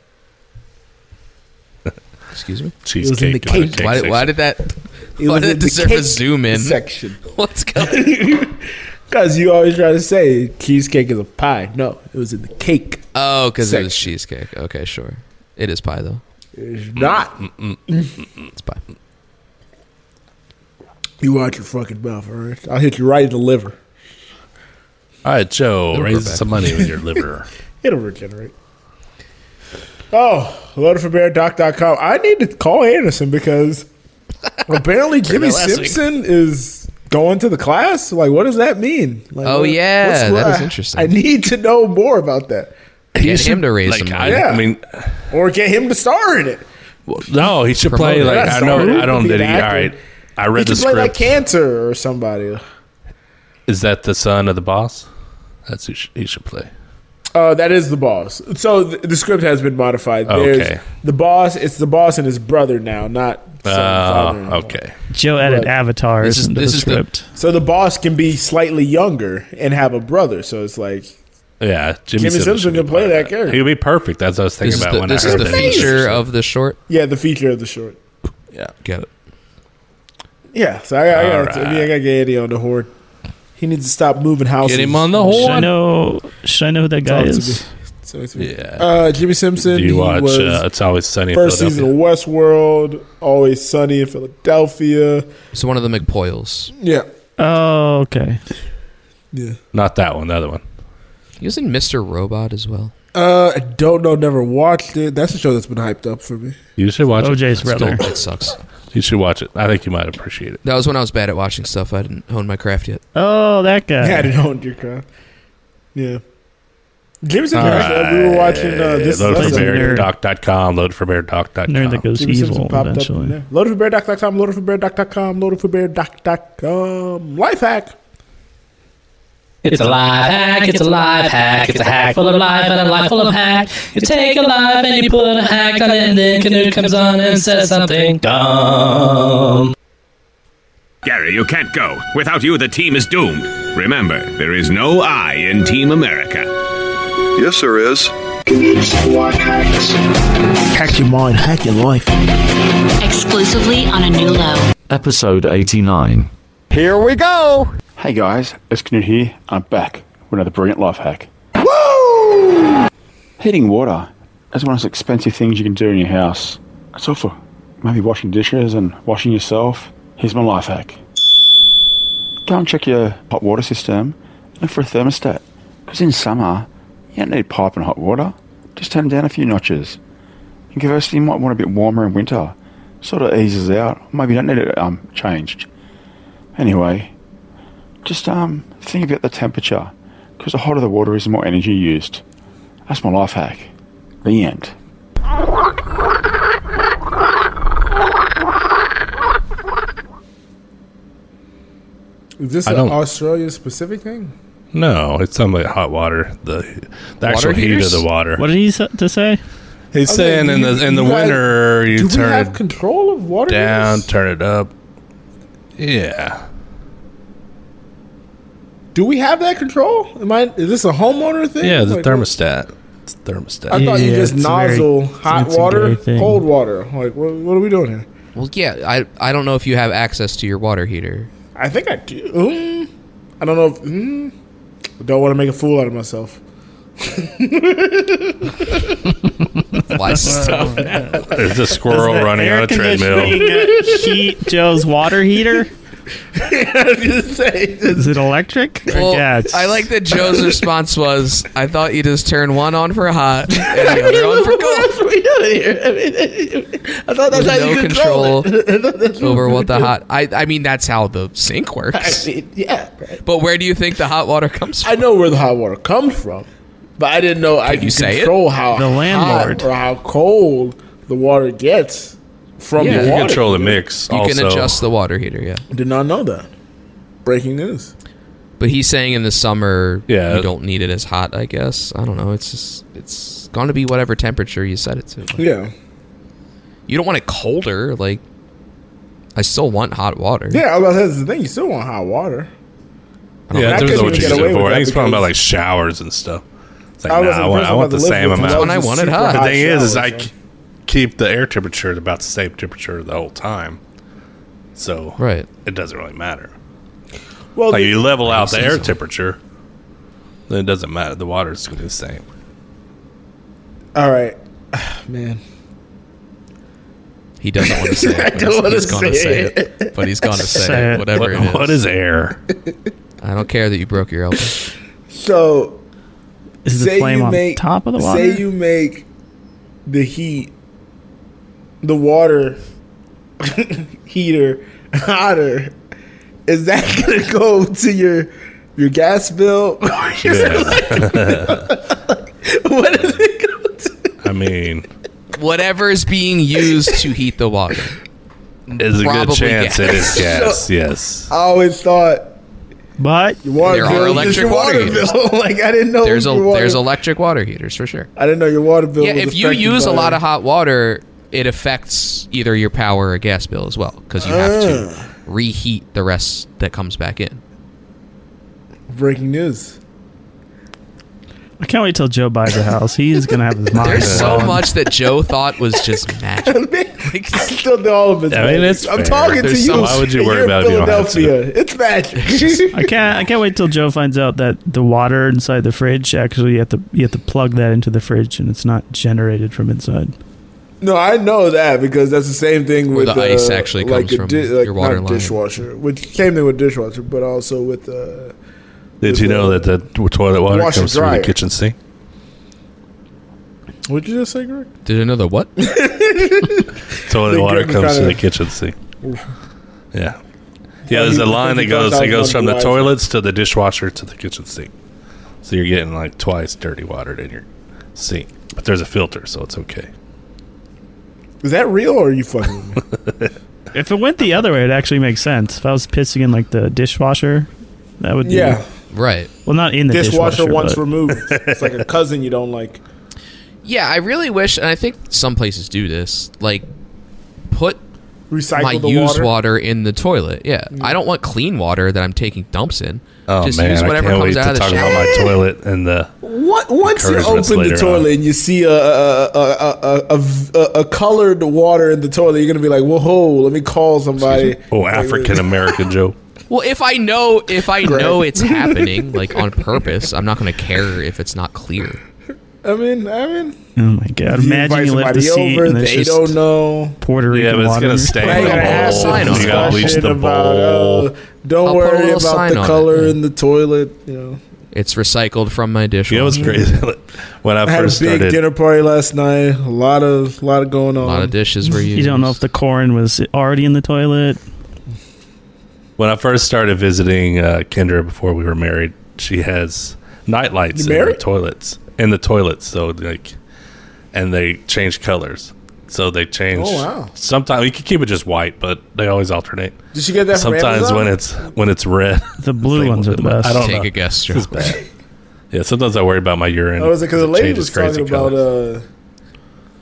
[SPEAKER 6] Excuse me?
[SPEAKER 4] Cheesecake.
[SPEAKER 1] in the
[SPEAKER 4] you want a
[SPEAKER 1] cake.
[SPEAKER 6] Why, why
[SPEAKER 4] section?
[SPEAKER 6] did that
[SPEAKER 1] It
[SPEAKER 6] Why
[SPEAKER 1] was
[SPEAKER 6] did it
[SPEAKER 1] in the
[SPEAKER 6] deserve a
[SPEAKER 1] cake
[SPEAKER 6] zoom in?
[SPEAKER 1] section?
[SPEAKER 6] What's going
[SPEAKER 1] Because you always try to say cheesecake is a pie. No, it was in the cake.
[SPEAKER 6] Oh, because it was
[SPEAKER 1] Section.
[SPEAKER 6] cheesecake. Okay, sure. It is pie, though. Mm.
[SPEAKER 1] It's not.
[SPEAKER 6] It's pie.
[SPEAKER 1] You watch your fucking mouth, all right? I'll hit you right in the liver.
[SPEAKER 4] All right, Joe,
[SPEAKER 6] Little
[SPEAKER 4] raise
[SPEAKER 6] Quebec.
[SPEAKER 4] some money with your liver.
[SPEAKER 1] It'll regenerate. Oh, loadedforbeardoc.com. I need to call Anderson because apparently Jimmy
[SPEAKER 6] that last week.
[SPEAKER 1] Simpson is going to the class. Like, what does that mean? Like,
[SPEAKER 6] Oh,
[SPEAKER 1] what-
[SPEAKER 6] yeah,
[SPEAKER 1] what's-
[SPEAKER 6] that
[SPEAKER 1] I-
[SPEAKER 6] is interesting.
[SPEAKER 1] I need to know more about that.
[SPEAKER 6] Get him to raise some
[SPEAKER 4] like, I,
[SPEAKER 6] money.
[SPEAKER 1] Yeah.
[SPEAKER 4] I mean,
[SPEAKER 1] Or get him to star in it.
[SPEAKER 4] well, no, he should
[SPEAKER 6] Promote
[SPEAKER 4] play
[SPEAKER 6] it.
[SPEAKER 4] like
[SPEAKER 1] Yeah,
[SPEAKER 4] I know.
[SPEAKER 1] sorry.
[SPEAKER 4] I don't.
[SPEAKER 1] Be an
[SPEAKER 4] Did he? All
[SPEAKER 1] actor.
[SPEAKER 4] right. I
[SPEAKER 1] He
[SPEAKER 4] read
[SPEAKER 1] can
[SPEAKER 4] the
[SPEAKER 1] play like
[SPEAKER 4] script.
[SPEAKER 1] Cantor or somebody.
[SPEAKER 4] Is that the son of the boss? That's who sh- he should play.
[SPEAKER 1] Uh, that is the boss. So th- the script has been modified. There's
[SPEAKER 4] Okay.
[SPEAKER 1] the boss. It's the boss and his brother now, not son and
[SPEAKER 4] Oh,
[SPEAKER 1] father.
[SPEAKER 4] okay.
[SPEAKER 5] Joe added
[SPEAKER 1] Right.
[SPEAKER 5] avatars
[SPEAKER 6] This is-
[SPEAKER 5] into
[SPEAKER 6] this
[SPEAKER 5] the
[SPEAKER 6] is the-
[SPEAKER 5] script.
[SPEAKER 1] So the boss can be slightly younger and have a brother. So it's like
[SPEAKER 4] Yeah, Jimmy,
[SPEAKER 1] Jimmy
[SPEAKER 4] Simpson,
[SPEAKER 1] Simpson
[SPEAKER 4] should
[SPEAKER 1] can play
[SPEAKER 4] be
[SPEAKER 1] that character.
[SPEAKER 4] He'd be perfect. That's what I was thinking
[SPEAKER 6] This is
[SPEAKER 4] about
[SPEAKER 6] the,
[SPEAKER 4] when
[SPEAKER 6] this
[SPEAKER 4] I
[SPEAKER 6] is
[SPEAKER 4] heard
[SPEAKER 6] the
[SPEAKER 4] that he was-
[SPEAKER 6] feature of the short.
[SPEAKER 1] yeah, the feature of the short.
[SPEAKER 6] Get it.
[SPEAKER 1] Yeah. So I, I,
[SPEAKER 4] All
[SPEAKER 1] gotta, I, mean, I gotta get Eddie on the horn. He needs to stop moving houses.
[SPEAKER 4] Get him on the
[SPEAKER 5] Should I
[SPEAKER 4] horn.
[SPEAKER 5] know? Should I know who that
[SPEAKER 1] Talk
[SPEAKER 5] guy
[SPEAKER 1] to
[SPEAKER 5] is?
[SPEAKER 1] So it's-
[SPEAKER 4] Yeah.
[SPEAKER 1] Uh, Jimmy Simpson.
[SPEAKER 4] Do you
[SPEAKER 1] he
[SPEAKER 4] watch?
[SPEAKER 1] was
[SPEAKER 4] Uh, it's always sunny. in
[SPEAKER 1] first season
[SPEAKER 4] Philadelphia?
[SPEAKER 1] of Westworld. Always Sunny in Philadelphia.
[SPEAKER 6] It's one of the McPoyles.
[SPEAKER 1] Yeah.
[SPEAKER 5] Oh, okay.
[SPEAKER 1] Yeah.
[SPEAKER 4] Not that one. The other one.
[SPEAKER 6] He was in Mr. Robot as well.
[SPEAKER 1] Uh, I don't know. Never watched it. That's a show that's been hyped up for me.
[SPEAKER 4] You should watch it.
[SPEAKER 5] OJ's brother.
[SPEAKER 6] Still, that sucks.
[SPEAKER 4] You should watch it. I think you might appreciate it.
[SPEAKER 6] That was when I was bad at watching stuff. I didn't hone my craft yet.
[SPEAKER 5] Oh, that
[SPEAKER 1] Yeah, I
[SPEAKER 5] guy.
[SPEAKER 1] didn't own your crap. Yeah. Jimson,
[SPEAKER 4] All
[SPEAKER 1] we were watching uh, this.
[SPEAKER 4] Load
[SPEAKER 5] Plays
[SPEAKER 4] for
[SPEAKER 5] a
[SPEAKER 1] Loaded
[SPEAKER 4] Bear
[SPEAKER 5] nerd.
[SPEAKER 4] Doc dot com. Load for Bear Doc dot
[SPEAKER 5] Nerd
[SPEAKER 4] com.
[SPEAKER 5] that goes evil eventually.
[SPEAKER 1] Loadedforbear.com, loadedforbear.com, loadedforbear.com. Life hack.
[SPEAKER 3] It's a live hack, it's a live hack, it's a hack full of life and a life full of hack. You take a life and you put a hack on it and then Canute comes on and says something dumb.
[SPEAKER 8] Gary, you can't go. Without you, the team is doomed. Remember, there is no I in Team America.
[SPEAKER 9] Yes, there is.
[SPEAKER 1] Hack your mind, hack your life.
[SPEAKER 10] exclusively on a new low.
[SPEAKER 11] Episode 89.
[SPEAKER 7] Hey guys, it's Knut here. I'm back with another brilliant life hack. Woo! Heating water is one of those expensive things you can do in your house. It's all for maybe washing dishes and washing yourself. Here's my life hack. Go and check your hot water system. Look for a thermostat. Because in summer, you don't need pipe and hot water. Just turn it down a few notches. And conversely, you might want it a bit warmer in winter. Sort of eases out. Maybe you don't need it um, changed. Anyway, just um, think about the temperature, because the hotter the water is, the more energy used. That's my life hack. The end.
[SPEAKER 1] Is this
[SPEAKER 4] I
[SPEAKER 1] an
[SPEAKER 4] don't-
[SPEAKER 1] Australia specific thing?
[SPEAKER 4] No, it's something like hot water. The the actual heat of
[SPEAKER 6] heaters?
[SPEAKER 4] the water.
[SPEAKER 5] What did he s- to say?
[SPEAKER 4] He's
[SPEAKER 1] Okay,
[SPEAKER 4] saying in
[SPEAKER 1] you-
[SPEAKER 4] the in the
[SPEAKER 1] you guys-
[SPEAKER 4] winter you
[SPEAKER 1] Do we
[SPEAKER 4] turn
[SPEAKER 1] have
[SPEAKER 4] it
[SPEAKER 1] control of water?
[SPEAKER 4] down,
[SPEAKER 1] heaters?
[SPEAKER 4] turn it up. Yeah.
[SPEAKER 1] Do we have that control? Am I? Is this a homeowner thing?
[SPEAKER 4] Yeah, the
[SPEAKER 1] Like,
[SPEAKER 4] thermostat. It's thermostat.
[SPEAKER 1] I thought you
[SPEAKER 5] Yeah,
[SPEAKER 1] just
[SPEAKER 5] it's a very-
[SPEAKER 1] nozzle
[SPEAKER 5] it's-
[SPEAKER 1] hot
[SPEAKER 5] it's a
[SPEAKER 1] water,
[SPEAKER 5] gay thing.
[SPEAKER 1] cold water. Like, what, what are we doing here?
[SPEAKER 6] Well, yeah, I I don't know if you have access to your water heater.
[SPEAKER 1] I think I do. Mm. I don't know. If, mm. I don't want to make a fool out of myself.
[SPEAKER 6] Why stuff?
[SPEAKER 4] There's a squirrel
[SPEAKER 5] Is that
[SPEAKER 4] running
[SPEAKER 5] air
[SPEAKER 4] on a treadmill.
[SPEAKER 5] conditioning at heat Joe's water heater. Is it electric? Or
[SPEAKER 6] Well,
[SPEAKER 5] gas?
[SPEAKER 6] I like that Joe's response was, "I thought you just turn one on for hot and the other on for cold."
[SPEAKER 1] are we doing here? I, mean, I thought
[SPEAKER 6] With no control over what the hot. I I mean, that's how the sink works.
[SPEAKER 1] yeah,
[SPEAKER 6] But where do you think the hot water comes
[SPEAKER 1] I
[SPEAKER 6] from?
[SPEAKER 1] know where the hot water comes from, but I didn't know I could
[SPEAKER 6] you say it?
[SPEAKER 1] control how
[SPEAKER 5] The
[SPEAKER 1] hot
[SPEAKER 5] landlord.
[SPEAKER 1] or how cold the water gets from
[SPEAKER 6] Yeah.
[SPEAKER 1] the
[SPEAKER 4] You
[SPEAKER 1] water.
[SPEAKER 4] control the mix.
[SPEAKER 6] You
[SPEAKER 4] also.
[SPEAKER 6] can adjust the water heater, yeah.
[SPEAKER 1] Did not know that. Breaking news.
[SPEAKER 6] But he's saying in the summer,
[SPEAKER 4] Yeah.
[SPEAKER 6] you don't need it as hot. I guess I don't know. It's just it's going to be whatever temperature you set it to.
[SPEAKER 1] Yeah,
[SPEAKER 6] You don't want it colder. Like, I still want hot water.
[SPEAKER 1] Yeah, I was about to say, that's the thing. You still want hot water.
[SPEAKER 6] I don't
[SPEAKER 4] Yeah,
[SPEAKER 6] think I
[SPEAKER 4] it depends
[SPEAKER 6] could
[SPEAKER 4] on
[SPEAKER 6] even
[SPEAKER 4] what you
[SPEAKER 6] get
[SPEAKER 4] use
[SPEAKER 6] away with
[SPEAKER 4] it for. I
[SPEAKER 6] that
[SPEAKER 4] think it's probably about
[SPEAKER 6] because-
[SPEAKER 4] like showers and stuff. It's like,
[SPEAKER 6] I
[SPEAKER 4] nah,
[SPEAKER 6] wasn't
[SPEAKER 4] I want, I
[SPEAKER 6] impressed
[SPEAKER 4] want
[SPEAKER 6] by the
[SPEAKER 4] the same
[SPEAKER 6] liquid, 'cause
[SPEAKER 4] amount.
[SPEAKER 6] that was That's when I a wanted super hot.
[SPEAKER 4] The thing is, is I
[SPEAKER 6] showers,
[SPEAKER 4] k- keep the air temperature at about the same temperature the whole time. So
[SPEAKER 6] right.
[SPEAKER 4] it doesn't really matter.
[SPEAKER 1] Well,
[SPEAKER 4] like you level out the
[SPEAKER 1] think
[SPEAKER 4] air
[SPEAKER 1] so.
[SPEAKER 4] temperature, then it doesn't matter. The water's going to be the same.
[SPEAKER 1] All right, man.
[SPEAKER 6] He doesn't want to say
[SPEAKER 1] I
[SPEAKER 6] it. but
[SPEAKER 1] don't
[SPEAKER 6] he's-
[SPEAKER 1] wanna
[SPEAKER 6] he's gonna
[SPEAKER 1] say
[SPEAKER 6] it. But he's going to
[SPEAKER 1] Say
[SPEAKER 6] say
[SPEAKER 1] it.
[SPEAKER 6] it. Whatever
[SPEAKER 4] What-
[SPEAKER 6] it is.
[SPEAKER 4] what is air?
[SPEAKER 6] I don't care that you broke your elbow.
[SPEAKER 1] So,
[SPEAKER 5] Is the flame on top of the water?
[SPEAKER 1] Say you make the heat, the water heater hotter. Is that gonna go to your your gas bill? what is it?
[SPEAKER 4] I mean,
[SPEAKER 6] Whatever is being used to heat the water.
[SPEAKER 4] there's a good
[SPEAKER 6] Probably
[SPEAKER 4] chance it is gas.
[SPEAKER 1] So-
[SPEAKER 4] yes.
[SPEAKER 1] I always thought
[SPEAKER 5] But
[SPEAKER 1] your water
[SPEAKER 6] There are
[SPEAKER 1] bill is just
[SPEAKER 6] electric
[SPEAKER 1] your
[SPEAKER 6] water
[SPEAKER 1] water
[SPEAKER 6] heaters.
[SPEAKER 1] bill. like I didn't know
[SPEAKER 6] There's a
[SPEAKER 1] your water,
[SPEAKER 6] there's electric water heaters for sure.
[SPEAKER 1] I didn't know your water bill.
[SPEAKER 6] Yeah,
[SPEAKER 1] was
[SPEAKER 6] if you
[SPEAKER 1] affected
[SPEAKER 6] use a
[SPEAKER 1] by-
[SPEAKER 6] lot of hot water, it affects either your power or gas bill as well because you have to reheat the rest that comes back in.
[SPEAKER 1] breaking news.
[SPEAKER 5] I can't wait till Joe buys a house. He's gonna have his mind.
[SPEAKER 6] There's so
[SPEAKER 5] blown.
[SPEAKER 6] much that Joe thought was just magic.
[SPEAKER 1] Still do all of it.
[SPEAKER 4] I mean, it's
[SPEAKER 1] I'm
[SPEAKER 4] fair.
[SPEAKER 1] talking
[SPEAKER 4] There's
[SPEAKER 1] to you.
[SPEAKER 4] some- Why would you
[SPEAKER 1] and
[SPEAKER 4] worry
[SPEAKER 1] you're in
[SPEAKER 4] about it if you don't have to?
[SPEAKER 1] Philadelphia? It's magic.
[SPEAKER 5] I can't. I can't wait till Joe finds out that the water inside the fridge actually you have to you have to plug that into the fridge and it's not generated from inside.
[SPEAKER 1] no, I know that because that's the same thing
[SPEAKER 6] Where
[SPEAKER 1] with uh,
[SPEAKER 6] the ice actually
[SPEAKER 1] like
[SPEAKER 6] comes
[SPEAKER 1] a
[SPEAKER 6] from
[SPEAKER 1] di- like
[SPEAKER 6] your water
[SPEAKER 1] not
[SPEAKER 6] line.
[SPEAKER 1] dishwasher, which same thing with dishwasher, but also with uh,
[SPEAKER 4] Did you know that the toilet water
[SPEAKER 1] Washer
[SPEAKER 4] comes through
[SPEAKER 1] dryer.
[SPEAKER 4] the kitchen sink?
[SPEAKER 1] what did you just say, Greg?
[SPEAKER 6] Did another what?
[SPEAKER 4] Toilet
[SPEAKER 1] They
[SPEAKER 4] water
[SPEAKER 1] get me
[SPEAKER 4] comes through
[SPEAKER 1] kinda-
[SPEAKER 4] the kitchen sink. Yeah. Yeah, there's a
[SPEAKER 1] he-
[SPEAKER 4] line
[SPEAKER 1] he
[SPEAKER 4] that goes
[SPEAKER 1] thought
[SPEAKER 4] it
[SPEAKER 1] that
[SPEAKER 4] goes
[SPEAKER 1] was
[SPEAKER 4] from the
[SPEAKER 1] wise.
[SPEAKER 4] toilets to the dishwasher to the kitchen sink. So you're getting like twice dirty water in your sink. But there's a filter, so it's okay.
[SPEAKER 1] Is that real or are you fucking with me?
[SPEAKER 5] If it went the other way, it actually makes sense. If I was pissing in like the dishwasher, that would be,
[SPEAKER 1] yeah,
[SPEAKER 6] Right.
[SPEAKER 5] Well, not in the
[SPEAKER 1] dishwasher,
[SPEAKER 5] dishwasher.
[SPEAKER 1] once
[SPEAKER 5] but-
[SPEAKER 1] removed. It's like a cousin you don't like.
[SPEAKER 6] Yeah, I really wish, and I think some places do this. Like, put
[SPEAKER 1] Recycle
[SPEAKER 6] my
[SPEAKER 1] the
[SPEAKER 6] used water.
[SPEAKER 1] water.
[SPEAKER 6] in the toilet. Yeah, I don't want clean water that I'm taking dumps in.
[SPEAKER 4] Oh
[SPEAKER 6] Just
[SPEAKER 4] man,
[SPEAKER 6] use
[SPEAKER 4] I
[SPEAKER 6] whatever
[SPEAKER 4] can't
[SPEAKER 6] comes
[SPEAKER 4] wait
[SPEAKER 6] out
[SPEAKER 4] to
[SPEAKER 6] of the
[SPEAKER 4] talk
[SPEAKER 6] shower.
[SPEAKER 4] about my toilet and the
[SPEAKER 1] What once you
[SPEAKER 4] Encouragements
[SPEAKER 1] open the
[SPEAKER 4] later
[SPEAKER 1] toilet
[SPEAKER 4] on.
[SPEAKER 1] and you see a a, a, a, a- a a a colored water in the toilet, you're gonna be like, "Whoa, let me call somebody."
[SPEAKER 4] oh African American joke.
[SPEAKER 6] Well, if I know if I know it's happening like on purpose, I'm not going to care if it's not clear.
[SPEAKER 1] I mean, I mean,
[SPEAKER 5] Oh my god!
[SPEAKER 1] you
[SPEAKER 5] Imagine
[SPEAKER 1] invite
[SPEAKER 5] you left the
[SPEAKER 1] somebody
[SPEAKER 5] seat
[SPEAKER 1] over,
[SPEAKER 5] and there's
[SPEAKER 1] they
[SPEAKER 5] just
[SPEAKER 1] don't know.
[SPEAKER 5] Puerto Rican
[SPEAKER 4] Yeah, but it's
[SPEAKER 5] water.
[SPEAKER 4] gonna stay
[SPEAKER 1] I
[SPEAKER 4] in
[SPEAKER 1] gotta have
[SPEAKER 4] the
[SPEAKER 6] sign
[SPEAKER 4] bowl.
[SPEAKER 6] on
[SPEAKER 4] You
[SPEAKER 6] it.
[SPEAKER 4] gotta bleach
[SPEAKER 1] Shit
[SPEAKER 4] the
[SPEAKER 1] about,
[SPEAKER 4] bowl.
[SPEAKER 1] uh, don't
[SPEAKER 6] I'll put a
[SPEAKER 1] worry
[SPEAKER 6] little
[SPEAKER 1] about
[SPEAKER 6] sign
[SPEAKER 1] the
[SPEAKER 6] on it.
[SPEAKER 1] color in the toilet. You know,
[SPEAKER 6] It's recycled from my dishwasher.
[SPEAKER 4] You know what's crazy? when I
[SPEAKER 1] I had a big
[SPEAKER 4] first started
[SPEAKER 1] dinner party last night. A lot of, lot of going on.
[SPEAKER 6] A lot of dishes were used.
[SPEAKER 5] You don't know if the corn was already in the toilet.
[SPEAKER 4] When I first started visiting uh, Kendra before we were married, she has night lights
[SPEAKER 1] You
[SPEAKER 4] in the
[SPEAKER 1] married?
[SPEAKER 4] toilets. In the toilets, so like, and they change colors. So they change.
[SPEAKER 1] Oh, wow.
[SPEAKER 4] Sometimes you can keep it just white, but they always alternate.
[SPEAKER 1] Did you get that? from
[SPEAKER 4] sometimes
[SPEAKER 1] Amazon?
[SPEAKER 4] when it's when it's red,
[SPEAKER 5] The blue
[SPEAKER 4] like,
[SPEAKER 5] ones are the
[SPEAKER 4] I
[SPEAKER 5] best.
[SPEAKER 4] don't
[SPEAKER 6] Take
[SPEAKER 4] know.
[SPEAKER 6] a guess, Joe.
[SPEAKER 4] This is bad. yeah, sometimes I worry about my urine.
[SPEAKER 1] Oh, was it because the lady was talking about
[SPEAKER 4] colors.
[SPEAKER 1] uh,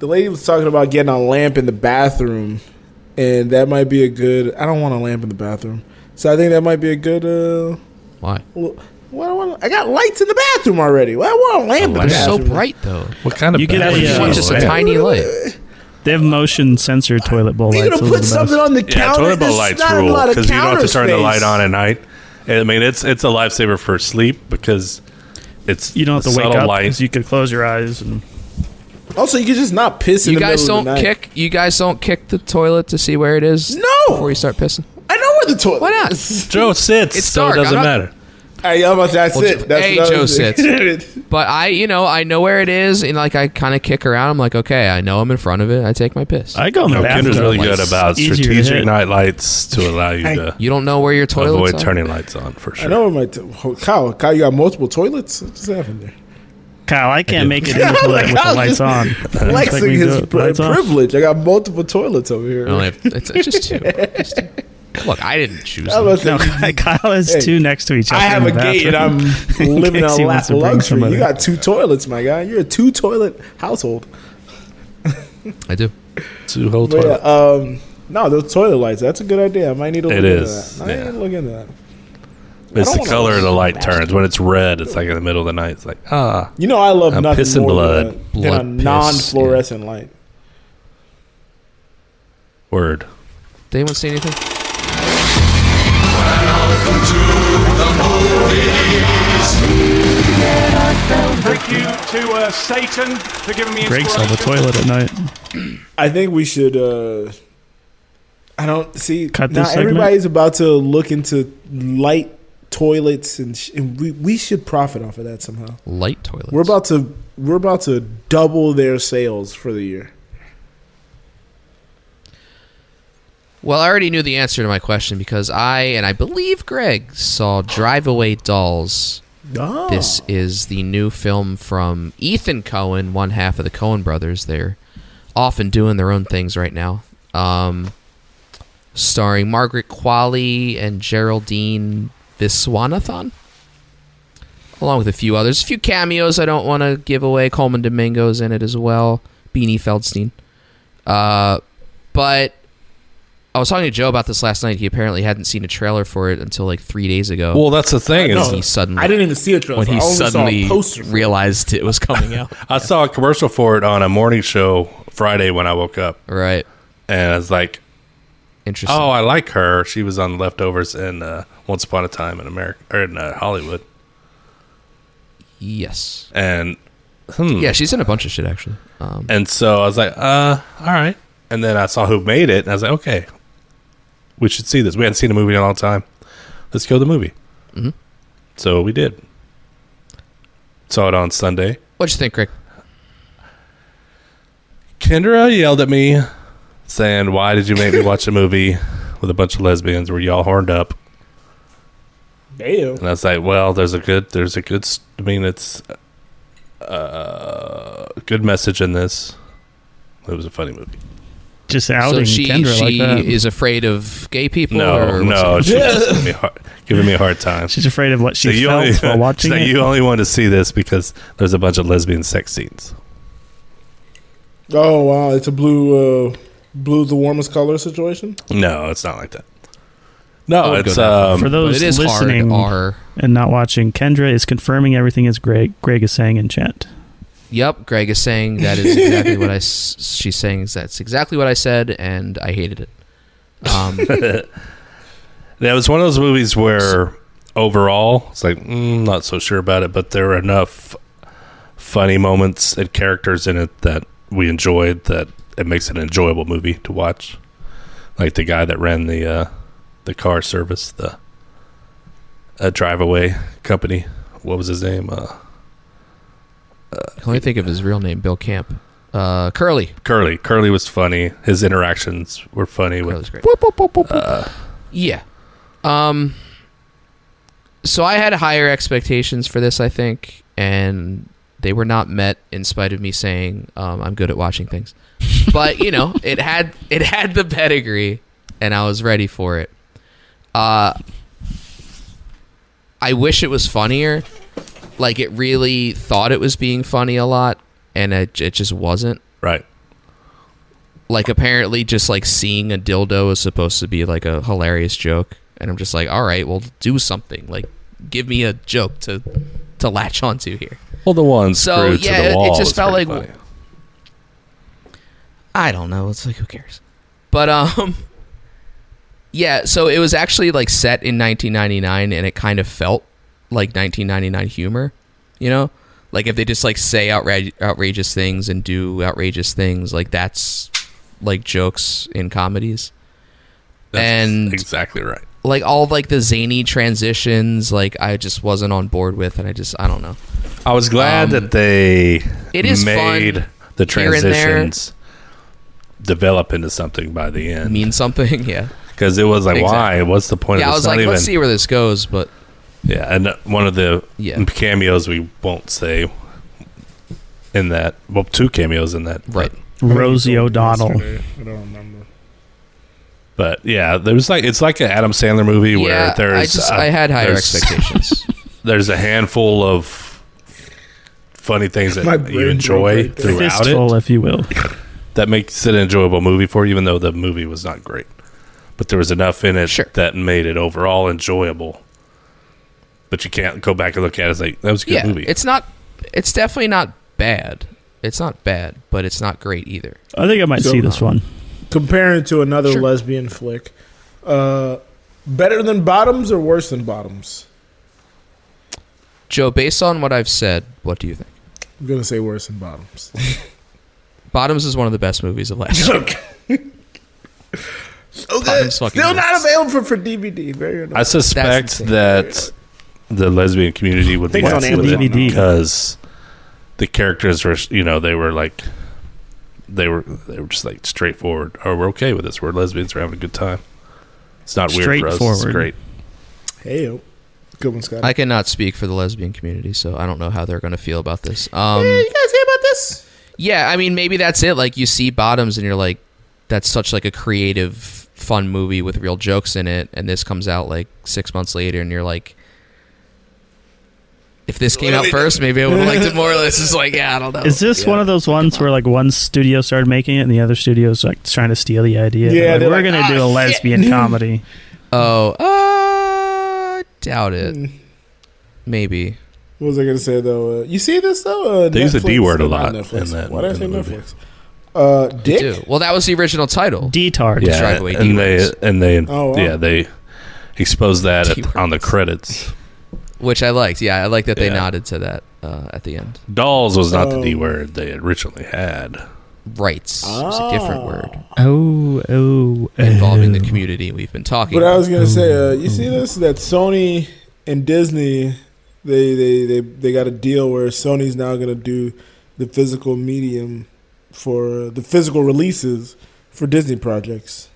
[SPEAKER 1] the lady was talking about getting a lamp in the bathroom, and that might be a good. I don't want a lamp in the bathroom, so I think that might be a good. Uh,
[SPEAKER 6] Why?
[SPEAKER 1] well, what I, want, I got lights in the bathroom already. Why do I want a lamp in
[SPEAKER 6] They're
[SPEAKER 1] the
[SPEAKER 6] so
[SPEAKER 1] bathroom?
[SPEAKER 6] bright though.
[SPEAKER 4] what kind of
[SPEAKER 5] You get
[SPEAKER 4] bad
[SPEAKER 5] a,
[SPEAKER 4] is
[SPEAKER 5] uh,
[SPEAKER 4] that?
[SPEAKER 5] Yeah.
[SPEAKER 6] Just a
[SPEAKER 4] Yeah.
[SPEAKER 6] tiny light.
[SPEAKER 5] They have motion sensor toilet bowl
[SPEAKER 1] You're
[SPEAKER 5] lights.
[SPEAKER 1] gonna
[SPEAKER 5] Those are
[SPEAKER 1] put
[SPEAKER 5] the
[SPEAKER 1] something
[SPEAKER 5] best.
[SPEAKER 1] on the
[SPEAKER 4] Yeah,
[SPEAKER 1] counter.
[SPEAKER 4] toilet bowl
[SPEAKER 1] There's
[SPEAKER 4] lights
[SPEAKER 1] not a
[SPEAKER 4] rule
[SPEAKER 1] lot of
[SPEAKER 4] because you don't have to
[SPEAKER 1] counter
[SPEAKER 4] turn the light
[SPEAKER 1] space.
[SPEAKER 4] on at night. I mean, it's it's a lifesaver for sleep because it's
[SPEAKER 5] You don't have to wake
[SPEAKER 4] subtle
[SPEAKER 5] up
[SPEAKER 4] light.
[SPEAKER 5] because you could close your eyes and
[SPEAKER 1] Also, you can just not piss in
[SPEAKER 6] You
[SPEAKER 1] the
[SPEAKER 6] guys
[SPEAKER 1] middle of
[SPEAKER 6] don't
[SPEAKER 1] the night.
[SPEAKER 6] kick. You guys don't kick the toilet to see where it is.
[SPEAKER 1] No!
[SPEAKER 6] Before you start pissing.
[SPEAKER 1] I know where the toilet.
[SPEAKER 6] Why not?
[SPEAKER 1] is.
[SPEAKER 4] Joe sits,
[SPEAKER 6] It's
[SPEAKER 4] so
[SPEAKER 6] dark,
[SPEAKER 4] it doesn't
[SPEAKER 6] I'm not-
[SPEAKER 4] matter.
[SPEAKER 1] Hey, I'm about to, that's
[SPEAKER 6] Well,
[SPEAKER 1] it. That's
[SPEAKER 6] hey,
[SPEAKER 1] another
[SPEAKER 6] Joe
[SPEAKER 1] thing.
[SPEAKER 6] But I, you know, I know where it is, and like I kind of kick around. I'm like, okay, I know I'm in front of it. I take my piss.
[SPEAKER 5] I go in the
[SPEAKER 4] No,
[SPEAKER 5] bathroom.
[SPEAKER 4] Kendra's really
[SPEAKER 5] like,
[SPEAKER 4] good
[SPEAKER 5] it's
[SPEAKER 4] about
[SPEAKER 5] easier to
[SPEAKER 4] strategic
[SPEAKER 5] hit.
[SPEAKER 4] night lights to allow you to
[SPEAKER 6] you don't know where your toilet.
[SPEAKER 4] avoid turning lights on for
[SPEAKER 1] I
[SPEAKER 4] sure.
[SPEAKER 1] know where my t- oh, Kyle. Kyle, you got multiple toilets. What's happening there?
[SPEAKER 5] Kyle, I can't
[SPEAKER 4] do.
[SPEAKER 5] make it in the toilet with the
[SPEAKER 1] Kyle's
[SPEAKER 5] lights
[SPEAKER 1] just
[SPEAKER 5] on. Like,
[SPEAKER 1] flexing
[SPEAKER 5] we do
[SPEAKER 1] his
[SPEAKER 5] it with
[SPEAKER 1] pri-
[SPEAKER 5] lights on.
[SPEAKER 1] privilege. I got multiple toilets over here.
[SPEAKER 6] I only have, it's it's just two. Just two. Look, I didn't choose.
[SPEAKER 1] I
[SPEAKER 6] them.
[SPEAKER 1] was
[SPEAKER 5] No,
[SPEAKER 1] like,
[SPEAKER 5] Kyle has
[SPEAKER 1] Hey,
[SPEAKER 5] two next to each other.
[SPEAKER 1] I have a
[SPEAKER 5] in the
[SPEAKER 1] gate and I'm
[SPEAKER 5] bathroom. In
[SPEAKER 1] living
[SPEAKER 5] case
[SPEAKER 1] a
[SPEAKER 5] he
[SPEAKER 1] lap
[SPEAKER 5] wants
[SPEAKER 1] of
[SPEAKER 5] to bring
[SPEAKER 1] luxury.
[SPEAKER 5] somebody.
[SPEAKER 1] You got two toilets, my guy. You're a two toilet household.
[SPEAKER 6] I do.
[SPEAKER 4] Two whole
[SPEAKER 1] But yeah,
[SPEAKER 4] toilet.
[SPEAKER 1] um, no, those toilet lights. That's a good idea. I might need to look
[SPEAKER 4] It
[SPEAKER 1] into
[SPEAKER 4] is,
[SPEAKER 1] that. I need to look into that. I
[SPEAKER 4] It's
[SPEAKER 1] don't
[SPEAKER 4] the
[SPEAKER 1] wanna
[SPEAKER 4] color of the light
[SPEAKER 1] bastard.
[SPEAKER 4] turns. When it's red, it's like in the middle of the night. It's like ah.
[SPEAKER 1] You know, I love
[SPEAKER 4] I'm
[SPEAKER 1] nothing
[SPEAKER 4] pissing
[SPEAKER 1] more
[SPEAKER 4] blood.
[SPEAKER 1] than a,
[SPEAKER 4] Blood
[SPEAKER 1] than a
[SPEAKER 4] piss,
[SPEAKER 1] non-fluorescent light.
[SPEAKER 4] Word.
[SPEAKER 6] Did anyone see anything?
[SPEAKER 2] Thank you to uh, Satan for giving me
[SPEAKER 5] Greg's on the toilet at night.
[SPEAKER 1] I think we should. uh I don't see.
[SPEAKER 5] Cut
[SPEAKER 1] now
[SPEAKER 5] this segment?
[SPEAKER 1] everybody's about to look into light toilets, and, sh- and we we should profit off of that somehow.
[SPEAKER 6] Light toilet.
[SPEAKER 1] We're about to we're about to double their sales for the year.
[SPEAKER 6] Well, I already knew the answer to my question because I and I believe Greg saw Drive Away Dolls.
[SPEAKER 1] Oh.
[SPEAKER 6] This is the new film from Ethan Cohen, one half of the Cohen brothers. They're often doing their own things right now. Um, starring Margaret Qualley and Geraldine Viswanathan, along with a few others. A few cameos I don't want to give away. Coleman Domingo's in it as well. Beanie Feldstein. Uh, but I was talking to Joe about this last night. He apparently hadn't seen a trailer for it until like three days ago.
[SPEAKER 4] Well, that's the thing.
[SPEAKER 6] When
[SPEAKER 4] is
[SPEAKER 6] he suddenly
[SPEAKER 1] I didn't even see a trailer.
[SPEAKER 6] when
[SPEAKER 1] for it.
[SPEAKER 6] he
[SPEAKER 1] I only
[SPEAKER 6] suddenly
[SPEAKER 1] saw a poster. for it.
[SPEAKER 6] realized it was coming out.
[SPEAKER 4] I saw a commercial for it on a morning show Friday when I woke up,
[SPEAKER 6] right.
[SPEAKER 4] and I was like,
[SPEAKER 6] Interesting.
[SPEAKER 4] "Oh, I like her. She was on Leftovers and uh, Once Upon a Time in America or in uh, Hollywood."
[SPEAKER 6] Yes.
[SPEAKER 4] And hmm.
[SPEAKER 6] Yeah, she's in a bunch of shit actually. Um,
[SPEAKER 4] and so I was like, "Uh, all right." And then I saw who made it, and I was like, "Okay, we should see this. We hadn't seen a movie in a long time. Let's go to the movie."
[SPEAKER 6] Mhm.
[SPEAKER 4] So we did. Saw it on Sunday.
[SPEAKER 6] what'd you think, Rick?
[SPEAKER 4] Kendra yelled at me saying, Why did you make me watch a movie with a bunch of lesbians? Were y'all horned up?
[SPEAKER 1] Damn.
[SPEAKER 4] And I was like, Well, there's a good, there's a good, s- I mean, it's uh, a good message in this. It was a funny movie.
[SPEAKER 5] Just outing
[SPEAKER 6] so she
[SPEAKER 5] Kendra
[SPEAKER 6] she
[SPEAKER 5] like that.
[SPEAKER 6] is afraid of gay people.
[SPEAKER 4] No,
[SPEAKER 6] or what's
[SPEAKER 4] no,
[SPEAKER 6] it-
[SPEAKER 4] she's just giving me, a hard, giving me a hard time.
[SPEAKER 5] She's afraid of what she felt
[SPEAKER 4] only,
[SPEAKER 5] while watching
[SPEAKER 4] she's like,
[SPEAKER 5] it.
[SPEAKER 4] you only want to see this because there's a bunch of lesbian sex scenes.
[SPEAKER 1] Oh wow, it's a blue. uh Blue, the warmest color situation.
[SPEAKER 4] No, it's not like that. No,
[SPEAKER 6] I would go
[SPEAKER 4] it's
[SPEAKER 6] down
[SPEAKER 4] um,
[SPEAKER 5] For
[SPEAKER 6] but
[SPEAKER 5] those
[SPEAKER 6] it is
[SPEAKER 5] listening
[SPEAKER 6] hard. R.
[SPEAKER 5] and not watching, Kendra is confirming everything as Greg Greg is saying in chat.
[SPEAKER 6] Yep, Greg is saying that is exactly what I. s- She's saying is that's exactly what I said, and I hated it. Um,
[SPEAKER 4] That was one of those movies where overall it's like mm, not so sure about it, but there were enough funny moments and characters in it that we enjoyed that it makes it an enjoyable movie to watch. Like the guy that ran the uh, the car service, the uh, drive away company. What was his name? Uh,
[SPEAKER 6] I can only think of his real name, Bill Camp. Uh, Curly.
[SPEAKER 4] Curly. Curly was funny. His interactions were funny
[SPEAKER 6] Curly's
[SPEAKER 4] with
[SPEAKER 6] great. Uh, Yeah. Um so I had higher expectations for this, I think, and they were not met in spite of me saying um, I'm good at watching things. But, you know, it had it had the pedigree and I was ready for it. Uh I wish it was funnier. Like it really thought it was being funny a lot and it, it just wasn't
[SPEAKER 4] right.
[SPEAKER 6] like apparently just like seeing a dildo is supposed to be like a hilarious joke and i'm just like all right well do something like give me a joke to to latch onto here
[SPEAKER 4] Well, the one
[SPEAKER 6] So,
[SPEAKER 4] screwed
[SPEAKER 6] yeah, it-
[SPEAKER 4] to the
[SPEAKER 6] it
[SPEAKER 4] wall.
[SPEAKER 6] just
[SPEAKER 4] was
[SPEAKER 6] felt
[SPEAKER 4] pretty
[SPEAKER 6] like-
[SPEAKER 4] funny.
[SPEAKER 6] i don't know it's like who cares but um yeah so it was actually like set in 1999 and it kind of felt like 1999 humor you know like if they just like say outrage- outrageous things and do outrageous things like that's like jokes in comedies
[SPEAKER 4] That's
[SPEAKER 6] And-
[SPEAKER 4] exactly right.
[SPEAKER 6] like all like the zany transitions like i just wasn't on board with and i just i don't know
[SPEAKER 4] I was glad
[SPEAKER 6] Um,
[SPEAKER 4] that they
[SPEAKER 6] it is
[SPEAKER 4] made
[SPEAKER 6] fun
[SPEAKER 4] the
[SPEAKER 6] here and there.
[SPEAKER 4] transitions develop into something by the end
[SPEAKER 6] mean something yeah
[SPEAKER 4] because it was like why
[SPEAKER 6] Exactly.
[SPEAKER 4] what's the point
[SPEAKER 6] yeah
[SPEAKER 4] of
[SPEAKER 6] i
[SPEAKER 4] this
[SPEAKER 6] was
[SPEAKER 4] Not
[SPEAKER 6] like
[SPEAKER 4] even
[SPEAKER 6] let's see where this goes but
[SPEAKER 4] yeah and one of the
[SPEAKER 6] Yeah.
[SPEAKER 4] cameos we won't say in that well two cameos in that
[SPEAKER 6] right
[SPEAKER 5] Rosie O'Donnell.
[SPEAKER 1] Yesterday, I don't remember.
[SPEAKER 4] but yeah there was like it's like an Adam Sandler movie
[SPEAKER 6] yeah
[SPEAKER 4] where there's
[SPEAKER 6] i just
[SPEAKER 4] a-
[SPEAKER 6] i had higher
[SPEAKER 4] there's-
[SPEAKER 6] expectations
[SPEAKER 4] there's a handful of funny things
[SPEAKER 1] My
[SPEAKER 4] that
[SPEAKER 1] brain
[SPEAKER 4] you enjoy
[SPEAKER 1] broke right there.
[SPEAKER 4] throughout it
[SPEAKER 5] Fistful, if you will.
[SPEAKER 4] that makes it an enjoyable movie for you, even though the movie was not great. But there was enough in it that made it overall enjoyable. But you can't go back and look at it as like that was a good
[SPEAKER 6] yeah,
[SPEAKER 4] movie.
[SPEAKER 6] it's not. It's definitely not bad. It's not bad, but it's not great either.
[SPEAKER 5] I think I might see this one.
[SPEAKER 1] Comparing to another lesbian flick, uh, better than Bottoms or worse than Bottoms?
[SPEAKER 6] Joe, based on what I've said, what do you think?
[SPEAKER 1] I'm gonna say worse than Bottoms.
[SPEAKER 6] Bottoms is one of the best movies of last year.
[SPEAKER 1] so good.
[SPEAKER 6] Bottoms
[SPEAKER 1] Still
[SPEAKER 6] fucking
[SPEAKER 1] not available for DVD. Very annoying.
[SPEAKER 4] I suspect that the lesbian community would be
[SPEAKER 1] Think it's on
[SPEAKER 4] happy with
[SPEAKER 1] Amazon
[SPEAKER 4] it
[SPEAKER 1] now.
[SPEAKER 4] because the characters were, you know, they were like, they were they were just like straightforward. Oh, we're okay with this. We're lesbians. We're having a good time. It's not weird for us. It's
[SPEAKER 6] Straightforward.
[SPEAKER 4] great.
[SPEAKER 1] Hey, yo. good one, Scott.
[SPEAKER 6] I cannot speak for the lesbian community, so I don't know how they're going to feel about this. Um,
[SPEAKER 1] Hey, you guys hear about this?
[SPEAKER 6] Yeah, I mean, maybe that's it. Like, you see Bottoms, and you're like, that's such like a creative, fun movie with real jokes in it, and this comes out like six months later, and you're like, if this came out first, maybe I would have liked it more. This is like, Oh, yeah, I don't know.
[SPEAKER 5] Is this one of those ones where like one studio started making it and the other studio's like trying to steal the idea? They're
[SPEAKER 6] Yeah,
[SPEAKER 5] like,
[SPEAKER 6] they're
[SPEAKER 5] we're
[SPEAKER 6] like,
[SPEAKER 5] gonna
[SPEAKER 6] "Ah,
[SPEAKER 5] do a
[SPEAKER 6] shit."
[SPEAKER 5] lesbian comedy.
[SPEAKER 6] Oh, uh, doubt
[SPEAKER 1] Hmm.
[SPEAKER 6] it. Maybe.
[SPEAKER 1] What was I gonna say though? Uh, you see this though? Uh,
[SPEAKER 6] They use the D word a
[SPEAKER 1] Not
[SPEAKER 6] lot
[SPEAKER 1] Netflix.
[SPEAKER 6] in that-
[SPEAKER 1] Why did I
[SPEAKER 6] in
[SPEAKER 1] say
[SPEAKER 6] the movie.
[SPEAKER 1] Netflix? Uh,
[SPEAKER 6] They
[SPEAKER 1] Dick.
[SPEAKER 6] do. Well, that was the original title.
[SPEAKER 5] Detard.
[SPEAKER 4] Yeah,
[SPEAKER 6] Drive away
[SPEAKER 4] and they
[SPEAKER 6] D-words.
[SPEAKER 4] and they
[SPEAKER 6] Oh, wow.
[SPEAKER 4] yeah they exposed that at, on the credits.
[SPEAKER 6] which I liked. Yeah, I like that they
[SPEAKER 4] Yeah.
[SPEAKER 6] nodded to that uh, at the end.
[SPEAKER 4] Dolls was not the D
[SPEAKER 6] Oh.
[SPEAKER 4] word they originally had.
[SPEAKER 6] Rights was a
[SPEAKER 1] Ah.
[SPEAKER 6] different word
[SPEAKER 5] Oh, oh,
[SPEAKER 6] involving the community we've been talking.
[SPEAKER 1] But I was
[SPEAKER 6] about.
[SPEAKER 1] gonna say, uh, you see this that Sony and Disney, they they they they got a deal where Sony's now gonna do the physical medium for the physical releases for Disney projects.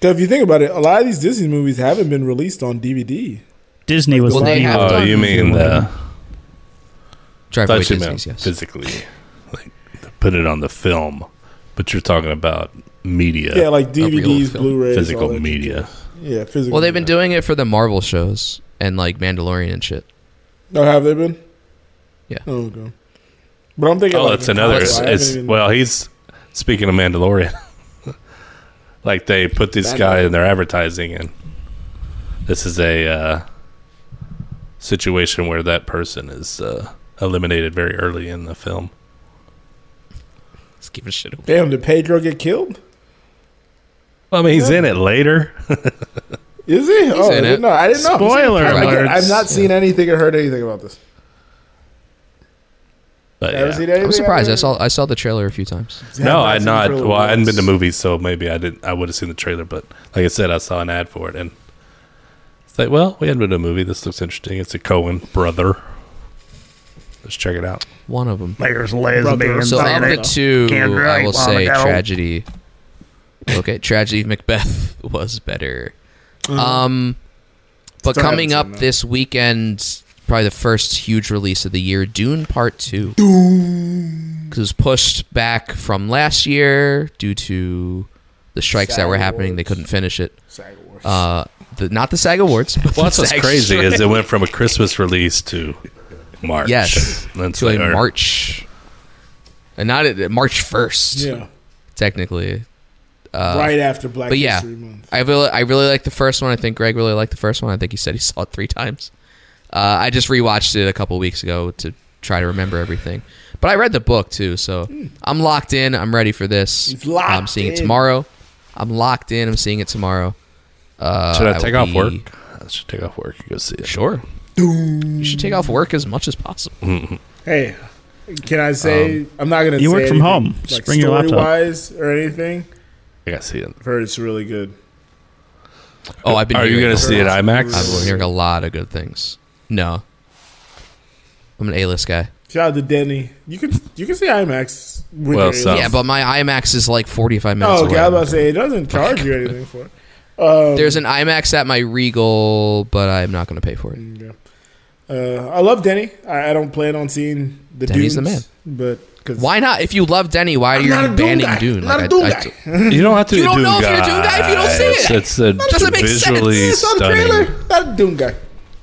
[SPEAKER 1] 'Cause if you think about it, a lot of these Disney movies haven't been released on DVD.
[SPEAKER 5] Disney was
[SPEAKER 1] Well,
[SPEAKER 5] the
[SPEAKER 1] they
[SPEAKER 5] D
[SPEAKER 1] have
[SPEAKER 5] word.
[SPEAKER 1] done-
[SPEAKER 4] Oh, you mean the
[SPEAKER 6] Drive
[SPEAKER 4] Thought
[SPEAKER 6] Away
[SPEAKER 4] you
[SPEAKER 6] Disney's, yes.
[SPEAKER 4] physically, like put it on the film, but you're talking about media.
[SPEAKER 1] Yeah, like DVDs,
[SPEAKER 4] film.
[SPEAKER 1] Blu-rays, all
[SPEAKER 4] physical
[SPEAKER 1] that
[SPEAKER 4] media.
[SPEAKER 1] Yeah, physical.
[SPEAKER 6] Well, they've been doing it for the Marvel shows and like Mandalorian and shit.
[SPEAKER 1] Oh, have they been?
[SPEAKER 6] Yeah.
[SPEAKER 1] Oh, okay. But I'm thinking.
[SPEAKER 4] Oh,
[SPEAKER 1] like,
[SPEAKER 4] it's another.
[SPEAKER 1] I
[SPEAKER 4] It's,
[SPEAKER 1] haven't
[SPEAKER 4] it's-
[SPEAKER 1] even-
[SPEAKER 4] well, he's speaking of Mandalorian. like they put this
[SPEAKER 1] Bad
[SPEAKER 4] guy
[SPEAKER 1] man.
[SPEAKER 4] in their advertising, and this is a uh, situation where that person is uh, eliminated very early in the film.
[SPEAKER 6] Let's give a shit. away.
[SPEAKER 1] Damn, did Pedro get killed?
[SPEAKER 4] I mean, he's in it later.
[SPEAKER 1] Is he? oh, I
[SPEAKER 4] in
[SPEAKER 1] didn't
[SPEAKER 4] it.
[SPEAKER 1] know. I didn't know.
[SPEAKER 4] Spoiler
[SPEAKER 1] I,
[SPEAKER 4] alerts.
[SPEAKER 1] I've not seen anything or heard anything about this.
[SPEAKER 4] But,
[SPEAKER 1] Haven't
[SPEAKER 4] yeah.
[SPEAKER 1] seen anything
[SPEAKER 6] I'm surprised. I
[SPEAKER 1] about
[SPEAKER 6] saw I saw the trailer a few times.
[SPEAKER 4] No, I had
[SPEAKER 1] seen the
[SPEAKER 4] not.
[SPEAKER 1] trailer
[SPEAKER 4] Well, I hadn't been to
[SPEAKER 1] once.
[SPEAKER 4] movies, so maybe I didn't. I would have seen the trailer, but like I said, I saw an ad for it, and it's like, well, we hadn't been to a movie. This looks interesting. It's a Cohen brother. Let's check it out.
[SPEAKER 6] One of them.
[SPEAKER 5] There's lesbians
[SPEAKER 6] So
[SPEAKER 5] in
[SPEAKER 6] of the
[SPEAKER 5] it.
[SPEAKER 6] two,
[SPEAKER 5] Can't
[SPEAKER 6] I
[SPEAKER 5] really
[SPEAKER 6] will
[SPEAKER 5] wanna
[SPEAKER 6] say
[SPEAKER 5] go.
[SPEAKER 6] tragedy. Okay, tragedy of Macbeth was better.
[SPEAKER 5] Mhm.
[SPEAKER 6] Um, but
[SPEAKER 5] Still haven't
[SPEAKER 6] coming
[SPEAKER 5] seen
[SPEAKER 6] up
[SPEAKER 5] that.
[SPEAKER 6] this weekend, probably the first huge release of the year, Dune Part Two. Because it was pushed back from last year due to the strikes that were happening. They couldn't finish it. SAG Awards. Uh, the, not the SAG Awards. But
[SPEAKER 4] Well, that's
[SPEAKER 6] the
[SPEAKER 4] what's
[SPEAKER 6] SAG
[SPEAKER 4] crazy
[SPEAKER 6] strike.
[SPEAKER 4] is it went from a Christmas release to March.
[SPEAKER 6] Yes,
[SPEAKER 4] And it's
[SPEAKER 6] to
[SPEAKER 4] like,
[SPEAKER 6] a
[SPEAKER 4] all right.
[SPEAKER 6] March, and not at, at March first.
[SPEAKER 1] Yeah.
[SPEAKER 6] technically, uh,
[SPEAKER 1] Right after Black
[SPEAKER 6] But yeah,
[SPEAKER 1] History Month.
[SPEAKER 6] I really, I really like the first one. I think Greg really liked the first one. I think he said he saw it three times. Uh, I just rewatched it a couple weeks ago to try to remember everything. But I read the book too, so I'm locked in. I'm ready for this.
[SPEAKER 1] Hmm. locked
[SPEAKER 6] I'm seeing
[SPEAKER 1] in.
[SPEAKER 6] it tomorrow. I'm locked in. I'm seeing it tomorrow. Uh,
[SPEAKER 4] Should I
[SPEAKER 6] will
[SPEAKER 4] take off
[SPEAKER 6] be-
[SPEAKER 4] work? I should take off work and go see it.
[SPEAKER 6] Sure. You should take off work as much as possible.
[SPEAKER 1] Hey, can I say
[SPEAKER 6] Um,
[SPEAKER 1] I'm not gonna?
[SPEAKER 6] you
[SPEAKER 1] say
[SPEAKER 6] work from
[SPEAKER 1] anything,
[SPEAKER 6] home.
[SPEAKER 1] Like
[SPEAKER 6] Just bring your laptop.
[SPEAKER 1] story-wise or anything.
[SPEAKER 4] I got to see it.
[SPEAKER 1] I've heard it's really good.
[SPEAKER 6] Oh, I've been.
[SPEAKER 4] Are you
[SPEAKER 6] hearing
[SPEAKER 4] gonna
[SPEAKER 6] a
[SPEAKER 4] see it
[SPEAKER 6] lot-
[SPEAKER 4] IMAX?
[SPEAKER 6] I've been hearing a lot of good things. No, I'm an A-list guy.
[SPEAKER 1] Shout out to Denny. You can you can see IMAX. With your-
[SPEAKER 4] Oh.
[SPEAKER 6] yeah, but my IMAX is like 45 minutes.
[SPEAKER 1] oh, okay.
[SPEAKER 6] away.
[SPEAKER 1] I was about to say it doesn't charge you anything for it. Um,
[SPEAKER 6] There's an IMAX at my Regal, but I'm not going to pay for it.
[SPEAKER 1] Mm. Uh, I love Denny. I, I don't plan on seeing the
[SPEAKER 6] Denny's the
[SPEAKER 1] Dunes, But cause
[SPEAKER 6] Why not? If you love Denny, why are you
[SPEAKER 1] not a Dune
[SPEAKER 6] banning
[SPEAKER 1] guy.
[SPEAKER 6] Dune?
[SPEAKER 1] I'm not a Dune guy.
[SPEAKER 4] You don't have to
[SPEAKER 6] You
[SPEAKER 4] be a
[SPEAKER 6] don't
[SPEAKER 4] Dune
[SPEAKER 6] know if you're a Dune guy if you don't see
[SPEAKER 4] It's-
[SPEAKER 6] it.
[SPEAKER 4] It's a
[SPEAKER 6] That doesn't make sense.
[SPEAKER 4] visually
[SPEAKER 6] It's
[SPEAKER 1] Not a
[SPEAKER 4] stunning.
[SPEAKER 1] trailer. Not a Doom guy.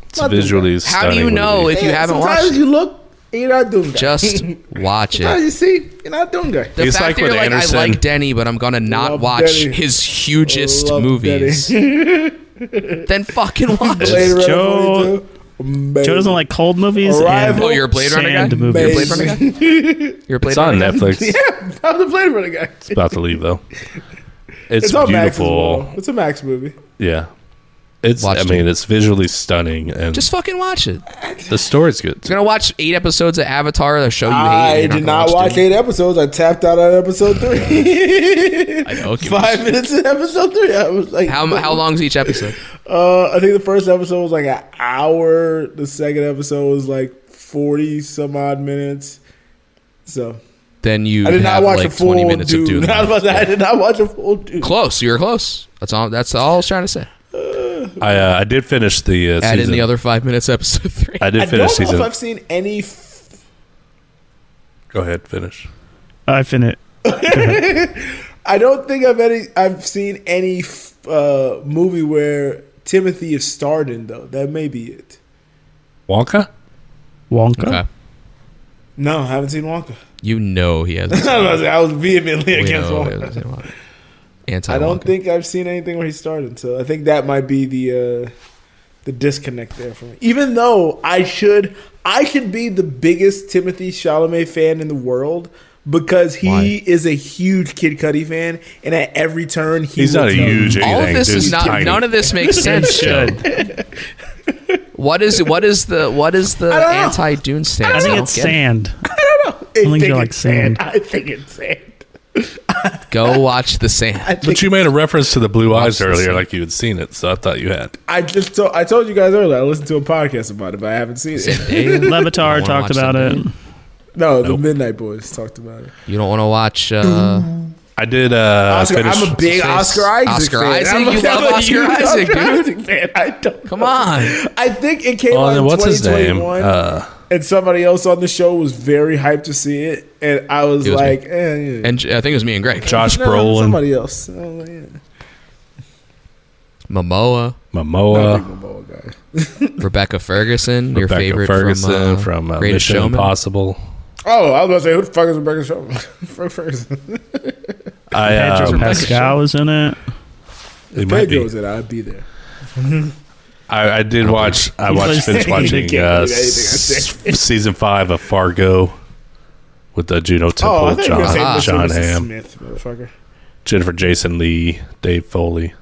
[SPEAKER 4] It's visually
[SPEAKER 6] How do you
[SPEAKER 4] stunning
[SPEAKER 6] know
[SPEAKER 4] movie.
[SPEAKER 6] if you haven't
[SPEAKER 1] sometimes
[SPEAKER 6] watched it?
[SPEAKER 1] you look You're not doing that.
[SPEAKER 6] Just watch
[SPEAKER 1] No,
[SPEAKER 6] it.
[SPEAKER 1] you see, you're not doing good.
[SPEAKER 6] The fact that you're like, I like Denny, but I'm gonna not
[SPEAKER 1] Love
[SPEAKER 6] watch
[SPEAKER 1] Denny.
[SPEAKER 6] his hugest
[SPEAKER 1] Love
[SPEAKER 6] movies. then fucking watch
[SPEAKER 1] Blade Runner
[SPEAKER 5] Joe-
[SPEAKER 1] 42, amazing.
[SPEAKER 5] Joe doesn't like cold movies.
[SPEAKER 1] Arrival,
[SPEAKER 5] and
[SPEAKER 6] Oh, you're a Blade Runner
[SPEAKER 5] sand
[SPEAKER 6] guy?
[SPEAKER 5] Movies.
[SPEAKER 6] You're a Blade Runner guy? You're a Blade
[SPEAKER 4] It's on
[SPEAKER 6] Runner guy?
[SPEAKER 4] Netflix.
[SPEAKER 1] yeah, I'm the Blade Runner guy.
[SPEAKER 4] It's about to leave though. It's,
[SPEAKER 1] on Max as well.
[SPEAKER 4] beautiful.
[SPEAKER 1] It's a Max movie.
[SPEAKER 4] Yeah. It's
[SPEAKER 6] Watch
[SPEAKER 4] I
[SPEAKER 6] it.
[SPEAKER 4] mean, it's visually stunning and
[SPEAKER 6] Just fucking watch it. You're
[SPEAKER 4] the story's good.
[SPEAKER 6] gonna watch eight episodes of Avatar, the show you hate. and
[SPEAKER 1] I
[SPEAKER 6] you're
[SPEAKER 1] did
[SPEAKER 6] gonna
[SPEAKER 1] not watch
[SPEAKER 6] Dune.
[SPEAKER 1] eight episodes. I tapped out at episode three.
[SPEAKER 6] I know, it can be-
[SPEAKER 1] Five minutes in episode three. I was like,
[SPEAKER 6] How how long's each episode?
[SPEAKER 1] Uh, I think the first episode was like an hour. The second episode was like forty some odd minutes. So
[SPEAKER 6] Then you
[SPEAKER 1] I did not
[SPEAKER 6] have
[SPEAKER 1] watch
[SPEAKER 6] like
[SPEAKER 1] a full
[SPEAKER 6] 20 minutes
[SPEAKER 1] dude.
[SPEAKER 6] of Dune.
[SPEAKER 1] I, was about to say, I did not watch a full dude.
[SPEAKER 6] Close, you're close. That's all. That's all I was trying to say.
[SPEAKER 4] I uh, I did finish the uh,
[SPEAKER 6] Add in
[SPEAKER 4] season.
[SPEAKER 6] the other five minutes, episode three.
[SPEAKER 4] I did
[SPEAKER 1] I don't know
[SPEAKER 4] finish season.
[SPEAKER 1] if I've seen any. F-
[SPEAKER 4] Go ahead, finish.
[SPEAKER 5] I finished.
[SPEAKER 1] I don't think I've any. I've seen any f- uh, movie where Timothy is starred in though. That may be it.
[SPEAKER 4] Wonka?
[SPEAKER 5] Wonka.
[SPEAKER 6] Okay.
[SPEAKER 1] No, I haven't seen Wonka.
[SPEAKER 6] Uh, You know he has.
[SPEAKER 1] I was- I was vehemently against Wonka.
[SPEAKER 6] Anti.
[SPEAKER 1] I don't think I've seen anything where he started, so I think that might be the uh, the disconnect there for me. Even though I should, I should be the biggest Timothy Chalamet fan in the world because he
[SPEAKER 6] Why?
[SPEAKER 1] is a huge Kid Cudi fan, and at every turn he
[SPEAKER 4] He's
[SPEAKER 1] will
[SPEAKER 4] not a
[SPEAKER 1] tell you.
[SPEAKER 4] huge anything.
[SPEAKER 6] All of this
[SPEAKER 4] dude's
[SPEAKER 6] is not.
[SPEAKER 4] tiny.
[SPEAKER 6] None of this makes sense. Joe. What is what is the what is the
[SPEAKER 1] don't know.
[SPEAKER 6] anti Dune stance?
[SPEAKER 5] I think
[SPEAKER 6] don't
[SPEAKER 5] it's
[SPEAKER 6] get it.
[SPEAKER 5] sand.
[SPEAKER 1] I
[SPEAKER 5] think
[SPEAKER 1] think
[SPEAKER 5] you like
[SPEAKER 1] it's sand.
[SPEAKER 5] sand.
[SPEAKER 1] I think it's sand.
[SPEAKER 6] Go watch the sand.
[SPEAKER 4] But you made a reference to the blue eyes
[SPEAKER 6] this
[SPEAKER 4] earlier,
[SPEAKER 6] thing.
[SPEAKER 4] like you had seen it, so I thought you had.
[SPEAKER 1] I just told I told you guys earlier. I listened to a podcast about it, but I haven't seen it.
[SPEAKER 6] I
[SPEAKER 5] Levitar
[SPEAKER 6] wanna
[SPEAKER 5] talked
[SPEAKER 6] watch
[SPEAKER 5] about
[SPEAKER 6] that
[SPEAKER 5] it.
[SPEAKER 1] No, the Midnight Boys talked about it.
[SPEAKER 6] You don't want to watch. Uh,
[SPEAKER 4] I did. Uh,
[SPEAKER 1] Oscar,
[SPEAKER 4] finish,
[SPEAKER 1] I'm a big
[SPEAKER 6] face-
[SPEAKER 1] Oscar Isaac
[SPEAKER 6] Oscar
[SPEAKER 1] fan.
[SPEAKER 6] Isaac?
[SPEAKER 1] I'm a-
[SPEAKER 6] You
[SPEAKER 1] I'm
[SPEAKER 6] love
[SPEAKER 1] a
[SPEAKER 6] Oscar
[SPEAKER 1] huge
[SPEAKER 6] Isaac,
[SPEAKER 1] Oscar Isaac fan. I don't
[SPEAKER 6] come
[SPEAKER 1] know.
[SPEAKER 6] on.
[SPEAKER 1] I think it came
[SPEAKER 4] Oh,
[SPEAKER 1] out
[SPEAKER 4] and
[SPEAKER 1] in
[SPEAKER 4] what's his name?
[SPEAKER 1] 2021,
[SPEAKER 4] Uh,
[SPEAKER 1] and somebody else on the show was very hyped to see it, and I was,
[SPEAKER 6] It was me.
[SPEAKER 1] like, eh, yeah.
[SPEAKER 6] And I think it was me and Greg.
[SPEAKER 4] Josh
[SPEAKER 1] No,
[SPEAKER 4] Brolin,
[SPEAKER 1] somebody else. I was like, yeah.
[SPEAKER 6] Momoa,
[SPEAKER 1] I
[SPEAKER 4] Momoa,
[SPEAKER 1] think I'm old guy.
[SPEAKER 6] Rebecca Ferguson, your
[SPEAKER 4] Rebecca
[SPEAKER 6] favorite
[SPEAKER 4] Ferguson
[SPEAKER 6] from, uh,
[SPEAKER 4] uh,
[SPEAKER 6] Greatest
[SPEAKER 4] Mission
[SPEAKER 6] Showman.
[SPEAKER 4] Impossible.
[SPEAKER 1] Oh, I was about to say, who the fuck is Rebecca Sherman? Frank Ferguson.
[SPEAKER 4] I
[SPEAKER 6] Uh,
[SPEAKER 5] Pedro
[SPEAKER 4] um,
[SPEAKER 5] Pascal was in it.
[SPEAKER 4] it might
[SPEAKER 1] If
[SPEAKER 4] be.
[SPEAKER 1] goes it, I'd be there.
[SPEAKER 4] I, I did watch. I watched.
[SPEAKER 5] He's
[SPEAKER 4] Finished
[SPEAKER 1] like, "You
[SPEAKER 4] watching
[SPEAKER 1] can't
[SPEAKER 4] uh,
[SPEAKER 1] believe anything I
[SPEAKER 4] s- season five of Fargo with the Juno Temple,
[SPEAKER 1] Oh, I think you're
[SPEAKER 4] John,
[SPEAKER 1] going to say
[SPEAKER 4] John
[SPEAKER 1] Mr.
[SPEAKER 4] Hamm,
[SPEAKER 1] Smith, motherfucker.
[SPEAKER 4] Jennifer Jason Lee, Dave Foley.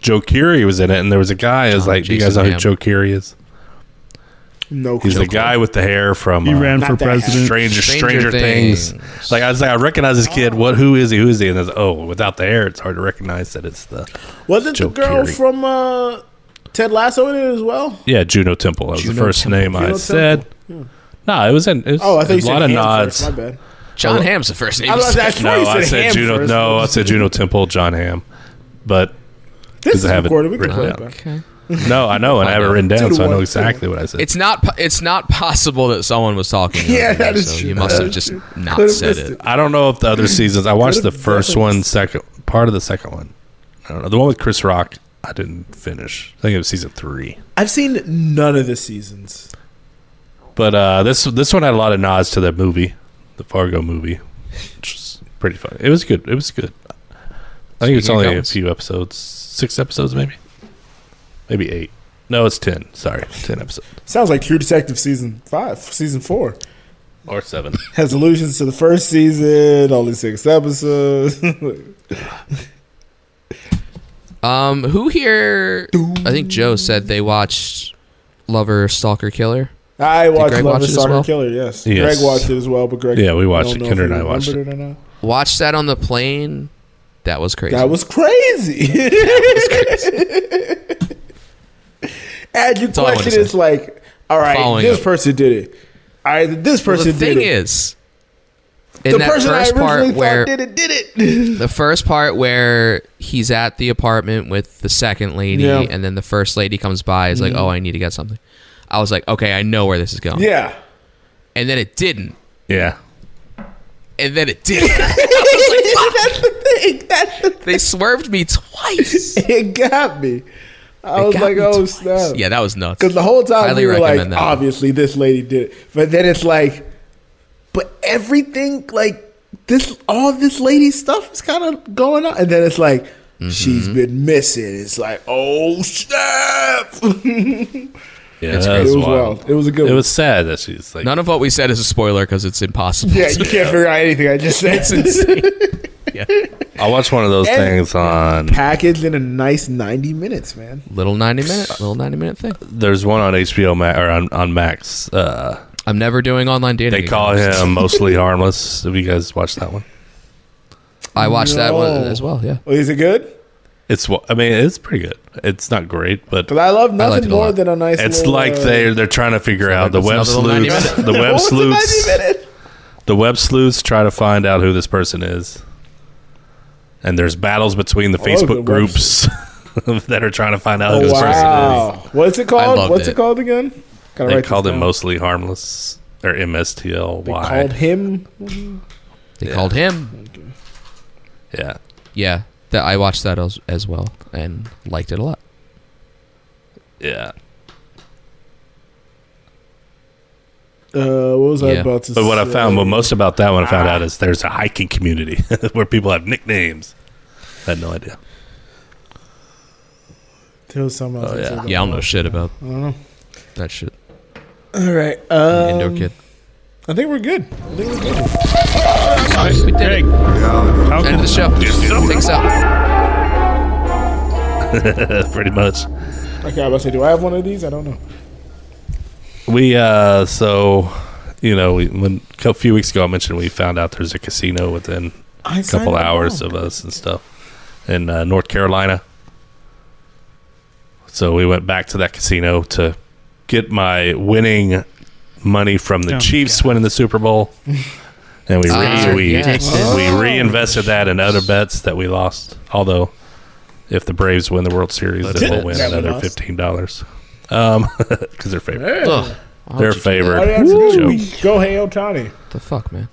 [SPEAKER 4] Joe Curie was in it, and there was a guy. Is
[SPEAKER 6] John
[SPEAKER 4] like, do you
[SPEAKER 6] Jason
[SPEAKER 4] guys know who
[SPEAKER 6] Hamm.
[SPEAKER 4] Joe Curie is?
[SPEAKER 1] No,
[SPEAKER 4] He's
[SPEAKER 1] clue.
[SPEAKER 4] the guy with the hair from
[SPEAKER 5] He
[SPEAKER 4] uh,
[SPEAKER 5] ran
[SPEAKER 1] Not
[SPEAKER 5] for
[SPEAKER 1] that
[SPEAKER 5] president.
[SPEAKER 4] Stranger
[SPEAKER 6] Stranger
[SPEAKER 4] Stranger, things.
[SPEAKER 6] Things.
[SPEAKER 4] Like I was like, I recognize this kid. What? Who is he? Who is he? And there's oh, without the hair, it's hard to recognize that it's the
[SPEAKER 1] Wasn't
[SPEAKER 4] Joe
[SPEAKER 1] the girl
[SPEAKER 4] Carey.
[SPEAKER 1] from uh, Ted Lasso in it as well?
[SPEAKER 4] yeah Juno Temple. That was the
[SPEAKER 6] Juno
[SPEAKER 4] first
[SPEAKER 6] Temple.
[SPEAKER 4] name I
[SPEAKER 1] Juno
[SPEAKER 4] said. No, it was in. It was
[SPEAKER 1] Oh, I thought you
[SPEAKER 4] a
[SPEAKER 1] said
[SPEAKER 4] lot of
[SPEAKER 1] Hamm
[SPEAKER 4] nods.
[SPEAKER 1] First. My bad.
[SPEAKER 6] John Hamm's the first name.
[SPEAKER 1] I
[SPEAKER 6] you
[SPEAKER 1] was
[SPEAKER 6] said.
[SPEAKER 1] I thought
[SPEAKER 4] No,
[SPEAKER 1] you
[SPEAKER 4] I
[SPEAKER 1] said
[SPEAKER 4] said
[SPEAKER 1] Hamm
[SPEAKER 4] Juno.
[SPEAKER 1] first.
[SPEAKER 4] No, I said Juno Temple, John Ham. But
[SPEAKER 1] This is
[SPEAKER 4] I have it
[SPEAKER 1] recorded. We can
[SPEAKER 4] written
[SPEAKER 1] play
[SPEAKER 4] down.
[SPEAKER 1] it back.
[SPEAKER 4] no, I know, and I have it written
[SPEAKER 1] Two
[SPEAKER 4] down,
[SPEAKER 1] to
[SPEAKER 4] so I know
[SPEAKER 1] one.
[SPEAKER 4] exactly what I said.
[SPEAKER 6] It's not. po- It's not possible that someone was talking.
[SPEAKER 1] Yeah,
[SPEAKER 6] over you,
[SPEAKER 1] that is
[SPEAKER 6] so
[SPEAKER 1] true.
[SPEAKER 6] You must
[SPEAKER 1] That
[SPEAKER 6] have
[SPEAKER 1] is
[SPEAKER 6] just
[SPEAKER 1] true.
[SPEAKER 6] not
[SPEAKER 1] Could've
[SPEAKER 6] said
[SPEAKER 1] missed
[SPEAKER 6] it.
[SPEAKER 1] it.
[SPEAKER 4] I don't know if the other seasons. I watched the
[SPEAKER 1] Could've
[SPEAKER 4] first
[SPEAKER 1] done
[SPEAKER 4] one,
[SPEAKER 1] this.
[SPEAKER 4] second part of the second one. I don't know the one with Chris Rock. I didn't finish. I think it was season three.
[SPEAKER 1] I've seen none of the seasons.
[SPEAKER 4] But uh, this this one had a lot of nods to that movie, the Fargo movie, which was pretty funny. It was good. It was good. I think it's
[SPEAKER 6] Speaking of
[SPEAKER 4] only a
[SPEAKER 6] guns.
[SPEAKER 4] few episodes, six episodes maybe, maybe eight. No, it's ten. Sorry, ten episodes
[SPEAKER 1] Sounds like True Detective season five, season four
[SPEAKER 4] or seven.
[SPEAKER 1] has allusions to the first season, only six episodes.
[SPEAKER 6] Um, who here? I think Joe said they watched Lover, Stalker, Killer.
[SPEAKER 1] I watched
[SPEAKER 6] Greg
[SPEAKER 1] Love
[SPEAKER 6] watch
[SPEAKER 1] and
[SPEAKER 6] it as
[SPEAKER 1] Soccer
[SPEAKER 6] well?
[SPEAKER 1] Killer. Yes.
[SPEAKER 4] Yes.
[SPEAKER 1] Greg watched it as well, but Greg
[SPEAKER 4] Yeah, we watched
[SPEAKER 1] I don't know
[SPEAKER 4] it.
[SPEAKER 1] if
[SPEAKER 4] Kendra
[SPEAKER 1] he
[SPEAKER 4] and I watched
[SPEAKER 1] remembered or not.
[SPEAKER 6] Watched that on the plane. That was crazy.
[SPEAKER 1] That was crazy. And your
[SPEAKER 6] all I wanted
[SPEAKER 1] question
[SPEAKER 6] to
[SPEAKER 1] is
[SPEAKER 6] say.
[SPEAKER 1] like, all right,
[SPEAKER 6] Following
[SPEAKER 1] this
[SPEAKER 6] up.
[SPEAKER 1] person did it. All right, this
[SPEAKER 6] Well,
[SPEAKER 1] person
[SPEAKER 6] the thing
[SPEAKER 1] did it.
[SPEAKER 6] is, in
[SPEAKER 1] the
[SPEAKER 6] that
[SPEAKER 1] person I
[SPEAKER 6] first
[SPEAKER 1] originally
[SPEAKER 6] part
[SPEAKER 1] thought
[SPEAKER 6] where
[SPEAKER 1] did it did it.
[SPEAKER 6] the first part where he's at the apartment with the second lady,
[SPEAKER 1] Yeah. Mm-hmm.
[SPEAKER 6] and then the first lady comes by, is like, "Oh, I need to get something." I was like, "Okay, I know where this is going."
[SPEAKER 1] yeah.
[SPEAKER 6] And then it didn't.
[SPEAKER 4] Yeah,
[SPEAKER 6] And then it didn't.
[SPEAKER 1] That's the thing. That's the
[SPEAKER 6] they swerved me twice.
[SPEAKER 1] it got me. I was like, oh snap!
[SPEAKER 6] Yeah, that was nuts.
[SPEAKER 1] Because the whole time we
[SPEAKER 6] Highly
[SPEAKER 1] were like,
[SPEAKER 6] recommend that.
[SPEAKER 1] obviously this lady did it, but then it's like, but everything like this, all this lady stuff is kind of going on, and then it's like she's been missing. It's like, oh snap!
[SPEAKER 4] Yeah,
[SPEAKER 6] It's
[SPEAKER 4] that
[SPEAKER 6] crazy.
[SPEAKER 4] was
[SPEAKER 6] It was
[SPEAKER 4] wild.
[SPEAKER 1] wild. It was a good
[SPEAKER 4] It
[SPEAKER 1] one.
[SPEAKER 4] was sad that she's like
[SPEAKER 6] None of what we said is a spoiler because it's impossible.
[SPEAKER 1] yeah,
[SPEAKER 6] to-
[SPEAKER 1] you can't figure out anything I just said.
[SPEAKER 6] It's insane.
[SPEAKER 4] I watched one of those
[SPEAKER 1] And-
[SPEAKER 4] things on.
[SPEAKER 1] Packaged in a nice ninety minutes, man.
[SPEAKER 6] Little ninety minute, little ninety minute thing.
[SPEAKER 4] There's one on HBO Ma- or on, on Max. Uh,
[SPEAKER 6] I'm never doing online dating.
[SPEAKER 4] they
[SPEAKER 6] again.
[SPEAKER 4] call him mostly harmless. Have you guys watched that one?
[SPEAKER 6] I watched that one
[SPEAKER 1] No.
[SPEAKER 6] as well. Yeah,
[SPEAKER 1] Well, is it good?
[SPEAKER 4] It's wa- I mean it's pretty good. It's not great, but
[SPEAKER 1] Because I love nothing
[SPEAKER 6] it a
[SPEAKER 1] more
[SPEAKER 6] lot.
[SPEAKER 1] than a nice.
[SPEAKER 4] it's
[SPEAKER 1] little,
[SPEAKER 4] like
[SPEAKER 1] uh,
[SPEAKER 4] they're they're trying to figure out the
[SPEAKER 6] it's
[SPEAKER 4] web
[SPEAKER 6] another little 90
[SPEAKER 4] sleuths.
[SPEAKER 6] minute.
[SPEAKER 4] The
[SPEAKER 1] What
[SPEAKER 4] web
[SPEAKER 1] was the
[SPEAKER 4] sleuths.
[SPEAKER 1] 90 minute?
[SPEAKER 4] the web sleuths try to find out who this person is. And there's battles between the
[SPEAKER 1] I love Oh, the
[SPEAKER 4] Facebook
[SPEAKER 1] web
[SPEAKER 4] groups that are trying to find out who
[SPEAKER 1] Oh,
[SPEAKER 4] this person is.
[SPEAKER 1] wow! What's it
[SPEAKER 6] I
[SPEAKER 1] called?
[SPEAKER 6] loved
[SPEAKER 1] What's it.
[SPEAKER 6] it.
[SPEAKER 1] called again? Gotta
[SPEAKER 4] They
[SPEAKER 1] write this
[SPEAKER 4] called it
[SPEAKER 1] down.
[SPEAKER 4] mostly harmless or MSTLY.
[SPEAKER 1] They called him.
[SPEAKER 6] they called him.
[SPEAKER 4] yeah.
[SPEAKER 6] Yeah, that I watched that as, as well and liked it a lot.
[SPEAKER 4] Yeah.
[SPEAKER 1] Uh, what was I
[SPEAKER 6] Yeah.
[SPEAKER 1] about to?
[SPEAKER 4] But what I
[SPEAKER 1] say?
[SPEAKER 4] found, what most about that one I found out is there's a hiking community where people have nicknames. I had no idea.
[SPEAKER 1] There was something else.
[SPEAKER 4] Oh,
[SPEAKER 1] I
[SPEAKER 4] yeah.
[SPEAKER 1] said
[SPEAKER 6] Yeah, I don't know
[SPEAKER 1] about-
[SPEAKER 6] shit about
[SPEAKER 1] I don't know.
[SPEAKER 6] that shit.
[SPEAKER 1] All right.
[SPEAKER 6] Indoor
[SPEAKER 1] Um,
[SPEAKER 6] kid.
[SPEAKER 1] I think we're good. I think we're good.
[SPEAKER 6] We did it. End of the show. Things up.
[SPEAKER 4] Uh, Pretty much.
[SPEAKER 1] Okay, I was about to say, do I have one of these? I don't know.
[SPEAKER 4] We uh so you know we, when a few weeks ago I mentioned we found out there's a casino within
[SPEAKER 1] I
[SPEAKER 4] a couple hours of us and stuff in uh, North Carolina. So we went back to that casino to get my winning money from the
[SPEAKER 5] Oh,
[SPEAKER 4] Chiefs winning the Super Bowl, and we
[SPEAKER 6] Ah,
[SPEAKER 4] re- we
[SPEAKER 6] yes.
[SPEAKER 4] we reinvested that in other bets that we lost. Although, if the Braves win the World Series,
[SPEAKER 6] Let's
[SPEAKER 4] then
[SPEAKER 6] hit
[SPEAKER 4] we'll
[SPEAKER 6] it.
[SPEAKER 4] win
[SPEAKER 1] That we
[SPEAKER 4] another
[SPEAKER 1] lost.
[SPEAKER 4] fifteen dollars um, because they're favored.
[SPEAKER 6] Ugh.
[SPEAKER 4] They're
[SPEAKER 1] All
[SPEAKER 4] favored.
[SPEAKER 1] you have to do
[SPEAKER 4] Joke.
[SPEAKER 1] is go Hey Otani.
[SPEAKER 6] The fuck, man.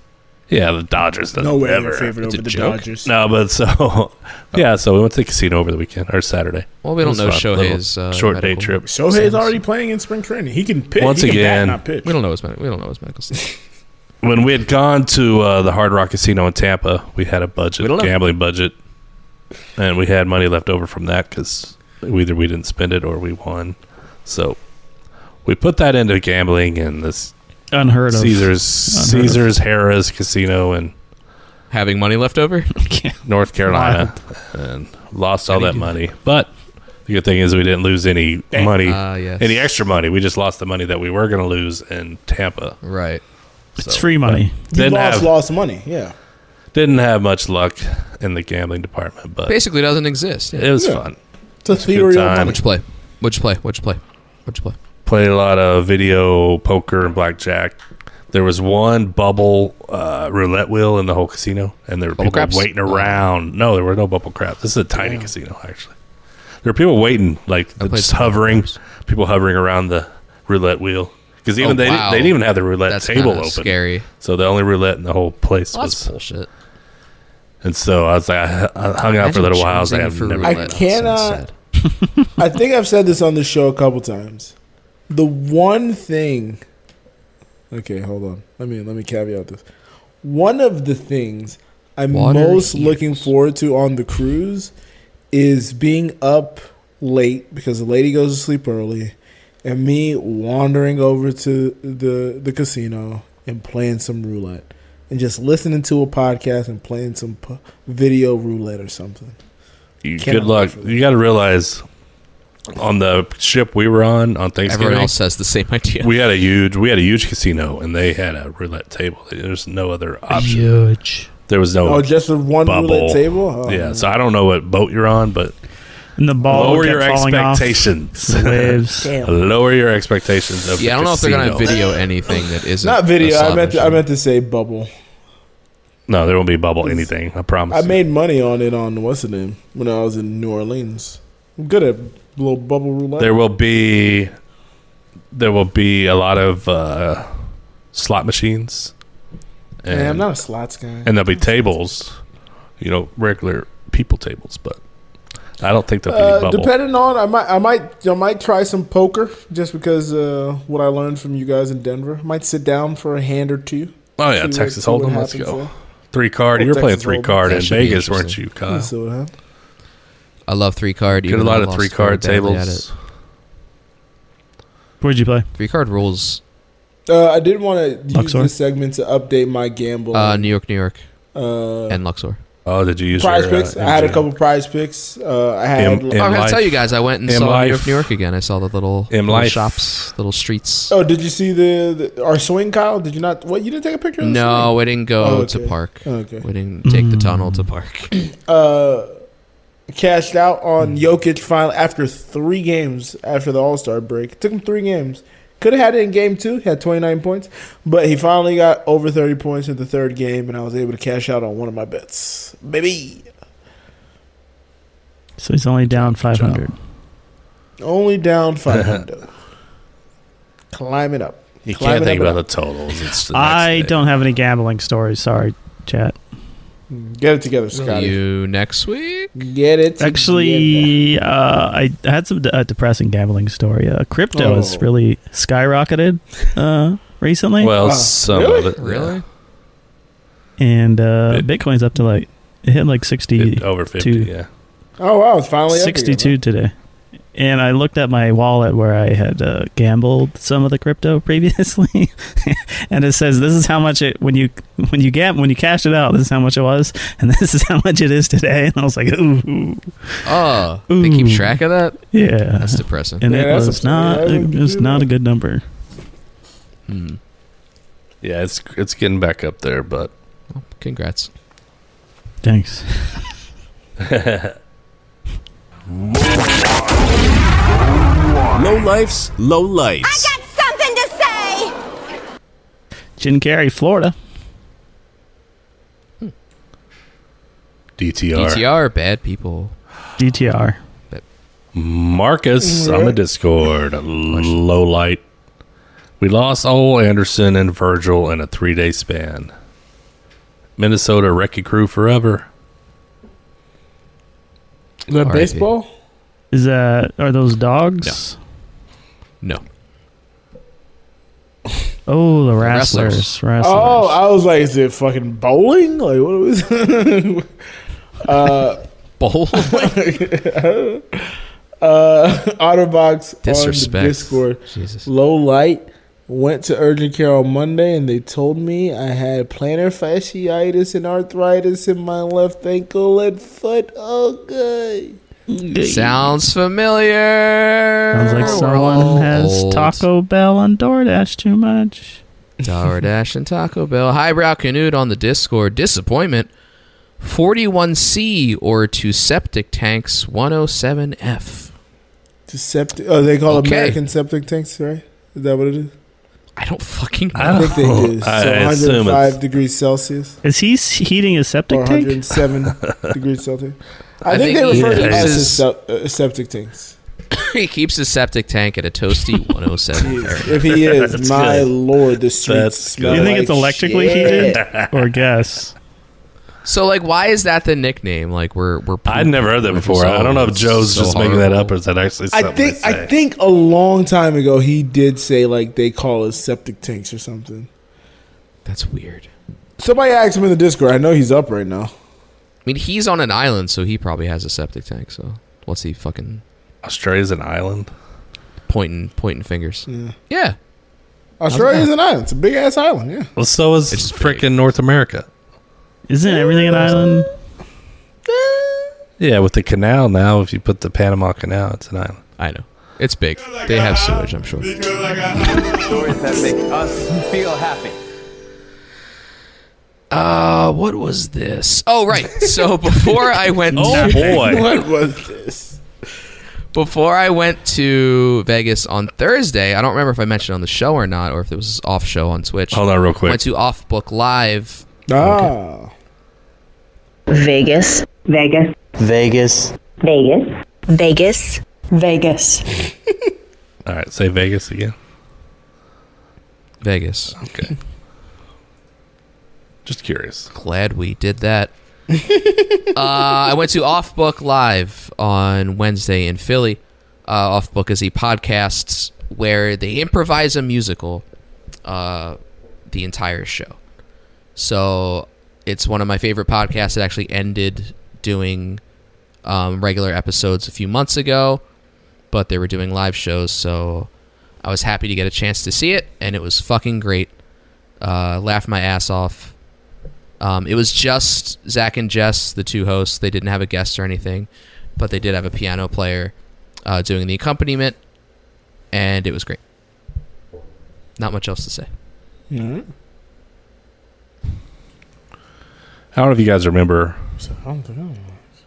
[SPEAKER 4] Yeah, the Dodgers. Doesn't
[SPEAKER 1] No way
[SPEAKER 4] ever.
[SPEAKER 1] they're favored
[SPEAKER 4] it's
[SPEAKER 1] over
[SPEAKER 4] a
[SPEAKER 1] the
[SPEAKER 4] joke.
[SPEAKER 1] Dodgers.
[SPEAKER 4] No, but so yeah, so we went to the casino over the weekend or Saturday.
[SPEAKER 6] Well, we
[SPEAKER 4] It
[SPEAKER 6] don't
[SPEAKER 4] was
[SPEAKER 6] know
[SPEAKER 4] fun.
[SPEAKER 6] Shohei's
[SPEAKER 4] Little
[SPEAKER 6] uh,
[SPEAKER 4] short day
[SPEAKER 6] medical-
[SPEAKER 4] trip.
[SPEAKER 1] Shohei's already playing in spring training. He can pitch.
[SPEAKER 4] Once
[SPEAKER 1] he can bat,
[SPEAKER 4] again-
[SPEAKER 1] not pitch.
[SPEAKER 6] We don't know his medical. We don't know his medical status.
[SPEAKER 4] When we had gone to uh, the Hard Rock Casino in Tampa, we had a budget,
[SPEAKER 6] We don't know.
[SPEAKER 4] gambling budget, and we had money left over from that because either we didn't spend it or we won. So we put that into gambling and this
[SPEAKER 5] Unheard of.
[SPEAKER 4] Caesars
[SPEAKER 5] Unheard of.
[SPEAKER 4] Caesars Harrah's Casino in
[SPEAKER 6] Having money left over.
[SPEAKER 4] North Carolina and lost all that money. But the good thing is we didn't lose any money,
[SPEAKER 6] Ah, yes.
[SPEAKER 4] any extra money. We just lost the money that we were going to lose in Tampa.
[SPEAKER 6] Right.
[SPEAKER 5] It's free money.
[SPEAKER 1] You
[SPEAKER 4] Didn't
[SPEAKER 1] lost,
[SPEAKER 4] have
[SPEAKER 1] lost money. Yeah.
[SPEAKER 4] didn't have much luck in the gambling department, but
[SPEAKER 6] Basically doesn't exist. Yeah.
[SPEAKER 4] it was
[SPEAKER 1] Yeah.
[SPEAKER 4] fun.
[SPEAKER 1] It's a theory of
[SPEAKER 4] time.
[SPEAKER 1] money.
[SPEAKER 6] Which play? Which play? Which play? Which play?
[SPEAKER 4] Played a lot of video poker and blackjack. There was one bubble uh, roulette wheel in the whole casino, and there were people
[SPEAKER 6] craps?
[SPEAKER 4] waiting
[SPEAKER 6] Oh.
[SPEAKER 4] around. No, there were no bubble craps. This is a tiny casino, actually. There were people waiting, like
[SPEAKER 6] played
[SPEAKER 4] just
[SPEAKER 6] some bubble
[SPEAKER 4] hovering,
[SPEAKER 6] craps.
[SPEAKER 4] people hovering around the roulette wheel because even
[SPEAKER 6] Oh,
[SPEAKER 4] they
[SPEAKER 6] wow.
[SPEAKER 4] didn't, they didn't even have the roulette
[SPEAKER 6] That's
[SPEAKER 4] table
[SPEAKER 6] kinda
[SPEAKER 4] open.
[SPEAKER 6] Scary.
[SPEAKER 4] So the only roulette in the whole place
[SPEAKER 6] Well, that's
[SPEAKER 4] was.
[SPEAKER 6] bullshit.
[SPEAKER 4] And so I was like, I, I hung out for
[SPEAKER 6] Imagine
[SPEAKER 4] a little while. I was like,
[SPEAKER 6] choosing
[SPEAKER 4] I've
[SPEAKER 6] for
[SPEAKER 4] never.
[SPEAKER 1] I
[SPEAKER 6] roulette. That sounds
[SPEAKER 1] cannot-
[SPEAKER 6] sad.
[SPEAKER 1] I think I've said this on the show a couple times. The one thing Okay, hold on. Let me let me caveat this. One of the things I'm
[SPEAKER 6] Water
[SPEAKER 1] most
[SPEAKER 6] heaters.
[SPEAKER 1] looking forward to on the cruise is being up late because the lady goes to sleep early and me wandering over to the the casino and playing some roulette and just listening to a podcast and playing some p- video roulette or something.
[SPEAKER 4] You,
[SPEAKER 1] Cannot
[SPEAKER 4] good luck.
[SPEAKER 1] wait for
[SPEAKER 4] You got to realize, on the ship we were on on
[SPEAKER 6] Everyone
[SPEAKER 4] Thanksgiving,
[SPEAKER 6] else has the same idea.
[SPEAKER 4] we had a huge we had a huge casino, and they had a roulette table. There's no other option.
[SPEAKER 5] Huge.
[SPEAKER 4] There was no
[SPEAKER 1] Oh, just the one
[SPEAKER 4] bubble.
[SPEAKER 1] roulette table? Oh,
[SPEAKER 4] yeah, so I don't know what boat you're on, but
[SPEAKER 5] And the ball
[SPEAKER 4] lower
[SPEAKER 5] kept
[SPEAKER 4] your
[SPEAKER 5] falling off.
[SPEAKER 4] expectations.
[SPEAKER 5] The waves.
[SPEAKER 4] lower your expectations of
[SPEAKER 6] yeah, I
[SPEAKER 4] the
[SPEAKER 6] don't know if they're gonna
[SPEAKER 4] casino.
[SPEAKER 6] video anything that isn't
[SPEAKER 1] Not video.
[SPEAKER 6] a slot
[SPEAKER 1] I meant to, I
[SPEAKER 6] machine.
[SPEAKER 1] meant to say bubble.
[SPEAKER 4] No, there won't be bubble anything. I promise.
[SPEAKER 1] I
[SPEAKER 4] you.
[SPEAKER 1] made money on it on what's the name when I was in New Orleans. I'm good at little bubble roulette.
[SPEAKER 4] there will be there will be a lot of uh, slot machines.
[SPEAKER 1] Man, I'm not a slots guy.
[SPEAKER 4] and there'll be tables, you know, regular people tables, but I don't think they'll be
[SPEAKER 1] Uh,
[SPEAKER 4] bubble.
[SPEAKER 1] depending on, I might, I might, I might try some poker just because uh, what I learned from you guys in Denver. I might sit down for a hand or two.
[SPEAKER 4] oh yeah,
[SPEAKER 1] See what-
[SPEAKER 4] Texas
[SPEAKER 1] see what
[SPEAKER 4] Hold'em. Let's
[SPEAKER 1] happens
[SPEAKER 4] go.
[SPEAKER 1] there.
[SPEAKER 4] Three card.
[SPEAKER 1] Oh,
[SPEAKER 4] you were playing
[SPEAKER 1] Texas
[SPEAKER 4] three
[SPEAKER 1] Hold'em.
[SPEAKER 4] card
[SPEAKER 1] That
[SPEAKER 4] in
[SPEAKER 1] should be
[SPEAKER 4] Vegas, weren't you, Kyle?
[SPEAKER 1] Let's see what happens.
[SPEAKER 6] I love three card.
[SPEAKER 4] Get
[SPEAKER 6] even
[SPEAKER 4] a
[SPEAKER 6] though
[SPEAKER 4] lot
[SPEAKER 6] I
[SPEAKER 4] of
[SPEAKER 6] lost
[SPEAKER 4] three card
[SPEAKER 6] very badly at
[SPEAKER 4] tables.
[SPEAKER 6] it.
[SPEAKER 5] Where'd you play?
[SPEAKER 6] Three card rules.
[SPEAKER 1] Uh, I did want to use
[SPEAKER 5] Luxor?
[SPEAKER 1] this segment to update my gamble.
[SPEAKER 6] Uh, New York, New York,
[SPEAKER 1] uh,
[SPEAKER 6] and Luxor.
[SPEAKER 4] Oh, did you use
[SPEAKER 1] prize
[SPEAKER 4] your,
[SPEAKER 1] picks.
[SPEAKER 4] Uh,
[SPEAKER 1] I had a
[SPEAKER 4] MJ?
[SPEAKER 1] couple prize picks. Uh, I had.
[SPEAKER 4] M-
[SPEAKER 6] Oh, I
[SPEAKER 4] M
[SPEAKER 6] gotta
[SPEAKER 4] Life.
[SPEAKER 6] tell you guys, I went and
[SPEAKER 4] M
[SPEAKER 6] saw New
[SPEAKER 4] Life.
[SPEAKER 6] York, New York again. I saw the little,
[SPEAKER 4] M
[SPEAKER 6] little
[SPEAKER 4] Life.
[SPEAKER 6] shops, little streets.
[SPEAKER 1] oh, did you see the, the our swing, Kyle? Did you not? What you didn't take a picture? of the
[SPEAKER 6] no, we didn't go
[SPEAKER 1] Oh, okay.
[SPEAKER 6] to park.
[SPEAKER 1] Okay.
[SPEAKER 6] We didn't take the tunnel
[SPEAKER 5] Mm.
[SPEAKER 6] to park.
[SPEAKER 1] swing? Uh, cashed out on Jokic final after three games after the All Star break. took him three games. Could have had it in game two. He had twenty nine points, but he finally got over thirty points in the third game, and I was able to cash out on one of my bets, baby.
[SPEAKER 5] So he's only down 500.
[SPEAKER 1] Only down five hundred. Climbing up.
[SPEAKER 4] You can't
[SPEAKER 1] Climbing
[SPEAKER 4] think
[SPEAKER 1] up
[SPEAKER 4] about
[SPEAKER 1] and
[SPEAKER 4] the totals. It's the next
[SPEAKER 5] I
[SPEAKER 4] day.
[SPEAKER 5] don't have any gambling stories. Sorry, chat.
[SPEAKER 1] up. Get it together, Scotty.
[SPEAKER 6] you next week?
[SPEAKER 1] Get it. together.
[SPEAKER 5] Actually, uh, I had some a depressing gambling story. Uh, crypto has
[SPEAKER 1] Oh.
[SPEAKER 5] really skyrocketed uh, recently,
[SPEAKER 4] Well,
[SPEAKER 1] Wow.
[SPEAKER 4] some
[SPEAKER 1] Really?
[SPEAKER 4] of it.
[SPEAKER 6] Really?
[SPEAKER 5] and uh,
[SPEAKER 4] It-
[SPEAKER 5] Bitcoin's up to like it hit like
[SPEAKER 4] yeah.
[SPEAKER 5] sixty
[SPEAKER 4] It- uh, over 50,
[SPEAKER 5] two.
[SPEAKER 4] yeah.
[SPEAKER 1] oh wow, it's finally up again, huh?
[SPEAKER 5] 62 today. And I looked at my wallet where I had uh, gambled some of the crypto previously, and it says this is how much it when you when you gam when you cashed it out. This is how much it was, and this is how much it is today. And I was like, ooh,
[SPEAKER 6] Oh, they keep
[SPEAKER 5] Ooh.
[SPEAKER 6] track of that.
[SPEAKER 5] yeah.
[SPEAKER 6] That's depressing.
[SPEAKER 5] And
[SPEAKER 1] Yeah,
[SPEAKER 5] it
[SPEAKER 1] that's
[SPEAKER 5] was
[SPEAKER 1] a-
[SPEAKER 5] not
[SPEAKER 1] yeah, I
[SPEAKER 5] it
[SPEAKER 1] would
[SPEAKER 5] was
[SPEAKER 1] do
[SPEAKER 5] not
[SPEAKER 1] that.
[SPEAKER 5] a good number.
[SPEAKER 6] Hmm.
[SPEAKER 4] Yeah, it's it's getting back up there, but
[SPEAKER 6] Congrats.
[SPEAKER 5] Thanks.
[SPEAKER 12] Low lifes, low lights.
[SPEAKER 13] something to say!
[SPEAKER 5] Jim Carrey, Florida.
[SPEAKER 4] DTR.
[SPEAKER 6] DTR, bad people.
[SPEAKER 5] DTR.
[SPEAKER 4] Marcus on the Discord. Low light. We lost Ole Anderson and Virgil in a three day span. Minnesota Recce Crew forever.
[SPEAKER 1] Is that
[SPEAKER 6] RIP.
[SPEAKER 1] baseball?
[SPEAKER 5] Is that are those dogs?
[SPEAKER 6] No.
[SPEAKER 5] Oh, the
[SPEAKER 6] Wrestlers.
[SPEAKER 5] wrestlers. Wrestlers.
[SPEAKER 1] Oh, I was like, is it fucking bowling? Like, what was? uh,
[SPEAKER 6] Bowl.
[SPEAKER 1] uh, Otterbox on
[SPEAKER 6] Disrespect.
[SPEAKER 1] the Discord.
[SPEAKER 6] Jesus.
[SPEAKER 1] Low light went to urgent care on Monday, and they told me I had plantar fasciitis and arthritis in my left ankle and foot. Oh, good.
[SPEAKER 6] Sounds familiar.
[SPEAKER 5] Sounds like
[SPEAKER 6] We're
[SPEAKER 5] someone
[SPEAKER 6] all
[SPEAKER 5] has
[SPEAKER 6] old.
[SPEAKER 5] Taco Bell on DoorDash too much.
[SPEAKER 6] DoorDash and Taco Bell. Highbrow Canute on the Discord. Disappointment. 41C or two septic tanks 107F.
[SPEAKER 1] To septic. Oh, they call
[SPEAKER 6] Okay.
[SPEAKER 1] American septic tanks, right? Is that what it is?
[SPEAKER 6] I don't fucking know.
[SPEAKER 4] I
[SPEAKER 1] I
[SPEAKER 4] don't
[SPEAKER 1] think they do. So
[SPEAKER 4] I assume
[SPEAKER 1] 105
[SPEAKER 4] it's
[SPEAKER 1] degrees Celsius.
[SPEAKER 5] Is he s- heating his septic
[SPEAKER 1] or
[SPEAKER 5] tank?
[SPEAKER 1] 107 degrees Celsius. I,
[SPEAKER 6] I
[SPEAKER 1] think,
[SPEAKER 6] think
[SPEAKER 1] they
[SPEAKER 6] he
[SPEAKER 1] refer to us
[SPEAKER 6] uses-
[SPEAKER 1] as sep- uh, septic tanks.
[SPEAKER 6] he keeps his septic tank at a toasty 107. Fahrenheit.
[SPEAKER 1] If he is, my lord, the streets
[SPEAKER 4] That's
[SPEAKER 1] smell
[SPEAKER 5] You think
[SPEAKER 1] like
[SPEAKER 5] it's electrically
[SPEAKER 1] shit.
[SPEAKER 5] heated or gas?
[SPEAKER 6] so like why is that the nickname? Like we're we're
[SPEAKER 4] I'd never heard that before. I don't know if Joe's
[SPEAKER 6] So
[SPEAKER 4] just making that up
[SPEAKER 6] horrible.
[SPEAKER 4] or is that actually something
[SPEAKER 1] I think
[SPEAKER 4] they say.
[SPEAKER 1] I think a long time ago he did say like they call us septic tanks or something.
[SPEAKER 6] That's weird.
[SPEAKER 1] Somebody asked him in the Discord. I know he's up right now.
[SPEAKER 6] I mean, he's on an island so he probably has a septic tank. So what's he fucking
[SPEAKER 4] Australia's an island.
[SPEAKER 6] pointing pointing fingers?
[SPEAKER 1] Yeah.
[SPEAKER 6] Yeah.
[SPEAKER 1] Australia is an island. It's a big ass island. Yeah,
[SPEAKER 4] Well, so is
[SPEAKER 6] It's big.
[SPEAKER 4] freaking North America.
[SPEAKER 5] Isn't everything an island?
[SPEAKER 4] Yeah, with the canal now, if you put the Panama Canal, it's an island.
[SPEAKER 6] I know. It's big. They have sewage, I'm sure. Uh, what was this? Oh, right. So before I went,
[SPEAKER 4] Oh boy!
[SPEAKER 1] what was this?
[SPEAKER 6] before I went to Vegas on Thursday, I don't remember if I mentioned on the show or not, or if it was off show on Twitch.
[SPEAKER 4] Hold on, real quick.
[SPEAKER 6] Went to Off Book Live.
[SPEAKER 1] Ah,
[SPEAKER 13] Vegas. Vegas.
[SPEAKER 14] Vegas.
[SPEAKER 13] Vegas. Vegas. Vegas.
[SPEAKER 4] All right, say Vegas again.
[SPEAKER 6] Vegas.
[SPEAKER 4] Okay. Just curious.
[SPEAKER 6] Glad we did that. uh, I went to Off Book Live on Wednesday in Philly. Uh, Off Book is a podcast where they improvise a musical uh, the entire show. So it's one of my favorite podcasts. It actually ended doing um, regular episodes a few months ago, but they were doing live shows. So I was happy to get a chance to see it, and it was fucking great. Uh, laughed my ass off. Um, it was just Zach and Jess, the two hosts. They didn't have a guest or anything, but they did have a piano player uh, doing the accompaniment, and it was great. Not much else to say.
[SPEAKER 4] I don't know if you guys remember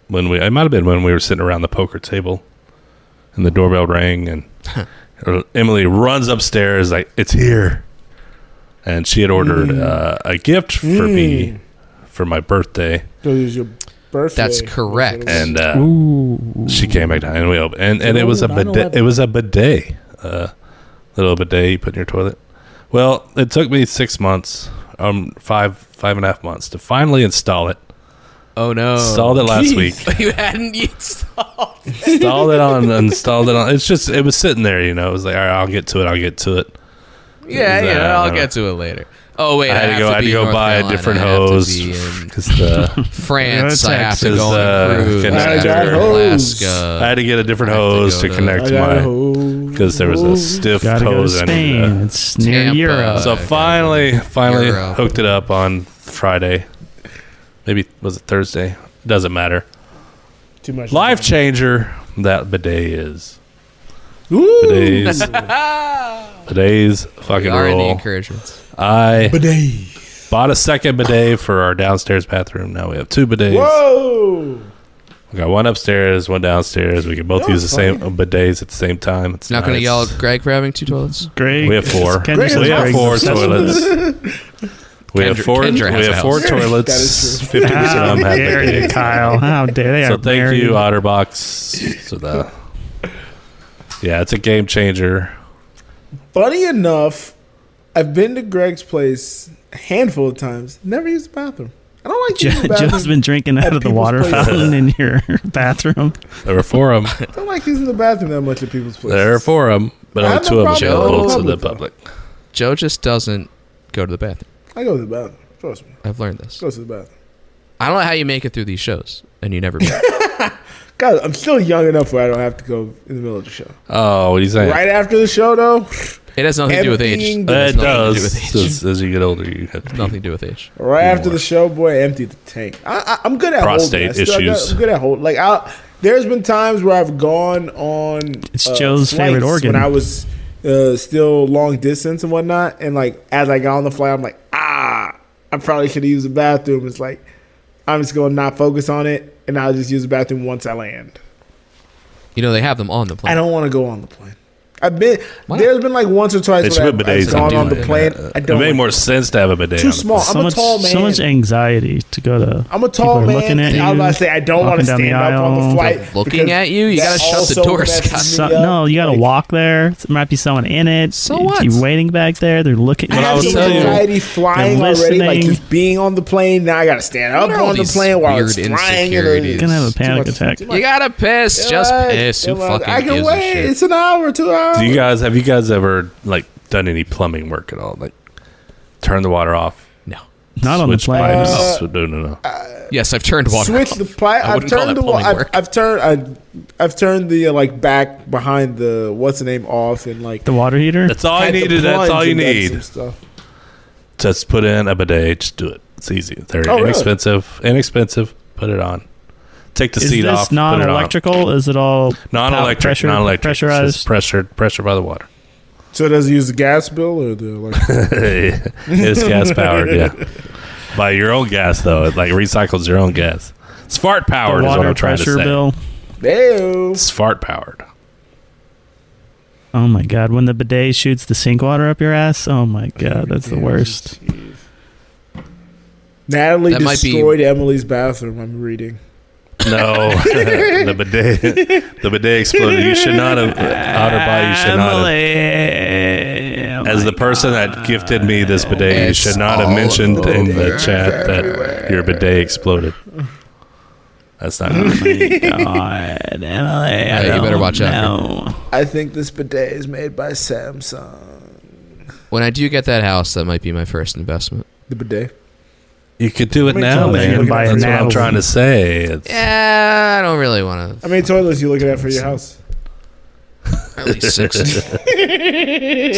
[SPEAKER 4] when we. It might have been when we were sitting around the poker table, and the doorbell rang, and Emily runs upstairs like it's here, and she had ordered
[SPEAKER 1] Mm.
[SPEAKER 4] uh, a gift for me for my birthday,
[SPEAKER 1] So it was your birthday.
[SPEAKER 6] That's correct.
[SPEAKER 4] and uh, she came back down and we opened, and, and it was a bidet. It was a bidet, uh, little bidet you put in your toilet. Well, it took me six months, um, five five and a half months to finally install it.
[SPEAKER 6] Oh no!
[SPEAKER 4] Installed it last week.
[SPEAKER 6] you hadn't installed.
[SPEAKER 4] installed it on installed it on it's just it was sitting there you know it was like all right i'll get to it i'll get to it
[SPEAKER 6] Yeah,
[SPEAKER 4] It was,
[SPEAKER 6] yeah,
[SPEAKER 4] uh,
[SPEAKER 6] I'll get to it later. Oh wait,
[SPEAKER 4] i had to go i had to go buy a different hose because the
[SPEAKER 6] France, I have to
[SPEAKER 4] Texas,
[SPEAKER 6] go on a
[SPEAKER 4] uh,
[SPEAKER 6] cruise.
[SPEAKER 4] connector.
[SPEAKER 6] I have to go to Alaska.
[SPEAKER 4] I had to get a different hose to, connect my because there was a stiff
[SPEAKER 5] Gotta go to
[SPEAKER 4] hose I needed
[SPEAKER 5] Spain. It's near
[SPEAKER 4] uh, Tampa.
[SPEAKER 5] Europe.
[SPEAKER 4] So finally, finally
[SPEAKER 5] Europe.
[SPEAKER 4] hooked it up on Friday. Maybe was it Thursday? Doesn't matter.
[SPEAKER 1] Too much.
[SPEAKER 4] Life changer that bidet is.
[SPEAKER 1] Ooh.
[SPEAKER 4] Bidets, bidets fucking
[SPEAKER 6] We are in the
[SPEAKER 4] rule.
[SPEAKER 6] encouragements.
[SPEAKER 4] I bought a second bidet for our downstairs bathroom. Now we have two bidets.
[SPEAKER 1] Whoa!
[SPEAKER 4] We got one upstairs, one downstairs. We can both use the same bidets at the same time. It's
[SPEAKER 6] Not gonna
[SPEAKER 4] nice.
[SPEAKER 6] yell at Greg for having two toilets.
[SPEAKER 5] Greg,
[SPEAKER 4] We have four.
[SPEAKER 5] Kendra says
[SPEAKER 4] we have
[SPEAKER 5] Greg's
[SPEAKER 4] four
[SPEAKER 5] obsessed with
[SPEAKER 4] toilets. We have
[SPEAKER 6] Kendra-
[SPEAKER 4] four.
[SPEAKER 6] Kendra
[SPEAKER 4] we
[SPEAKER 6] has a
[SPEAKER 4] have four
[SPEAKER 6] house. That is
[SPEAKER 4] toilets.
[SPEAKER 6] true.
[SPEAKER 4] Fifty percent of them
[SPEAKER 5] How
[SPEAKER 4] have
[SPEAKER 5] dare you,
[SPEAKER 4] bidets.
[SPEAKER 5] Kyle? How dare they
[SPEAKER 4] So
[SPEAKER 5] are
[SPEAKER 4] thank
[SPEAKER 5] married.
[SPEAKER 4] you, OtterBox. So the yeah, it's a game changer.
[SPEAKER 1] Funny enough, I've been to Greg's place a handful of times. Never used the bathroom. I don't like using
[SPEAKER 5] Jo-
[SPEAKER 1] the bathroom.
[SPEAKER 5] Joe's been drinking
[SPEAKER 1] at
[SPEAKER 5] out of the
[SPEAKER 1] people's
[SPEAKER 5] water
[SPEAKER 1] places.
[SPEAKER 5] fountain in your bathroom.
[SPEAKER 4] There were four of
[SPEAKER 1] I don't like using the bathroom that much at people's places.
[SPEAKER 4] There are four of them, but
[SPEAKER 1] I
[SPEAKER 4] only
[SPEAKER 1] have no
[SPEAKER 4] two of them
[SPEAKER 1] problem
[SPEAKER 4] are
[SPEAKER 1] with
[SPEAKER 4] available
[SPEAKER 1] the
[SPEAKER 4] to the public.
[SPEAKER 6] Joe just doesn't go to the bathroom.
[SPEAKER 1] I go to the bathroom. Trust me.
[SPEAKER 6] I've learned this.
[SPEAKER 1] Go to the bathroom.
[SPEAKER 6] I don't know how you make it through these shows, and you never. do.
[SPEAKER 1] God, I'm still young enough where I don't have to go in the middle of the show.
[SPEAKER 4] Oh, what do you say?
[SPEAKER 1] Right after the show, though.
[SPEAKER 6] It has nothing to do with age.
[SPEAKER 1] Emptying
[SPEAKER 4] It
[SPEAKER 1] the-
[SPEAKER 6] It has nothing to do
[SPEAKER 4] does.
[SPEAKER 6] with age.
[SPEAKER 4] As, as you get older, you have
[SPEAKER 6] Nothing to do with age.
[SPEAKER 1] Right after the show, boy, empty the tank. I, I, I'm good at
[SPEAKER 4] Prostate
[SPEAKER 1] holding. I still- I got-
[SPEAKER 4] issues.
[SPEAKER 1] I'm good at holding. Like, I, there's been times where I've gone on. uh,
[SPEAKER 5] It's Joe's
[SPEAKER 1] flights
[SPEAKER 5] favorite organ.
[SPEAKER 1] When I was uh, still long distance and whatnot, and like as I got on the flight, I'm like, ah, I probably should have used the bathroom. It's like I'm just going to not focus on it, and I'll just use the bathroom once I land.
[SPEAKER 6] You know they have them on the plane.
[SPEAKER 1] I don't want to go on the plane. I've been there's been like once or twice
[SPEAKER 4] They
[SPEAKER 1] where
[SPEAKER 4] should
[SPEAKER 1] I've,
[SPEAKER 4] put
[SPEAKER 1] I've
[SPEAKER 4] bidets
[SPEAKER 1] gone
[SPEAKER 4] do
[SPEAKER 1] on the
[SPEAKER 4] it.
[SPEAKER 1] plane. I
[SPEAKER 4] It
[SPEAKER 1] don't.
[SPEAKER 4] made
[SPEAKER 1] like-
[SPEAKER 4] more sense to have a bidet.
[SPEAKER 1] Too
[SPEAKER 4] on the-
[SPEAKER 1] small. I'm
[SPEAKER 5] so
[SPEAKER 1] a
[SPEAKER 5] much,
[SPEAKER 1] tall
[SPEAKER 5] So
[SPEAKER 1] man.
[SPEAKER 5] much anxiety to go to.
[SPEAKER 1] I'm a
[SPEAKER 5] people
[SPEAKER 1] tall
[SPEAKER 5] are
[SPEAKER 1] man.
[SPEAKER 5] Looking at
[SPEAKER 1] I
[SPEAKER 5] you,
[SPEAKER 1] was about to say I don't want
[SPEAKER 5] walking
[SPEAKER 1] to
[SPEAKER 5] down the
[SPEAKER 1] stand up on
[SPEAKER 5] aisle.
[SPEAKER 1] the flight.
[SPEAKER 6] Looking
[SPEAKER 1] because
[SPEAKER 6] at you, you
[SPEAKER 1] that
[SPEAKER 6] gotta shut the
[SPEAKER 1] also
[SPEAKER 6] door,
[SPEAKER 1] messes
[SPEAKER 6] Scott.
[SPEAKER 1] me
[SPEAKER 5] So,
[SPEAKER 1] up.
[SPEAKER 5] no, you got to walk there. There might be someone in it.
[SPEAKER 6] So
[SPEAKER 5] You-
[SPEAKER 6] what?
[SPEAKER 5] You're waiting back there. They're looking.
[SPEAKER 1] I
[SPEAKER 5] at
[SPEAKER 1] have
[SPEAKER 5] you.
[SPEAKER 1] some anxiety flying
[SPEAKER 5] They're
[SPEAKER 1] already, like
[SPEAKER 5] listening.
[SPEAKER 1] just being on the plane. Now I gotta stand up
[SPEAKER 6] What are all
[SPEAKER 1] on the
[SPEAKER 6] these
[SPEAKER 1] plane while it's
[SPEAKER 6] weird
[SPEAKER 1] flying. and
[SPEAKER 6] insecurities?
[SPEAKER 5] Gonna have a
[SPEAKER 6] Too
[SPEAKER 5] panic
[SPEAKER 1] much-
[SPEAKER 5] attack.
[SPEAKER 6] You gotta piss. Just
[SPEAKER 1] Relax,
[SPEAKER 6] piss. Who
[SPEAKER 1] relax.
[SPEAKER 6] fucking
[SPEAKER 1] I can
[SPEAKER 6] gives
[SPEAKER 1] wait.
[SPEAKER 6] a shit?
[SPEAKER 1] It's an hour, two hours.
[SPEAKER 4] Do you guys have you guys ever like done any plumbing work at all? Like turn the water off?
[SPEAKER 6] No.
[SPEAKER 5] Not on the
[SPEAKER 4] Switch
[SPEAKER 5] plane.
[SPEAKER 4] pipes?
[SPEAKER 1] Uh,
[SPEAKER 4] Sw- no, no, no.
[SPEAKER 6] Yes, I've turned water.
[SPEAKER 1] Switch
[SPEAKER 6] off.
[SPEAKER 1] the pipe.
[SPEAKER 6] I
[SPEAKER 1] I've
[SPEAKER 6] wouldn't call
[SPEAKER 1] turned the.
[SPEAKER 6] that
[SPEAKER 1] wa-
[SPEAKER 6] plumbing
[SPEAKER 1] I've,
[SPEAKER 6] work.
[SPEAKER 1] I've turned. I, I've turned the uh, like back behind the what's the name off and like.
[SPEAKER 5] The water heater.
[SPEAKER 4] that's all you
[SPEAKER 1] had the
[SPEAKER 4] needed. That's
[SPEAKER 1] plunge
[SPEAKER 4] all you
[SPEAKER 1] and done some
[SPEAKER 4] need.
[SPEAKER 1] stuff.
[SPEAKER 4] Just put in a bidet. Just do it. It's easy. They're
[SPEAKER 1] Oh, really?
[SPEAKER 4] inexpensive. Inexpensive. Put it on. Take the
[SPEAKER 5] Is
[SPEAKER 4] seat
[SPEAKER 5] this
[SPEAKER 4] off. put it on.
[SPEAKER 5] non-electrical? Is it all
[SPEAKER 4] Non-electric.
[SPEAKER 5] pressure-
[SPEAKER 4] non-electric. It's
[SPEAKER 5] pressurized?
[SPEAKER 4] just pressured. Pressure by the water.
[SPEAKER 1] So does it use the gas bill or the like?
[SPEAKER 4] it's gas powered. Yeah. By your own gas though. It like recycles your own gas. It's fart powered
[SPEAKER 5] the
[SPEAKER 4] is what
[SPEAKER 5] water
[SPEAKER 4] I'm trying to
[SPEAKER 5] pressure
[SPEAKER 4] say.
[SPEAKER 5] bill.
[SPEAKER 1] Ew.
[SPEAKER 4] It's fart powered.
[SPEAKER 5] Oh my god! When the bidet shoots the sink water up your ass. Oh my god! That's the worst.
[SPEAKER 1] Natalie
[SPEAKER 6] That might be-
[SPEAKER 1] destroyed Emily's bathroom. I'm reading.
[SPEAKER 4] No, the bidet, the bidet exploded. You should not have outer body. You should not have.
[SPEAKER 5] Emily,
[SPEAKER 4] As the person that gifted me this bidet, you
[SPEAKER 2] It's
[SPEAKER 4] should not have
[SPEAKER 2] all
[SPEAKER 4] mentioned in
[SPEAKER 2] over
[SPEAKER 4] the chat that your bidet exploded. That's not.
[SPEAKER 5] God, Emily, I
[SPEAKER 6] Yeah, you better
[SPEAKER 5] don't
[SPEAKER 6] watch out.
[SPEAKER 5] know.
[SPEAKER 1] I think this bidet is made by Samsung.
[SPEAKER 6] When I do get that house, that might be my first investment.
[SPEAKER 1] The bidet.
[SPEAKER 4] You could do it
[SPEAKER 1] How many
[SPEAKER 4] now,
[SPEAKER 1] times you
[SPEAKER 4] man.
[SPEAKER 1] can buy
[SPEAKER 4] That's
[SPEAKER 1] it
[SPEAKER 4] what
[SPEAKER 1] now?
[SPEAKER 4] I'm trying to say. It's
[SPEAKER 6] Yeah, I don't really want
[SPEAKER 1] How many toilets you looking at for your house?
[SPEAKER 6] to. At least six.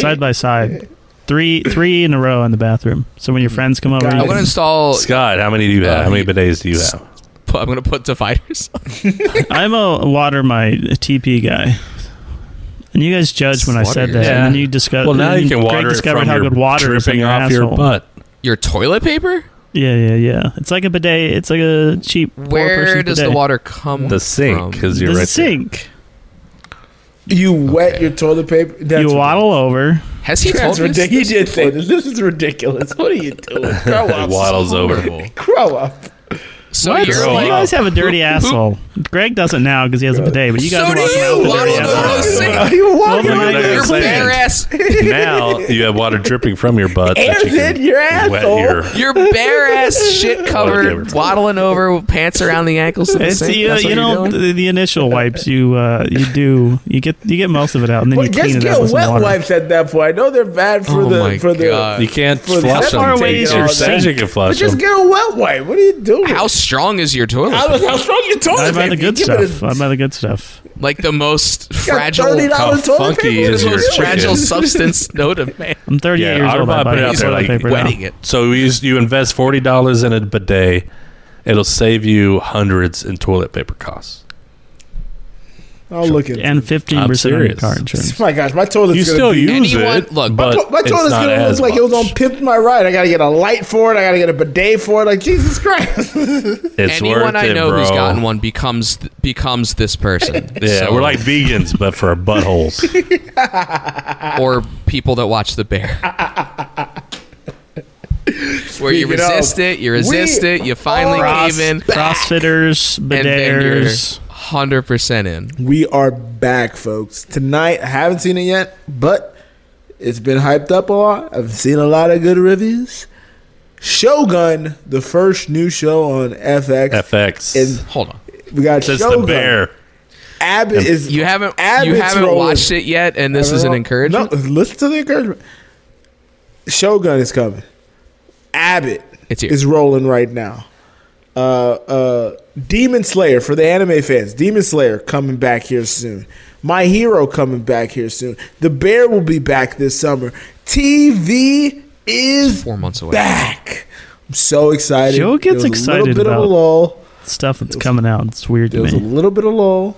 [SPEAKER 5] side by side, three three in a row in the bathroom. So when your friends come over,
[SPEAKER 6] I'm
[SPEAKER 5] you
[SPEAKER 6] gonna
[SPEAKER 5] can-
[SPEAKER 6] install.
[SPEAKER 4] Scott, how many do you have? How
[SPEAKER 5] uh,
[SPEAKER 4] many bidets do you have?
[SPEAKER 6] pu- I'm gonna put dividers.
[SPEAKER 5] I'm a water my TP guy. And you guys judged when I said that, and then you discovered.
[SPEAKER 4] Well, now you can
[SPEAKER 5] Greg
[SPEAKER 4] water it
[SPEAKER 5] discovered
[SPEAKER 4] from
[SPEAKER 5] how
[SPEAKER 4] your
[SPEAKER 5] good water is in
[SPEAKER 4] dripping
[SPEAKER 5] your
[SPEAKER 4] off
[SPEAKER 5] asshole.
[SPEAKER 4] your butt.
[SPEAKER 6] Your toilet paper?
[SPEAKER 5] Yeah, yeah, yeah. It's like a bidet. It's like a cheap. poor
[SPEAKER 6] Where
[SPEAKER 5] person's
[SPEAKER 6] does the
[SPEAKER 5] bidet.
[SPEAKER 6] water come?
[SPEAKER 4] The sink, because you're
[SPEAKER 5] the
[SPEAKER 4] right. there.
[SPEAKER 5] sink?
[SPEAKER 1] You wet your toilet paper. That's
[SPEAKER 5] you waddle over.
[SPEAKER 6] Has he
[SPEAKER 1] That's
[SPEAKER 6] told me?
[SPEAKER 1] ridiculous. He did say this. This is ridiculous. What are you doing? Grow
[SPEAKER 4] It
[SPEAKER 1] up.
[SPEAKER 4] waddles over.
[SPEAKER 1] Grow up.
[SPEAKER 6] So
[SPEAKER 5] What?
[SPEAKER 6] you're
[SPEAKER 5] You
[SPEAKER 6] like-
[SPEAKER 5] guys have a dirty asshole. Greg doesn't now because he has a bidet, but you guys
[SPEAKER 6] So
[SPEAKER 5] are
[SPEAKER 6] do
[SPEAKER 5] walking out
[SPEAKER 6] you.
[SPEAKER 5] with a dirty
[SPEAKER 6] Waddle over the
[SPEAKER 5] asshole.
[SPEAKER 6] sink.
[SPEAKER 1] Are you walking
[SPEAKER 4] Well,
[SPEAKER 1] on your
[SPEAKER 4] then I'm
[SPEAKER 6] Your
[SPEAKER 4] saying-
[SPEAKER 6] bare ass.
[SPEAKER 4] now you have water dripping from your butt. that
[SPEAKER 1] Air's
[SPEAKER 4] you can
[SPEAKER 1] in your
[SPEAKER 4] wet
[SPEAKER 1] asshole.
[SPEAKER 4] your-
[SPEAKER 6] Your bare ass shit
[SPEAKER 4] Whatever.
[SPEAKER 6] covered, waddling over, with pants around the ankles to the
[SPEAKER 5] It's
[SPEAKER 6] sink.
[SPEAKER 5] you,
[SPEAKER 6] That's what
[SPEAKER 5] uh, you
[SPEAKER 6] you're
[SPEAKER 5] know
[SPEAKER 6] doing?
[SPEAKER 5] the, the initial wipes you uh, you do you get you get most of it out and then
[SPEAKER 1] Well,
[SPEAKER 5] you clean
[SPEAKER 1] just
[SPEAKER 5] it up
[SPEAKER 1] get
[SPEAKER 5] with some
[SPEAKER 1] wet
[SPEAKER 5] water.
[SPEAKER 1] wipes at that point. I know they're bad for
[SPEAKER 6] Oh my
[SPEAKER 1] the for the.
[SPEAKER 6] God.
[SPEAKER 4] You can't
[SPEAKER 1] For the-
[SPEAKER 4] flush
[SPEAKER 1] How
[SPEAKER 4] them.
[SPEAKER 1] far away is
[SPEAKER 4] Your
[SPEAKER 1] your
[SPEAKER 4] says
[SPEAKER 1] sink?
[SPEAKER 4] you can
[SPEAKER 1] But
[SPEAKER 4] flush
[SPEAKER 1] just
[SPEAKER 4] them.
[SPEAKER 1] get a wet wipe. What are you doing?
[SPEAKER 6] How strong is your toilet?
[SPEAKER 1] How, how strong your
[SPEAKER 5] I
[SPEAKER 1] toilet
[SPEAKER 5] buy the
[SPEAKER 1] paper?
[SPEAKER 5] good
[SPEAKER 1] You give it a-
[SPEAKER 5] stuff. I buy the good stuff.
[SPEAKER 6] Like the most
[SPEAKER 1] got
[SPEAKER 6] fragile,
[SPEAKER 1] $30
[SPEAKER 6] the
[SPEAKER 4] How
[SPEAKER 1] toilet
[SPEAKER 4] funky
[SPEAKER 1] paper?
[SPEAKER 4] is
[SPEAKER 1] What are
[SPEAKER 4] your
[SPEAKER 1] you
[SPEAKER 6] most
[SPEAKER 1] doing?
[SPEAKER 6] fragile
[SPEAKER 4] chicken?
[SPEAKER 6] substance known to man.
[SPEAKER 5] I'm 38
[SPEAKER 4] Yeah,
[SPEAKER 5] years
[SPEAKER 4] I
[SPEAKER 5] old. I buy
[SPEAKER 4] would put it
[SPEAKER 5] the
[SPEAKER 4] out
[SPEAKER 5] good
[SPEAKER 4] there
[SPEAKER 5] toilet
[SPEAKER 4] like
[SPEAKER 5] paper now.
[SPEAKER 6] wetting it.
[SPEAKER 4] So you s- you invest forty dollars in a bidet, it'll save you hundreds in toilet paper costs.
[SPEAKER 1] I'll look at.
[SPEAKER 5] and 15 percent on your
[SPEAKER 4] serious.
[SPEAKER 5] car insurance.
[SPEAKER 1] My gosh, my toilet's
[SPEAKER 4] You
[SPEAKER 1] gonna
[SPEAKER 4] still
[SPEAKER 1] be,
[SPEAKER 4] use
[SPEAKER 6] Anyone-
[SPEAKER 4] it,
[SPEAKER 6] look, my
[SPEAKER 1] my,
[SPEAKER 4] but
[SPEAKER 1] to- my
[SPEAKER 4] it's
[SPEAKER 1] toilet's
[SPEAKER 4] not
[SPEAKER 1] gonna
[SPEAKER 4] as
[SPEAKER 1] look like it was on
[SPEAKER 4] much.
[SPEAKER 1] Pimp My Ride. I gotta get a light for it. I gotta get a bidet for it. Like Jesus Christ.
[SPEAKER 4] It's
[SPEAKER 6] Anyone
[SPEAKER 4] worth
[SPEAKER 6] I
[SPEAKER 4] it,
[SPEAKER 6] know
[SPEAKER 4] bro.
[SPEAKER 6] who's gotten one becomes becomes this person.
[SPEAKER 4] Yeah,
[SPEAKER 6] So-
[SPEAKER 4] we're like vegans, but for our buttholes.
[SPEAKER 6] or people that watch the bear. Where you
[SPEAKER 1] Speaking of,
[SPEAKER 6] resist it, you resist
[SPEAKER 1] we
[SPEAKER 6] it, you finally
[SPEAKER 1] are
[SPEAKER 6] cave in,
[SPEAKER 5] Crossfitters,
[SPEAKER 6] and then you're
[SPEAKER 5] bideters.
[SPEAKER 6] hundred percent in.
[SPEAKER 1] We are back, folks. Tonight, I haven't seen it yet, but it's been hyped up a lot. I've seen a lot of good reviews. Shogun, the first new show on FX.
[SPEAKER 4] FX.
[SPEAKER 1] And
[SPEAKER 6] Hold on,
[SPEAKER 1] we got
[SPEAKER 4] Since
[SPEAKER 1] Shogun.
[SPEAKER 4] the bear.
[SPEAKER 1] Abbott is
[SPEAKER 6] you haven't you
[SPEAKER 1] Abbott's
[SPEAKER 6] haven't
[SPEAKER 1] rolling.
[SPEAKER 6] watched it yet, and this is an encouragement.
[SPEAKER 1] No, listen to the encouragement. Shogun is coming. Abbott
[SPEAKER 6] It's here.
[SPEAKER 1] is rolling right now. Uh, uh, Demon Slayer for the anime fans. Demon Slayer coming back here soon. My Hero coming back here soon. The Bear will be back this summer. TV is
[SPEAKER 6] Four months away.
[SPEAKER 1] back. I'm so excited.
[SPEAKER 5] Joe gets
[SPEAKER 1] There was A
[SPEAKER 5] excited
[SPEAKER 1] little bit of
[SPEAKER 5] about-
[SPEAKER 1] a lull.
[SPEAKER 5] Stuff that's coming out. It's weird
[SPEAKER 1] There
[SPEAKER 5] to
[SPEAKER 1] was a
[SPEAKER 5] me.
[SPEAKER 1] little bit of lull.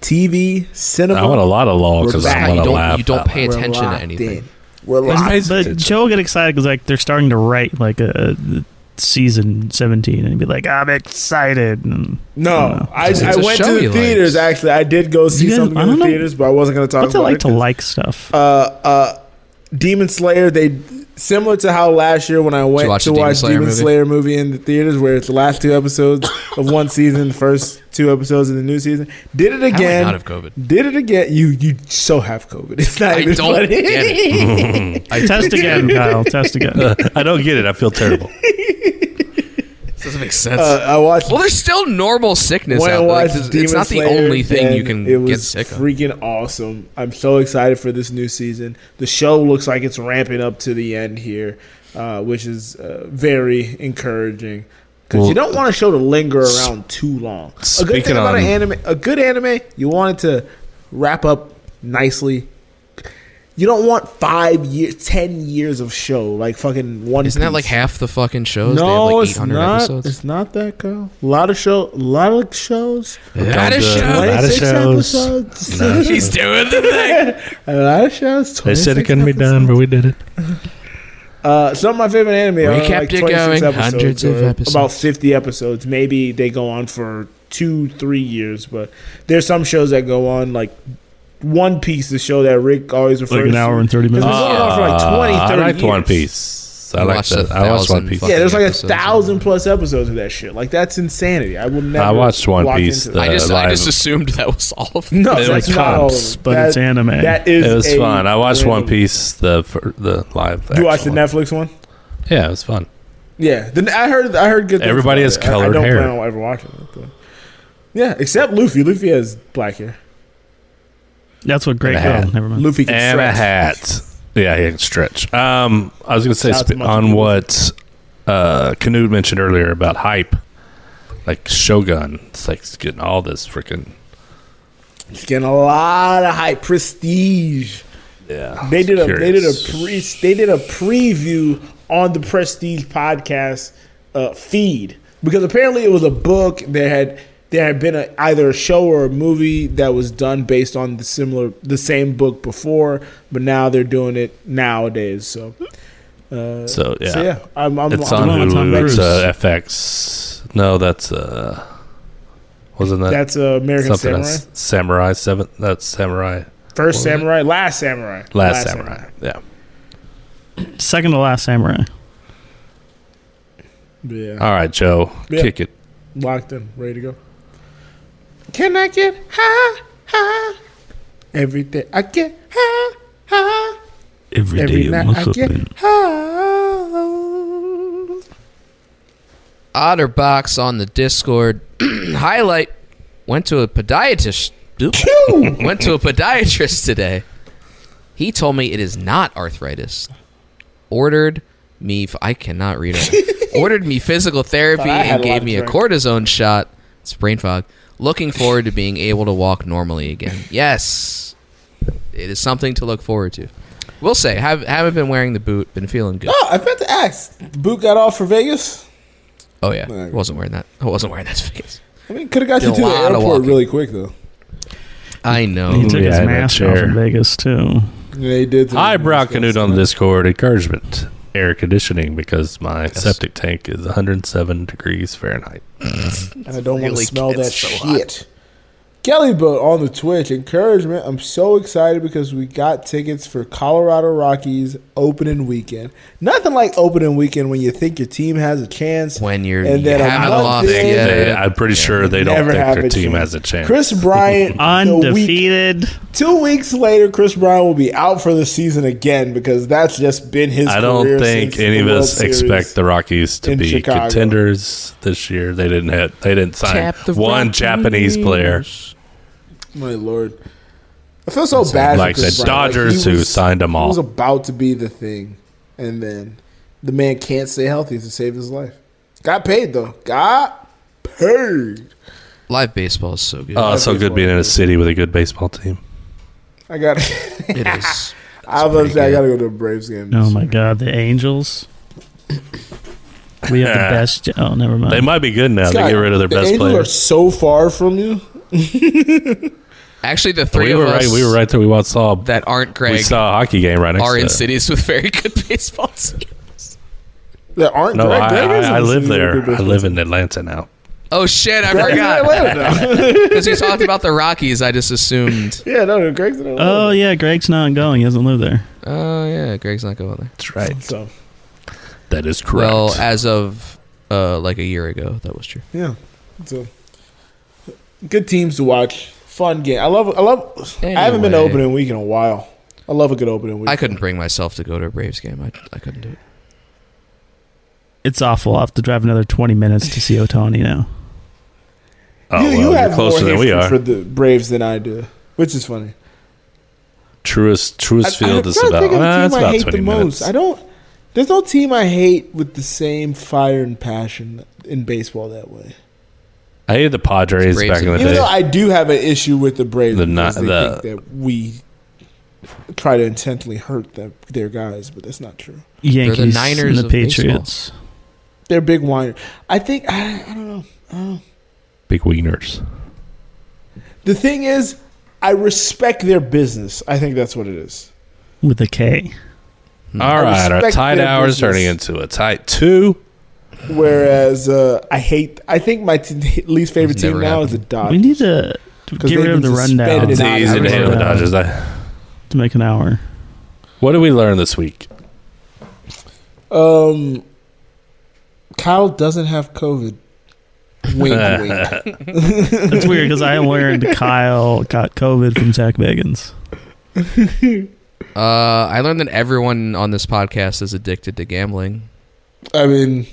[SPEAKER 1] TV, cinema.
[SPEAKER 4] I want a lot of law because I
[SPEAKER 1] We're
[SPEAKER 4] want
[SPEAKER 6] you
[SPEAKER 4] to
[SPEAKER 6] don't
[SPEAKER 4] laugh.
[SPEAKER 6] you don't pay
[SPEAKER 1] We're
[SPEAKER 6] attention to
[SPEAKER 1] locked
[SPEAKER 6] anything.
[SPEAKER 1] in. We're locked
[SPEAKER 5] But, but Joe will get excited because like they're starting to write like a, a season 17, and he'd be like, "I'm excited." And,
[SPEAKER 1] No, I,
[SPEAKER 6] It's
[SPEAKER 1] I
[SPEAKER 6] a
[SPEAKER 1] went
[SPEAKER 6] show
[SPEAKER 1] to
[SPEAKER 6] he
[SPEAKER 1] the
[SPEAKER 6] likes.
[SPEAKER 1] theaters. Actually, I did go see
[SPEAKER 5] You guys-
[SPEAKER 1] something
[SPEAKER 5] I
[SPEAKER 1] in the
[SPEAKER 5] don't know.
[SPEAKER 1] theaters, but I wasn't going to talk
[SPEAKER 5] What's it
[SPEAKER 1] about
[SPEAKER 5] like to
[SPEAKER 1] 'cause,
[SPEAKER 5] like stuff?
[SPEAKER 1] Uh, uh, Demon Slayer. They similar to how last year when I went
[SPEAKER 6] watch
[SPEAKER 1] to
[SPEAKER 6] the Demon
[SPEAKER 1] watch
[SPEAKER 6] Slayer
[SPEAKER 1] Demon
[SPEAKER 6] movie?
[SPEAKER 1] Slayer movie in the theaters, where it's the last two episodes of one season, the first two episodes of the new season. Did it
[SPEAKER 6] How do I
[SPEAKER 1] again.
[SPEAKER 6] not have COVID?
[SPEAKER 1] Did it again. You you so have COVID. It's not
[SPEAKER 6] I
[SPEAKER 1] even
[SPEAKER 6] don't
[SPEAKER 1] funny.
[SPEAKER 6] get it.
[SPEAKER 5] test again, Kyle. Test again.
[SPEAKER 4] I don't get it. I feel terrible.
[SPEAKER 6] This doesn't make sense.
[SPEAKER 1] Uh, I watched.
[SPEAKER 6] well, there's still normal sickness
[SPEAKER 1] when I
[SPEAKER 6] out there. Like,
[SPEAKER 1] watched
[SPEAKER 6] this-
[SPEAKER 1] Demon
[SPEAKER 6] it's not the
[SPEAKER 1] Slayer,
[SPEAKER 6] only thing you
[SPEAKER 1] then
[SPEAKER 6] can
[SPEAKER 1] it was
[SPEAKER 6] get sick of.
[SPEAKER 1] freaking awesome. I'm so excited for this new season. The show looks like it's ramping up to the end here, uh, which is uh, very encouraging. Because you
[SPEAKER 4] Well,
[SPEAKER 1] don't want a show to linger around too long. A good
[SPEAKER 4] speaking
[SPEAKER 1] thing about an
[SPEAKER 4] on-
[SPEAKER 1] anime, a good anime, you want it to wrap up nicely. You don't want five years, ten years of show like fucking one.
[SPEAKER 6] Isn't that like
[SPEAKER 1] Piece.
[SPEAKER 6] half the fucking shows?
[SPEAKER 1] no,
[SPEAKER 6] they have like
[SPEAKER 1] it's
[SPEAKER 6] 800
[SPEAKER 1] not.
[SPEAKER 6] episodes.
[SPEAKER 1] It's not that, girl. A lot of show, a lot of shows.
[SPEAKER 6] That is
[SPEAKER 4] Don't do it.
[SPEAKER 6] shows.
[SPEAKER 4] A
[SPEAKER 1] 26
[SPEAKER 4] lot of shows.
[SPEAKER 1] episodes.
[SPEAKER 6] He's doing the thing.
[SPEAKER 1] a lot of shows.
[SPEAKER 4] They said it
[SPEAKER 1] 26
[SPEAKER 4] couldn't be done, but we did it.
[SPEAKER 1] Uh, some of my favorite anime are
[SPEAKER 6] We
[SPEAKER 1] like
[SPEAKER 6] kept it
[SPEAKER 1] 26
[SPEAKER 6] going.
[SPEAKER 1] episodes
[SPEAKER 6] Hundreds of
[SPEAKER 1] or
[SPEAKER 6] episodes.
[SPEAKER 1] About 50 episodes. Maybe they go on for two, three years, but there's some shows that go on like One Piece, the show that Rick always refers
[SPEAKER 5] Like an hour
[SPEAKER 1] to.
[SPEAKER 5] and 30
[SPEAKER 1] It's been
[SPEAKER 5] minutes.
[SPEAKER 1] going on for like 20,
[SPEAKER 4] Ah,
[SPEAKER 1] 30
[SPEAKER 4] I liked One
[SPEAKER 1] years.
[SPEAKER 4] Piece. episodes. I like
[SPEAKER 6] watched a
[SPEAKER 4] that. I watched One
[SPEAKER 6] thousand
[SPEAKER 4] Piece.
[SPEAKER 1] Yeah, there's like a thousand plus episodes of that shit. Like that's insanity. I will never.
[SPEAKER 4] I watched One
[SPEAKER 1] lock
[SPEAKER 4] Piece.
[SPEAKER 1] into
[SPEAKER 4] The
[SPEAKER 1] that.
[SPEAKER 4] live-
[SPEAKER 6] assumed that was all of
[SPEAKER 1] No,
[SPEAKER 4] It
[SPEAKER 1] that's
[SPEAKER 4] was
[SPEAKER 1] not all of
[SPEAKER 4] comics,
[SPEAKER 1] them.
[SPEAKER 5] but
[SPEAKER 1] That-
[SPEAKER 5] it's anime.
[SPEAKER 1] That is.
[SPEAKER 4] it was
[SPEAKER 1] a
[SPEAKER 4] fun. I watched
[SPEAKER 1] brand
[SPEAKER 4] One
[SPEAKER 1] new-
[SPEAKER 4] Piece the fir- the live.
[SPEAKER 1] You watched the
[SPEAKER 4] actual
[SPEAKER 1] Netflix one?
[SPEAKER 4] one. Yeah, it was fun.
[SPEAKER 1] Yeah. Then I heard. I heard good. things
[SPEAKER 4] Everybody
[SPEAKER 1] about
[SPEAKER 4] has
[SPEAKER 1] it. I- I
[SPEAKER 4] colored
[SPEAKER 1] don't
[SPEAKER 4] hair.
[SPEAKER 1] plan on ever watching it. But. Yeah, except Luffy. Luffy has black hair.
[SPEAKER 5] That's what great.
[SPEAKER 4] And a
[SPEAKER 5] Oh,
[SPEAKER 4] hat.
[SPEAKER 5] never mind.
[SPEAKER 1] Luffy can
[SPEAKER 4] and
[SPEAKER 1] stretch.
[SPEAKER 4] a hat. Yeah, he can stretch. Um, I was gonna say
[SPEAKER 1] Sounds
[SPEAKER 4] sp-
[SPEAKER 1] much
[SPEAKER 4] on
[SPEAKER 1] improved.
[SPEAKER 4] what uh, Canute mentioned earlier about hype, like Shogun. It's like it's getting all this freaking.
[SPEAKER 1] He's getting a lot of hype, prestige.
[SPEAKER 4] Yeah,
[SPEAKER 1] They did a they did
[SPEAKER 4] curious.
[SPEAKER 1] a pre they did a preview on the Prestige podcast uh, feed because apparently it was a book that had there had been a, either a show or a movie that was done based on the similar the same book before, but now they're doing it nowadays. So, uh,
[SPEAKER 4] So yeah,
[SPEAKER 1] I'm, I'm,
[SPEAKER 4] it's
[SPEAKER 1] I'm-
[SPEAKER 4] on
[SPEAKER 1] I'm- I'm-
[SPEAKER 4] Hulu. It's
[SPEAKER 1] that's-
[SPEAKER 4] uh, FX. No, that's uh, wasn't that
[SPEAKER 1] That's, uh, American
[SPEAKER 4] something that's Samurai Seven. That's Samurai.
[SPEAKER 1] First
[SPEAKER 4] what was it?
[SPEAKER 1] Samurai, Last Samurai,
[SPEAKER 4] Last, samurai. Yeah.
[SPEAKER 5] Second to last samurai.
[SPEAKER 1] Yeah.
[SPEAKER 4] All right, Joe,
[SPEAKER 1] Yeah.
[SPEAKER 4] kick it.
[SPEAKER 1] Locked in, ready to go. Can I get high, high? Every day I get high, high. Every night I get high.
[SPEAKER 6] Otterbox on the Discord highlight went to a podiatrist. went to a podiatrist today. He told me it is not arthritis. Ordered me. f- I cannot read it. Ordered me physical therapy
[SPEAKER 3] Thought I had
[SPEAKER 6] and
[SPEAKER 3] a lot
[SPEAKER 6] gave
[SPEAKER 3] to
[SPEAKER 6] me a
[SPEAKER 3] drink.
[SPEAKER 6] cortisone shot. It's brain fog. Looking forward to being able to walk normally again. Yes, it is something to look forward to. We'll say have haven't been wearing the boot. Been feeling good.
[SPEAKER 3] Ah!
[SPEAKER 1] Oh, I forgot to ask. The boot got off for Vegas.
[SPEAKER 6] Oh yeah, I wasn't wearing that. I wasn't wearing that face.
[SPEAKER 1] I mean, could have got
[SPEAKER 6] Did
[SPEAKER 1] you
[SPEAKER 6] a
[SPEAKER 1] to the
[SPEAKER 6] lot of
[SPEAKER 1] airport
[SPEAKER 6] walking.
[SPEAKER 1] really quick though.
[SPEAKER 6] I know.
[SPEAKER 5] He took
[SPEAKER 4] Yeah,
[SPEAKER 5] his
[SPEAKER 4] in that
[SPEAKER 5] mask off
[SPEAKER 4] chair.
[SPEAKER 5] in Vegas too.
[SPEAKER 1] They did.
[SPEAKER 4] Eyebrow Canute on the Discord encouragement air conditioning because my septic tank is 107 degrees Fahrenheit.
[SPEAKER 1] and I don't want
[SPEAKER 6] Really
[SPEAKER 1] to smell that
[SPEAKER 6] gets so
[SPEAKER 1] shit. Kelly Boat on the Twitch encouragement. I'm so excited because we got tickets for Colorado Rockies opening weekend. Nothing like opening weekend when you think your team has a chance.
[SPEAKER 6] When you're
[SPEAKER 1] And then
[SPEAKER 6] having
[SPEAKER 1] I'm
[SPEAKER 6] a
[SPEAKER 1] not
[SPEAKER 6] loss,
[SPEAKER 1] there.
[SPEAKER 6] yeah.
[SPEAKER 4] They- I'm pretty sure they don't
[SPEAKER 1] Never
[SPEAKER 4] think
[SPEAKER 1] have
[SPEAKER 4] their
[SPEAKER 1] a
[SPEAKER 4] team
[SPEAKER 1] chance.
[SPEAKER 4] has a chance.
[SPEAKER 1] Chris Bryant the week-
[SPEAKER 5] Undefeated.
[SPEAKER 1] two weeks later, Chris Bryant will be out for the season again because that's just been his.
[SPEAKER 4] I don't
[SPEAKER 1] career
[SPEAKER 4] think
[SPEAKER 1] since
[SPEAKER 4] any
[SPEAKER 1] the
[SPEAKER 4] of
[SPEAKER 1] World
[SPEAKER 4] us
[SPEAKER 1] Series.
[SPEAKER 4] expect the Rockies to
[SPEAKER 1] in
[SPEAKER 4] be
[SPEAKER 1] Chicago.
[SPEAKER 4] contenders this year. They didn't hit. They didn't sign
[SPEAKER 1] Tap the
[SPEAKER 4] one Japanese player
[SPEAKER 1] My lord, I feel so bad.
[SPEAKER 4] like
[SPEAKER 1] for
[SPEAKER 4] the
[SPEAKER 1] Chris Bryant. Like,
[SPEAKER 4] Dodgers
[SPEAKER 1] he
[SPEAKER 4] who
[SPEAKER 1] was-
[SPEAKER 4] signed them
[SPEAKER 1] He was
[SPEAKER 4] all.
[SPEAKER 1] about to be the thing, and then the man can't stay healthy to save his life. Got paid though. Got paid.
[SPEAKER 6] Live baseball is so good.
[SPEAKER 4] Oh, it's so good being in a city with a good baseball team.
[SPEAKER 1] I got.
[SPEAKER 6] It is.
[SPEAKER 1] I was gonna say I gotta go to a Braves game.
[SPEAKER 5] Oh my God, the Angels. We have the best. jo- Oh, never mind.
[SPEAKER 4] They might be good now.
[SPEAKER 1] Scott,
[SPEAKER 4] they get rid of their
[SPEAKER 1] the
[SPEAKER 4] best
[SPEAKER 1] Angels
[SPEAKER 4] player.
[SPEAKER 1] are so far from you.
[SPEAKER 6] Actually, the three
[SPEAKER 4] we
[SPEAKER 6] of
[SPEAKER 4] were
[SPEAKER 6] us
[SPEAKER 4] right. We were right there. We watched saw
[SPEAKER 6] that aren't Greg
[SPEAKER 4] We saw a hockey game right next
[SPEAKER 6] are
[SPEAKER 4] to
[SPEAKER 6] in
[SPEAKER 4] it.
[SPEAKER 6] cities with very good baseball teams.
[SPEAKER 1] That aren't.
[SPEAKER 4] No,
[SPEAKER 1] Greg
[SPEAKER 4] I,
[SPEAKER 1] Greg is
[SPEAKER 4] I, I
[SPEAKER 1] in the
[SPEAKER 4] live
[SPEAKER 1] city with
[SPEAKER 4] there.
[SPEAKER 1] good
[SPEAKER 4] I
[SPEAKER 1] baseball
[SPEAKER 4] live in Atlanta now.
[SPEAKER 6] Oh shit! I
[SPEAKER 1] Greg's in Atlanta
[SPEAKER 6] forgot.
[SPEAKER 1] now.
[SPEAKER 6] Because you talked about the Rockies, I just assumed.
[SPEAKER 1] Yeah, no, no, Greg's in Atlanta.
[SPEAKER 5] Oh yeah, Greg's not going. He doesn't live there.
[SPEAKER 6] Oh yeah, Greg's not going there.
[SPEAKER 4] That's right.
[SPEAKER 1] So
[SPEAKER 4] That is correct.
[SPEAKER 6] Well, as of uh, like a year ago, that was true.
[SPEAKER 1] yeah, so good teams to watch. Fun game. I love. I love. I haven't been to
[SPEAKER 6] Anyway.
[SPEAKER 1] opening week in a while. I love a good opening week.
[SPEAKER 6] I couldn't bring myself to go to a Braves game. I, I couldn't do it.
[SPEAKER 5] It's awful. I'll have to drive another twenty minutes to see Otani now.
[SPEAKER 4] oh,
[SPEAKER 1] you,
[SPEAKER 4] well,
[SPEAKER 1] you
[SPEAKER 4] you're
[SPEAKER 1] have
[SPEAKER 4] closer
[SPEAKER 1] more
[SPEAKER 4] than we
[SPEAKER 1] hatred
[SPEAKER 4] are.
[SPEAKER 1] for the Braves than I do, which is funny.
[SPEAKER 4] Truest Truist
[SPEAKER 1] I-
[SPEAKER 4] Field
[SPEAKER 1] I'm
[SPEAKER 4] is
[SPEAKER 1] trying to
[SPEAKER 4] about
[SPEAKER 1] think of the
[SPEAKER 4] uh,
[SPEAKER 1] team
[SPEAKER 4] it's
[SPEAKER 1] I
[SPEAKER 4] about
[SPEAKER 1] hate
[SPEAKER 4] twenty
[SPEAKER 1] the
[SPEAKER 4] minutes.
[SPEAKER 1] most. I don't. There's no team I hate with the same fire and passion in baseball that way.
[SPEAKER 4] I hated the Padres
[SPEAKER 6] Braves
[SPEAKER 4] back in the
[SPEAKER 1] Even
[SPEAKER 4] day.
[SPEAKER 1] though I do have an issue with the Braves
[SPEAKER 4] The
[SPEAKER 1] because
[SPEAKER 4] not-
[SPEAKER 1] they
[SPEAKER 4] the-
[SPEAKER 1] think that we try to intentionally hurt the, their guys, but that's not true.
[SPEAKER 5] Yankees
[SPEAKER 6] Niners
[SPEAKER 5] and the
[SPEAKER 6] of baseball.
[SPEAKER 5] Patriots.
[SPEAKER 1] They're big whiner. I think I, I don't know. I don't know.
[SPEAKER 4] Big wieners.
[SPEAKER 1] The thing is, I respect their business. I think that's what it is.
[SPEAKER 5] with a K.
[SPEAKER 4] All right, our
[SPEAKER 1] respect
[SPEAKER 4] tight
[SPEAKER 1] their
[SPEAKER 4] hours
[SPEAKER 1] business.
[SPEAKER 4] turning into a tight two.
[SPEAKER 1] Whereas uh, I hate. I think my t- least favorite
[SPEAKER 6] It's
[SPEAKER 1] team
[SPEAKER 6] never
[SPEAKER 1] now is the
[SPEAKER 6] happened.
[SPEAKER 1] Dodgers.
[SPEAKER 5] We need to get
[SPEAKER 1] they've
[SPEAKER 5] rid of the
[SPEAKER 1] been
[SPEAKER 5] rundown
[SPEAKER 1] suspended
[SPEAKER 4] It's
[SPEAKER 1] not
[SPEAKER 4] easy to
[SPEAKER 1] average.
[SPEAKER 4] handle the Dodgers. I-
[SPEAKER 5] to make an hour.
[SPEAKER 4] What did we learn this week?
[SPEAKER 1] Um, Kyle doesn't have COVID. Wink, wink.
[SPEAKER 5] That's weird because I learned Kyle got COVID from Zach Bagans.
[SPEAKER 6] Uh, I learned that everyone on this podcast is addicted to gambling.
[SPEAKER 1] I mean,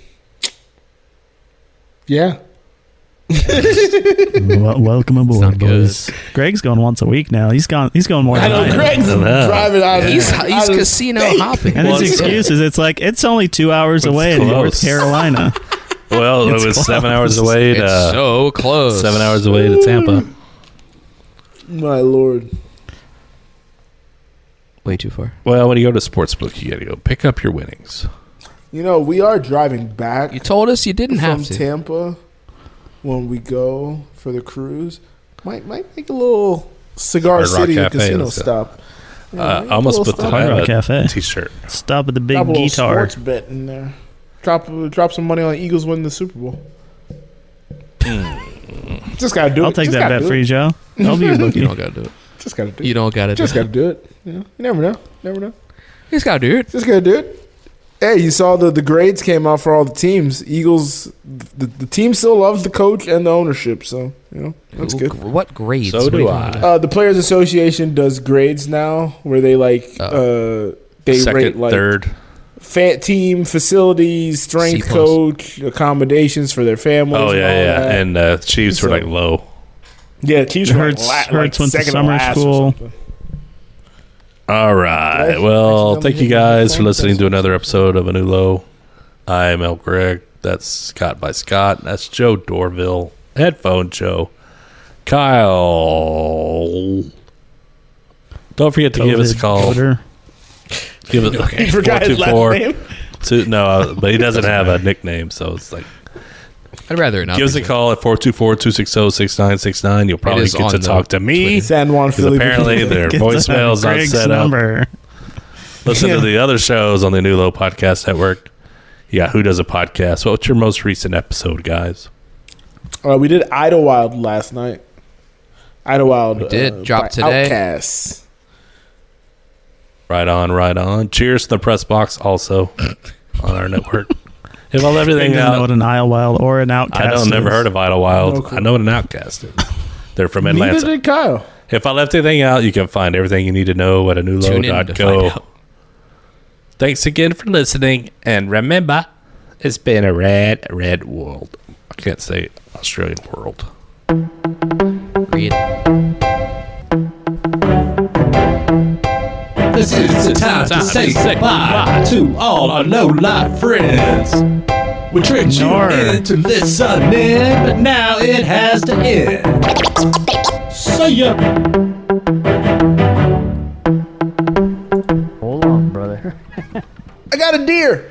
[SPEAKER 1] yeah.
[SPEAKER 5] Wel- welcome aboard, boys. Greg's going once a week now. He's gone. He's going more.
[SPEAKER 1] I
[SPEAKER 5] than
[SPEAKER 1] know
[SPEAKER 5] am.
[SPEAKER 1] Greg's driving out. of-
[SPEAKER 6] He's,
[SPEAKER 1] out
[SPEAKER 6] he's
[SPEAKER 1] of
[SPEAKER 6] casino
[SPEAKER 1] state.
[SPEAKER 6] hopping.
[SPEAKER 5] And his
[SPEAKER 4] Well, it's-
[SPEAKER 5] excuse is it's like it's only two hours away in North
[SPEAKER 4] close.
[SPEAKER 5] Carolina.
[SPEAKER 4] Well,
[SPEAKER 5] It's
[SPEAKER 4] it was seven
[SPEAKER 5] close.
[SPEAKER 4] hours away to
[SPEAKER 6] It's so close.
[SPEAKER 4] uh, seven hours away to Tampa.
[SPEAKER 1] My lord.
[SPEAKER 6] Way too far.
[SPEAKER 4] Well, when you go to sportsbook, you got to go pick up your winnings.
[SPEAKER 1] You know, we are driving back
[SPEAKER 6] You told us you didn't
[SPEAKER 1] from
[SPEAKER 6] have to.
[SPEAKER 1] Tampa when we go for the cruise. Might might make a little Cigar
[SPEAKER 4] Hard Rock
[SPEAKER 1] City
[SPEAKER 4] Cafe,
[SPEAKER 1] casino
[SPEAKER 4] let's go.
[SPEAKER 1] stop. Yeah,
[SPEAKER 4] Uh,
[SPEAKER 1] make
[SPEAKER 4] I
[SPEAKER 1] a
[SPEAKER 4] almost
[SPEAKER 1] little
[SPEAKER 4] put the
[SPEAKER 1] stop.
[SPEAKER 5] Hard Rock
[SPEAKER 4] Hard
[SPEAKER 5] Cafe.
[SPEAKER 4] T-shirt.
[SPEAKER 5] Stop at the big
[SPEAKER 1] Drop a little
[SPEAKER 5] guitar.
[SPEAKER 1] sports bet in there. Drop drop some money on Eagles winning the Super Bowl.
[SPEAKER 4] Hmm.
[SPEAKER 1] Just gotta do it.
[SPEAKER 5] I'll take
[SPEAKER 1] Just
[SPEAKER 5] that
[SPEAKER 1] gotta
[SPEAKER 5] bet
[SPEAKER 1] do
[SPEAKER 5] for you,
[SPEAKER 1] it.
[SPEAKER 5] Joe. I'll be your
[SPEAKER 6] You
[SPEAKER 5] bookie.
[SPEAKER 6] don't gotta do it.
[SPEAKER 1] Just gotta do it.
[SPEAKER 6] You don't gotta do
[SPEAKER 1] Just
[SPEAKER 6] it.
[SPEAKER 1] gotta do it. You, know, you never know. Never know.
[SPEAKER 6] He's gotta do it.
[SPEAKER 1] Just gotta do it. Hey, you saw the the grades came out for all the teams. Eagles, the, the team still loves the coach and the ownership, so you know that's
[SPEAKER 6] Ooh,
[SPEAKER 1] good.
[SPEAKER 6] gr- What grades?
[SPEAKER 4] So
[SPEAKER 6] What are
[SPEAKER 4] do
[SPEAKER 6] you
[SPEAKER 4] I.
[SPEAKER 6] doing?
[SPEAKER 1] Uh, the Players Association does grades now, where they like uh, they rate
[SPEAKER 4] Second,
[SPEAKER 1] like
[SPEAKER 4] third.
[SPEAKER 1] fat team facilities, strength
[SPEAKER 6] C+.
[SPEAKER 1] coach, accommodations for their families.
[SPEAKER 4] Oh
[SPEAKER 1] and all
[SPEAKER 4] yeah, yeah.
[SPEAKER 1] that.
[SPEAKER 4] And uh, Chiefs were like low.
[SPEAKER 1] yeah, Chiefs were
[SPEAKER 5] Hurts,
[SPEAKER 1] like, la- like
[SPEAKER 5] Hurts went to
[SPEAKER 1] second to
[SPEAKER 5] summer
[SPEAKER 1] last or
[SPEAKER 5] school.
[SPEAKER 1] something.
[SPEAKER 4] All right.
[SPEAKER 1] I
[SPEAKER 4] Well,
[SPEAKER 1] accidentally
[SPEAKER 4] thank
[SPEAKER 1] hit
[SPEAKER 4] you
[SPEAKER 1] my
[SPEAKER 4] guys for
[SPEAKER 1] phone?
[SPEAKER 4] listening to another episode of A New Low. I am El Greg. That's Scott by Scott. That's Joe Dorville. Headphone Joe. Kyle. Don't forget to give us a
[SPEAKER 5] COVID,
[SPEAKER 4] call.
[SPEAKER 5] Twitter.
[SPEAKER 4] Give us okay.
[SPEAKER 1] He forgot his last name.
[SPEAKER 4] Two, no, uh, but he doesn't have a nickname, so it's like
[SPEAKER 6] I'd rather it not.
[SPEAKER 4] give us
[SPEAKER 6] be
[SPEAKER 4] a call at 424-260-6969. You'll probably
[SPEAKER 6] is
[SPEAKER 4] get to
[SPEAKER 6] on the
[SPEAKER 4] talk to me.
[SPEAKER 1] San Juan
[SPEAKER 4] Because
[SPEAKER 1] Philly.
[SPEAKER 4] apparently their
[SPEAKER 5] Get
[SPEAKER 4] voicemail's not
[SPEAKER 5] Greg's
[SPEAKER 4] set up.
[SPEAKER 5] number.
[SPEAKER 4] Listen
[SPEAKER 1] Yeah.
[SPEAKER 4] to the other shows on the New Low Podcast Network. Yeah, who does a podcast? Well, what's your most recent episode, guys?
[SPEAKER 1] Uh, we did Idlewild last night. Idlewild
[SPEAKER 6] We did.
[SPEAKER 1] uh,
[SPEAKER 6] Dropped
[SPEAKER 1] by
[SPEAKER 6] today.
[SPEAKER 1] Outkast.
[SPEAKER 4] Right on, right on. Cheers to the press box also on our network. If I'll
[SPEAKER 5] Greg
[SPEAKER 4] everything
[SPEAKER 5] doesn't know what
[SPEAKER 4] out,
[SPEAKER 5] an Islewild or an Outcast.
[SPEAKER 4] I don't never
[SPEAKER 5] is.
[SPEAKER 4] heard of Idlewild.
[SPEAKER 1] No clue.
[SPEAKER 4] I know what an outcast is. They're from
[SPEAKER 1] Neither
[SPEAKER 4] Atlanta.
[SPEAKER 1] did Kyle.
[SPEAKER 4] If I left anything out, you can find everything you need to know at
[SPEAKER 6] Tune in to find
[SPEAKER 4] anewlow.co.
[SPEAKER 6] out.
[SPEAKER 4] Thanks again for listening, and remember, it's been a red, red world. I can't say Australian world.
[SPEAKER 6] Read.
[SPEAKER 2] This is the time to say goodbye to all our low life friends. We tricked you
[SPEAKER 5] Nor.
[SPEAKER 2] into listening, but now it has to end. See ya.
[SPEAKER 1] I got a deer.